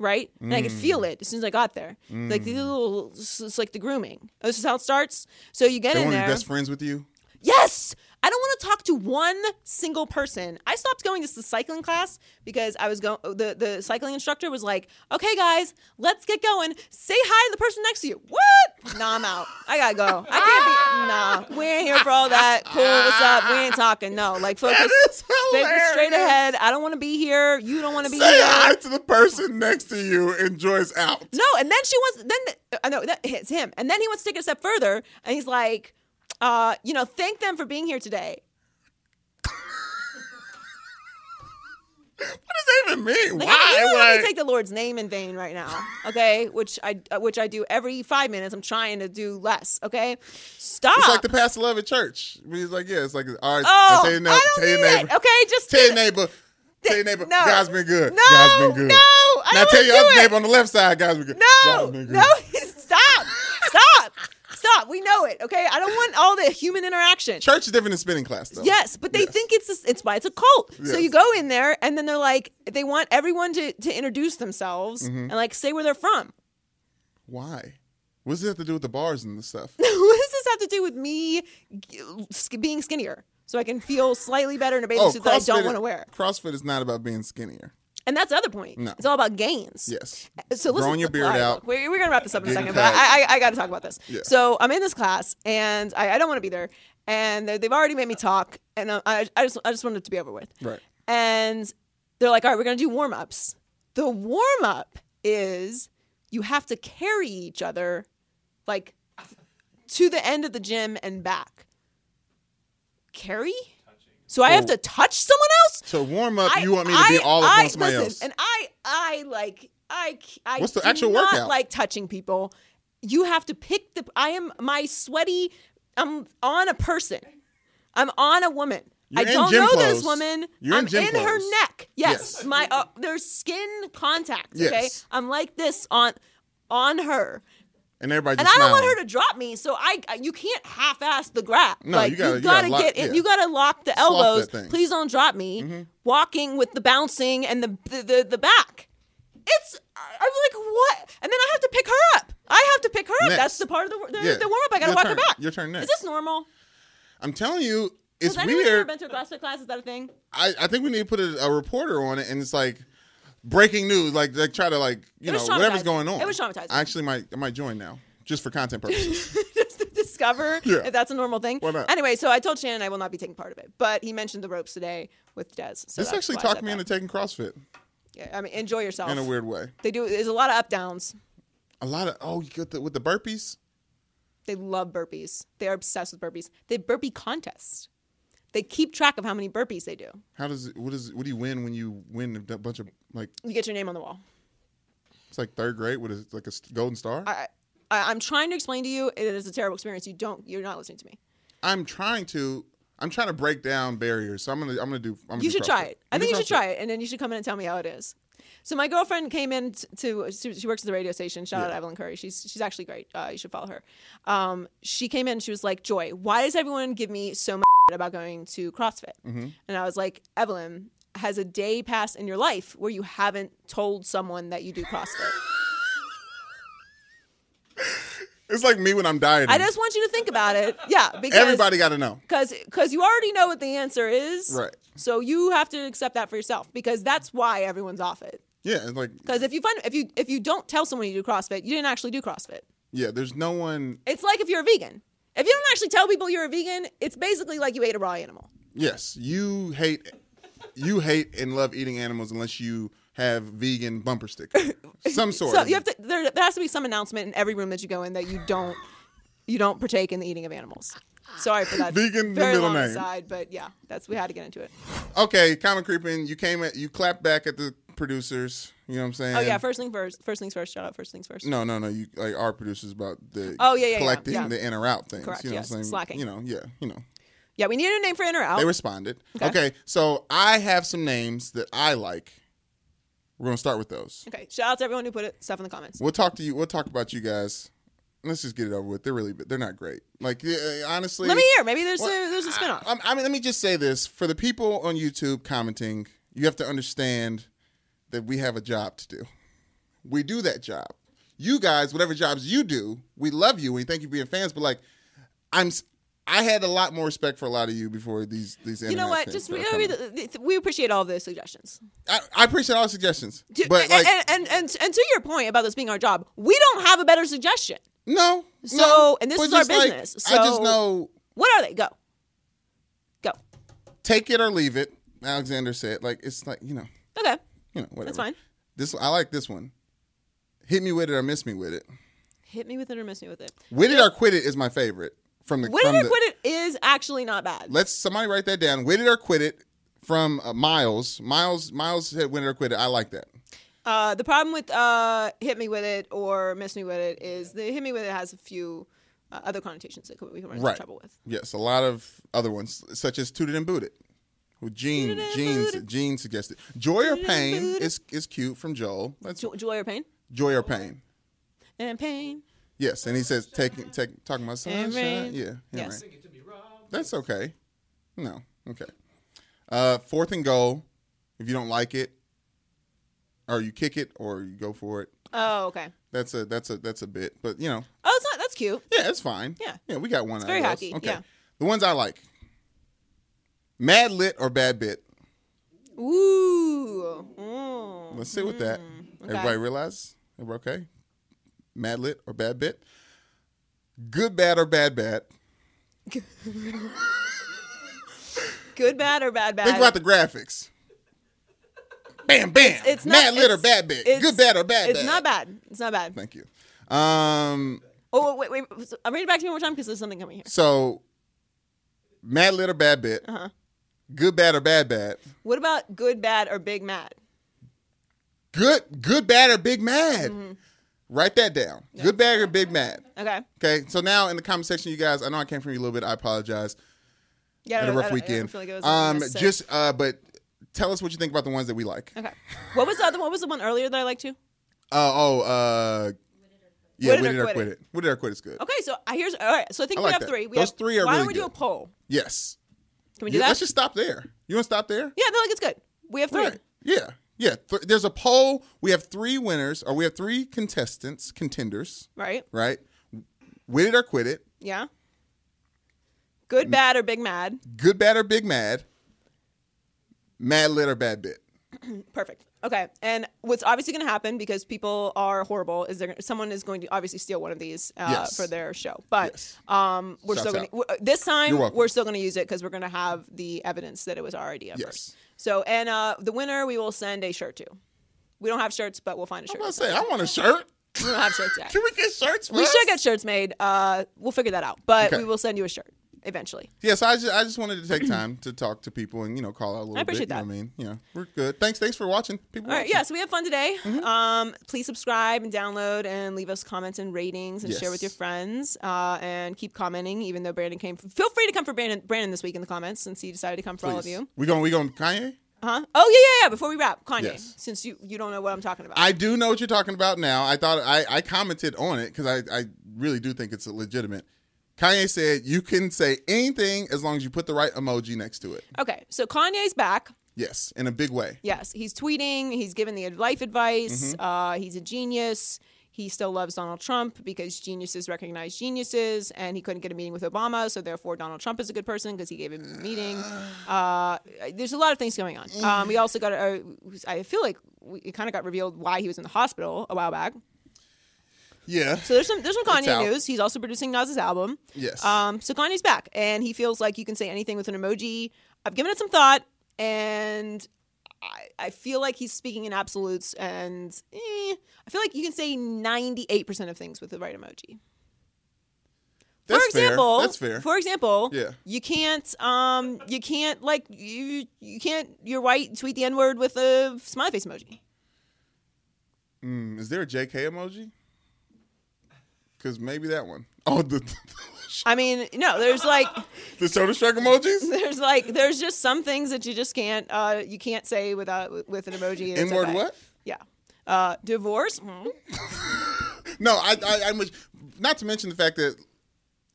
Speaker 2: right? And I could
Speaker 1: Mm.
Speaker 2: feel it as soon as I got there. Like these little, it's like the grooming. This is how it starts. So you get
Speaker 1: They
Speaker 2: in
Speaker 1: want to
Speaker 2: there.
Speaker 1: be best friends with you.
Speaker 2: Yes! I don't want to talk to one single person. I stopped going to the cycling class because I was going the, the cycling instructor was like, okay guys, let's get going. Say hi to the person next to you. What? Nah, I'm out. I gotta go. I can't be nah. We ain't here for all that. Cool, what's up? We ain't talking. No. Like focus, focus
Speaker 1: is
Speaker 2: straight
Speaker 1: hilarious.
Speaker 2: ahead. I don't wanna be here. You don't wanna be
Speaker 1: Say
Speaker 2: here.
Speaker 1: hi to the person next to you and Joyce out.
Speaker 2: No, and then she wants. Then the- I know that it's him, and then he wants to take it a step further, and he's like, uh, you know, thank them for being here today.
Speaker 1: What does that even mean?
Speaker 2: Like, I
Speaker 1: Why?
Speaker 2: really
Speaker 1: would I-
Speaker 2: take the Lord's name in vain right now, okay? which I uh, which I do every five minutes. I'm trying to do less, okay? Stop.
Speaker 1: it's like the past love at church. He's like, yeah, it's like all right.
Speaker 2: oh,
Speaker 1: tell your neighbor,
Speaker 2: I
Speaker 1: tell
Speaker 2: don't
Speaker 1: your
Speaker 2: need
Speaker 1: neighbor,
Speaker 2: it. Okay, just
Speaker 1: tell your neighbor, tell your neighbor.
Speaker 2: No.
Speaker 1: God's been good.
Speaker 2: No,
Speaker 1: God's been good.
Speaker 2: no, I
Speaker 1: now
Speaker 2: don't
Speaker 1: tell
Speaker 2: wanna
Speaker 1: your other
Speaker 2: do it.
Speaker 1: neighbor on the left side, God's been good.
Speaker 2: No,
Speaker 1: God's been good.
Speaker 2: no, *laughs* stop, stop, stop. We know it, okay? I don't want all the human interaction.
Speaker 1: Church is different than spinning class, though.
Speaker 2: Yes, but they
Speaker 1: Yes.
Speaker 2: think it's a, it's why it's a cult. So
Speaker 1: Yes.
Speaker 2: you go in there, and then they're like, they want everyone to to introduce themselves
Speaker 1: Mm-hmm.
Speaker 2: and like say where they're from.
Speaker 1: Why? What does it have to do with the bars and
Speaker 2: *laughs*
Speaker 1: the stuff?
Speaker 2: what does this have to do with me g- sk- being skinnier? So I can feel slightly better in a bathing suit that I don't want to wear.
Speaker 1: Oh, CrossFit is not about being skinnier.
Speaker 2: And that's the other point.
Speaker 1: No.
Speaker 2: It's all about gains.
Speaker 1: Yes.
Speaker 2: So listen,
Speaker 1: Growing your beard
Speaker 2: all right,
Speaker 1: out.
Speaker 2: look, we're, we're gonna wrap this up in a
Speaker 1: Getting
Speaker 2: second, but
Speaker 1: cut.
Speaker 2: I, I, I got to talk about this.
Speaker 1: Yeah.
Speaker 2: So I'm in this class, and I, I don't want to be there, and they- they've already made me talk, and I, I I just I just wanted it to be over with.
Speaker 1: Right.
Speaker 2: And they're like, all right, we're gonna do warm ups. The warm up is you have to carry each other, like, to the end of the gym and back. carry? So
Speaker 1: Oh.
Speaker 2: I have to touch someone else?
Speaker 1: So warm up,
Speaker 2: I-
Speaker 1: you want me to be
Speaker 2: I-
Speaker 1: all up
Speaker 2: I-
Speaker 1: on somebody
Speaker 2: listen,
Speaker 1: else?
Speaker 2: And I, I like, I, c- I
Speaker 1: What's the
Speaker 2: do
Speaker 1: actual
Speaker 2: not
Speaker 1: workout?
Speaker 2: like touching people. You have to pick the. I am my sweaty. I'm on a person. I'm on a woman.
Speaker 1: You're
Speaker 2: I
Speaker 1: in
Speaker 2: don't
Speaker 1: gym
Speaker 2: know this
Speaker 1: clothes.
Speaker 2: woman.
Speaker 1: You're in
Speaker 2: I'm
Speaker 1: gym
Speaker 2: in her
Speaker 1: clothes.
Speaker 2: neck. Yes,
Speaker 1: Yes.
Speaker 2: my uh, there's skin contact.
Speaker 1: Yes.
Speaker 2: Okay, I'm like this on on her,
Speaker 1: and everybody
Speaker 2: and
Speaker 1: just
Speaker 2: I don't want
Speaker 1: smiling.
Speaker 2: her to drop me. So I you can't half-ass the grab.
Speaker 1: No,
Speaker 2: like,
Speaker 1: you gotta-
Speaker 2: you
Speaker 1: you gotta
Speaker 2: gotta,
Speaker 1: lock-
Speaker 2: get it.
Speaker 1: yeah.
Speaker 2: You gotta lock the
Speaker 1: Sloth that
Speaker 2: elbows.
Speaker 1: thing. Mm-hmm.
Speaker 2: Please don't drop me. Walking with the bouncing and the the, the the back. It's I'm like what? And then I have to pick her up. I have to pick her up.
Speaker 1: Next.
Speaker 2: That's the part of the the,
Speaker 1: Yeah.
Speaker 2: the warm up. I gotta
Speaker 1: Your
Speaker 2: walk
Speaker 1: turn.
Speaker 2: her back.
Speaker 1: Your turn
Speaker 2: Is
Speaker 1: next.
Speaker 2: this normal?
Speaker 1: I'm telling you, it's
Speaker 2: Has anyone here
Speaker 1: weird.
Speaker 2: been to a CrossFit class? Is that a thing? *laughs*
Speaker 1: I, I think we need to put a, a reporter on it, and it's like breaking news. Like, like try to like you
Speaker 2: It
Speaker 1: know
Speaker 2: was
Speaker 1: whatever's
Speaker 2: traumatizing.
Speaker 1: going on.
Speaker 2: It was traumatizing.
Speaker 1: I actually might I might join now just for content purposes.
Speaker 2: just to discover
Speaker 1: Yeah.
Speaker 2: if that's a normal thing.
Speaker 1: Why not?
Speaker 2: Anyway, so I told Shannon I will not be taking part of it, but he mentioned the ropes today with Des. So
Speaker 1: this
Speaker 2: that's
Speaker 1: actually
Speaker 2: why I
Speaker 1: talked
Speaker 2: said
Speaker 1: me
Speaker 2: that.
Speaker 1: into taking CrossFit
Speaker 2: Yeah, I mean, enjoy yourself.
Speaker 1: in a weird way.
Speaker 2: They do. There's a lot of up downs.
Speaker 1: A lot of oh, you get the with the burpees.
Speaker 2: They love burpees. They are obsessed with burpees. They burpee contests. They keep track of how many burpees they do.
Speaker 1: How does it, what is what do you win when you win a bunch of like
Speaker 2: You get your name on the wall.
Speaker 1: it's like third grade with a, like a s- golden star?
Speaker 2: I, I, I'm trying to explain to you. It is a terrible experience. You don't. You're not listening to me.
Speaker 1: I'm trying to I'm trying to break down barriers. So I'm gonna I'm gonna do. I'm gonna
Speaker 2: You
Speaker 1: do
Speaker 2: should try
Speaker 1: CrossFit.
Speaker 2: it. I
Speaker 1: I'm
Speaker 2: think you
Speaker 1: gonna
Speaker 2: should
Speaker 1: do CrossFit.
Speaker 2: try it, and then you should come in and tell me how it is. So my girlfriend came in t- to she, she works at the radio station. Shout out Evelyn Curry. She's she's actually great. Uh, you should follow her. Um, she came in. She was like, Joy, why does everyone give me so much about going to CrossFit?
Speaker 1: Mm-hmm.
Speaker 2: And I was like, Evelyn, has a day passed in your life where you haven't told someone that you do CrossFit?
Speaker 1: It's like me when I'm dieting.
Speaker 2: I just want you to think about it.
Speaker 1: *laughs*
Speaker 2: Yeah, because
Speaker 1: Everybody got to know.
Speaker 2: because because you already know what the answer is.
Speaker 1: Right.
Speaker 2: So you have to accept that for yourself because that's why everyone's off it.
Speaker 1: Yeah, it's like
Speaker 2: Because if you find if you if you don't tell someone you do CrossFit, you didn't actually do CrossFit.
Speaker 1: yeah. There's no one.
Speaker 2: It's like if you're a vegan. If you don't actually tell people you're a vegan, it's basically like you ate a raw animal.
Speaker 1: Yes, you hate you hate and love eating animals unless you have vegan
Speaker 2: *laughs*
Speaker 1: bumper sticker, some sort.
Speaker 2: So you have to there, there has to be some announcement in every room that you go in that you don't you don't partake in the eating of animals. Sorry for that.
Speaker 1: Vegan in the
Speaker 2: very
Speaker 1: middle
Speaker 2: long
Speaker 1: name.
Speaker 2: aside, but yeah, that's we had to get into it.
Speaker 1: Okay, common creeping. You came at you clapped back at the producers. You know what I'm saying?
Speaker 2: oh yeah, first thing first. First things first. Shout out. First things first.
Speaker 1: No, no, no. You like our producers about the
Speaker 2: Oh, yeah, yeah, yeah,
Speaker 1: collecting
Speaker 2: yeah.
Speaker 1: the in or out things.
Speaker 2: Correct,
Speaker 1: You know
Speaker 2: yes,
Speaker 1: what I'm saying?
Speaker 2: slacking.
Speaker 1: You know, yeah, you know.
Speaker 2: Yeah, we need a name for in or out.
Speaker 1: They responded.
Speaker 2: Okay.
Speaker 1: Okay. so I have some names that I like. We're gonna start with those.
Speaker 2: okay. Shout out to everyone who put it, stuff in the comments.
Speaker 1: We'll talk to you. We'll talk about you guys. Let's just get it over with. They're really, they're not great. Like yeah, honestly,
Speaker 2: Let me hear. Maybe there's
Speaker 1: Well,
Speaker 2: a, there's a spinoff.
Speaker 1: I, I mean, let me just say this for the people on YouTube commenting: you have to understand that we have a job to do. We do that job. You guys, whatever jobs you do, we love you. We thank you for being fans. But like, I'm, s- I had a lot more respect for a lot of you before these these.
Speaker 2: you know
Speaker 1: internet
Speaker 2: what?
Speaker 1: things
Speaker 2: Just
Speaker 1: that are
Speaker 2: we,
Speaker 1: coming.
Speaker 2: we, we appreciate all the eh, suggestions.
Speaker 1: I, I appreciate all the suggestions,
Speaker 2: To-
Speaker 1: but like,
Speaker 2: and, and, and and to your point about this being our job, we don't have a better suggestion.
Speaker 1: no,
Speaker 2: So-
Speaker 1: no,
Speaker 2: and this
Speaker 1: but
Speaker 2: is our
Speaker 1: just, like,
Speaker 2: business,
Speaker 1: I just
Speaker 2: so-
Speaker 1: know
Speaker 2: What are they? Go, go.
Speaker 1: take it or leave it. Alexander said, like, it's like you know.
Speaker 2: Okay,
Speaker 1: you know, whatever.
Speaker 2: fine.
Speaker 1: This I like this one. Hit me with it or miss me with it.
Speaker 2: hit me with it or miss me with it.
Speaker 1: With it or quit it is my favorite from the.
Speaker 2: Win
Speaker 1: from
Speaker 2: it or
Speaker 1: the-
Speaker 2: quit it is actually not bad.
Speaker 1: Let's somebody write that down. With it or quit it from uh, Miles. Miles Miles said win it or quit it. I like that.
Speaker 2: Uh, the problem with uh, hit me with it or miss me with it is the hit me with it has a few uh, other connotations that could- we can run into
Speaker 1: Right.
Speaker 2: trouble with.
Speaker 1: Yes, a lot of other ones such as tooted and booted. Who Gene
Speaker 2: Tooted and
Speaker 1: Gene
Speaker 2: booted.
Speaker 1: Gene suggested joy or
Speaker 2: Tooted and
Speaker 1: pain
Speaker 2: booted.
Speaker 1: is is cute from Joel. Let's
Speaker 2: Jo- joy or pain?
Speaker 1: joy or pain.
Speaker 2: And pain.
Speaker 1: Yes, and he says taking take talking about
Speaker 2: And
Speaker 1: sunshine.
Speaker 2: rain.
Speaker 1: Yeah, yeah,
Speaker 2: Yes.
Speaker 1: rain. That's okay. No, okay. Uh, fourth and goal. If you don't like it, or you kick it, or you go for it.
Speaker 2: Oh, okay.
Speaker 1: That's a that's a that's a bit, but you know,
Speaker 2: Oh, it's not. That's cute.
Speaker 1: yeah, it's fine.
Speaker 2: Yeah.
Speaker 1: yeah, we got one. It's
Speaker 2: very
Speaker 1: of those.
Speaker 2: hacky,
Speaker 1: Okay,
Speaker 2: yeah.
Speaker 1: the ones I like. Mad lit or bad bit.
Speaker 2: Ooh. Mm.
Speaker 1: Let's sit with that. Everybody realize? Everybody okay? Mad lit or bad bit? Good bad or bad bad?
Speaker 2: Good, bad, or bad, bad.
Speaker 1: Think about the graphics. Bam, bam. It's,
Speaker 2: it's not
Speaker 1: mad lit or
Speaker 2: it's-
Speaker 1: bad bit.
Speaker 2: it's-
Speaker 1: Good, bad or bad
Speaker 2: It's
Speaker 1: bad.
Speaker 2: not bad. It's not bad.
Speaker 1: Thank you. Um,
Speaker 2: Oh wait, wait. wait. I'm reading it back to me one more time because there's something coming here.
Speaker 1: so Mad lit or bad bit.
Speaker 2: Uh-huh.
Speaker 1: Good, bad, or bad, bad.
Speaker 2: What about good, bad, or big mad?
Speaker 1: Good, good, bad, or big mad.
Speaker 2: Mm-hmm.
Speaker 1: Write that down. Good, bad, or big mad.
Speaker 2: Okay.
Speaker 1: Okay. So now in the comment section, you guys, I know I came from you a little bit. I apologize.
Speaker 2: Yeah.
Speaker 1: Had
Speaker 2: I- I-
Speaker 1: a
Speaker 2: I
Speaker 1: rough
Speaker 2: don't
Speaker 1: weekend.
Speaker 2: feel like it was
Speaker 1: um,
Speaker 2: necessary.
Speaker 1: just uh, but tell us what you think about the ones that we like.
Speaker 2: Okay. What was the other? What was the one earlier that I liked too?
Speaker 1: Uh, oh, uh, yeah,
Speaker 2: Quit
Speaker 1: we
Speaker 2: It or
Speaker 1: did or
Speaker 2: Quit
Speaker 1: quit
Speaker 2: It.
Speaker 1: it. We did or quit is good.
Speaker 2: Okay, so I here's all right. So I think
Speaker 1: I
Speaker 2: we
Speaker 1: like
Speaker 2: have
Speaker 1: that.
Speaker 2: three. We
Speaker 1: Those
Speaker 2: have,
Speaker 1: three are
Speaker 2: Why don't we
Speaker 1: really
Speaker 2: do a
Speaker 1: good.
Speaker 2: poll?
Speaker 1: Yes.
Speaker 2: Can we do
Speaker 1: You-
Speaker 2: that?
Speaker 1: Let's just stop there. You want to stop there?
Speaker 2: yeah, I feel like it's good. We have three.
Speaker 1: Right. Yeah. Yeah. Th- there's a poll. We have three winners, or we have three contestants, contenders,
Speaker 2: Right?
Speaker 1: right? Win it or quit it.
Speaker 2: Yeah.
Speaker 1: Mm.
Speaker 2: Good, bad, or big mad.
Speaker 1: Good, bad, or big mad. Mad lit or bad bit.
Speaker 2: Perfect. Okay. And what's obviously going to happen because people are horrible is there someone is going to obviously steal one of these uh,
Speaker 1: Yes.
Speaker 2: for their show. But
Speaker 1: Yes.
Speaker 2: um, we're
Speaker 1: Shouts
Speaker 2: still going
Speaker 1: out.
Speaker 2: to this time
Speaker 1: You're welcome.
Speaker 2: we're still going to use it because we're going to have the evidence that it was our idea
Speaker 1: Yes.
Speaker 2: first. So and uh, the winner we will send a shirt to. We don't have shirts, but we'll find a
Speaker 1: I'm
Speaker 2: shirt.
Speaker 1: gonna say I want a shirt.
Speaker 2: we don't have shirts yet.
Speaker 1: *laughs* Can we get shirts? For
Speaker 2: We
Speaker 1: us?
Speaker 2: should get shirts made. Uh, we'll figure that out, but
Speaker 1: Okay.
Speaker 2: we will send you a shirt eventually.
Speaker 1: Yeah, so I just, I just wanted to take time to talk to people and you know call out a little
Speaker 2: appreciate
Speaker 1: bit.
Speaker 2: that.
Speaker 1: You know what I mean, yeah, we're good. Thanks, thanks for watching, people.
Speaker 2: All right,
Speaker 1: watching.
Speaker 2: yeah, so we had fun today.
Speaker 1: Mm-hmm.
Speaker 2: Um, please subscribe and download and leave us comments and ratings and share with your
Speaker 1: Yes.
Speaker 2: friends uh, and keep commenting. Even though Brandon came, feel free to come for Brandon, Brandon this week in the comments since he decided to come for all of
Speaker 1: Please.
Speaker 2: you.
Speaker 1: We going we going Kanye?
Speaker 2: Huh? Oh yeah, yeah, yeah. Before we wrap, Kanye,
Speaker 1: Yes.
Speaker 2: since you you don't know what I'm talking about.
Speaker 1: I do know what you're talking about now. I thought I, I commented on it because I, I really do think it's legitimate. Kanye said you can say anything as long as you put the right emoji next to it.
Speaker 2: okay, so Kanye's back.
Speaker 1: Yes, in a big way.
Speaker 2: Yes, he's tweeting. He's giving the life advice.
Speaker 1: Mm-hmm.
Speaker 2: Uh, he's a genius. He still loves Donald Trump because geniuses recognize geniuses, and he couldn't get a meeting with Obama, so therefore Donald Trump is a good person because he gave him a
Speaker 1: *sighs*
Speaker 2: meeting. Uh, there's a lot of things going on. Um, we also got. Uh, I feel like we, it kind of got revealed why he was in the hospital a while back.
Speaker 1: Yeah.
Speaker 2: So there's some there's some
Speaker 1: It's
Speaker 2: Kanye
Speaker 1: out.
Speaker 2: news. He's also producing Nas's album.
Speaker 1: Yes.
Speaker 2: Um. So Kanye's back, and he feels like you can say anything with an emoji. I've given it some thought, and I, I feel like he's speaking in absolutes, and eh, I feel like you can say 98 percent of things with the right emoji.
Speaker 1: That's
Speaker 2: for example,
Speaker 1: fair. That's fair.
Speaker 2: For example,
Speaker 1: Yeah.
Speaker 2: you can't um you can't like you you can't you're white tweet the n word with a smiley face emoji.
Speaker 1: Mm, is there a JK emoji? Because maybe that one. Oh, the *laughs*
Speaker 2: I mean, no, there's like.
Speaker 1: the shoulder shrug emojis.
Speaker 2: there's like there's just some things that you just can't uh you can't say without with an emoji and it's
Speaker 1: N word
Speaker 2: okay.
Speaker 1: what?
Speaker 2: yeah uh divorce Mhm.
Speaker 1: No, I, I I'm with- not to mention the fact that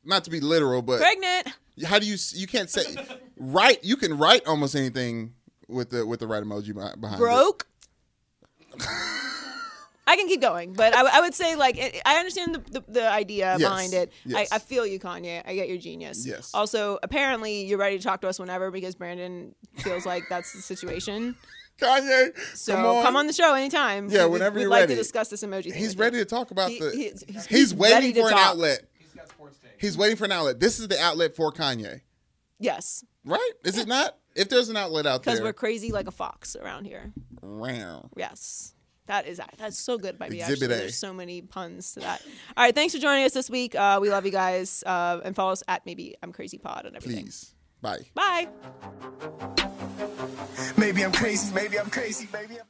Speaker 1: not to be literal, but
Speaker 2: pregnant
Speaker 1: how do you s- you can't say right? You can write almost anything with the with the right emoji beh- behind it. *laughs*
Speaker 2: broke I can keep going, but I, w- I would say like it, I understand the, the, the idea
Speaker 1: Yes.
Speaker 2: behind it.
Speaker 1: Yes.
Speaker 2: I, I feel you, Kanye. I get your genius.
Speaker 1: Yes.
Speaker 2: Also, apparently you're ready to talk to us whenever because Brandon feels like that's the
Speaker 1: *laughs*
Speaker 2: situation.
Speaker 1: Kanye,
Speaker 2: So come on, the show anytime. We-
Speaker 1: Yeah,
Speaker 2: we-
Speaker 1: whenever
Speaker 2: we'd
Speaker 1: you're
Speaker 2: like to
Speaker 1: ready.
Speaker 2: discuss this emoji. thing
Speaker 1: He's
Speaker 2: with you.
Speaker 1: ready to talk about
Speaker 2: He-
Speaker 1: the.
Speaker 2: he's-
Speaker 1: He's,
Speaker 2: he's- ready
Speaker 1: waiting
Speaker 2: to
Speaker 1: for an
Speaker 2: talk.
Speaker 1: outlet.
Speaker 4: He's got sports takes.
Speaker 1: He's waiting for an outlet. This is the outlet for Kanye,
Speaker 2: Yes,
Speaker 1: right? Is it not? If there's an outlet out
Speaker 2: because
Speaker 1: there,
Speaker 2: we're crazy like a fox around here.
Speaker 1: round.
Speaker 2: Yes. That is that's so good by me.
Speaker 1: Exhibit
Speaker 2: actually.
Speaker 1: A.
Speaker 2: There's so many puns to that. All right, thanks for joining us this week. Uh, we love you guys, uh, and follow us at maybe I'm Crazy Pod and everything.
Speaker 1: Please, bye.
Speaker 2: Bye.
Speaker 3: Maybe I'm crazy, maybe I'm crazy, maybe I'm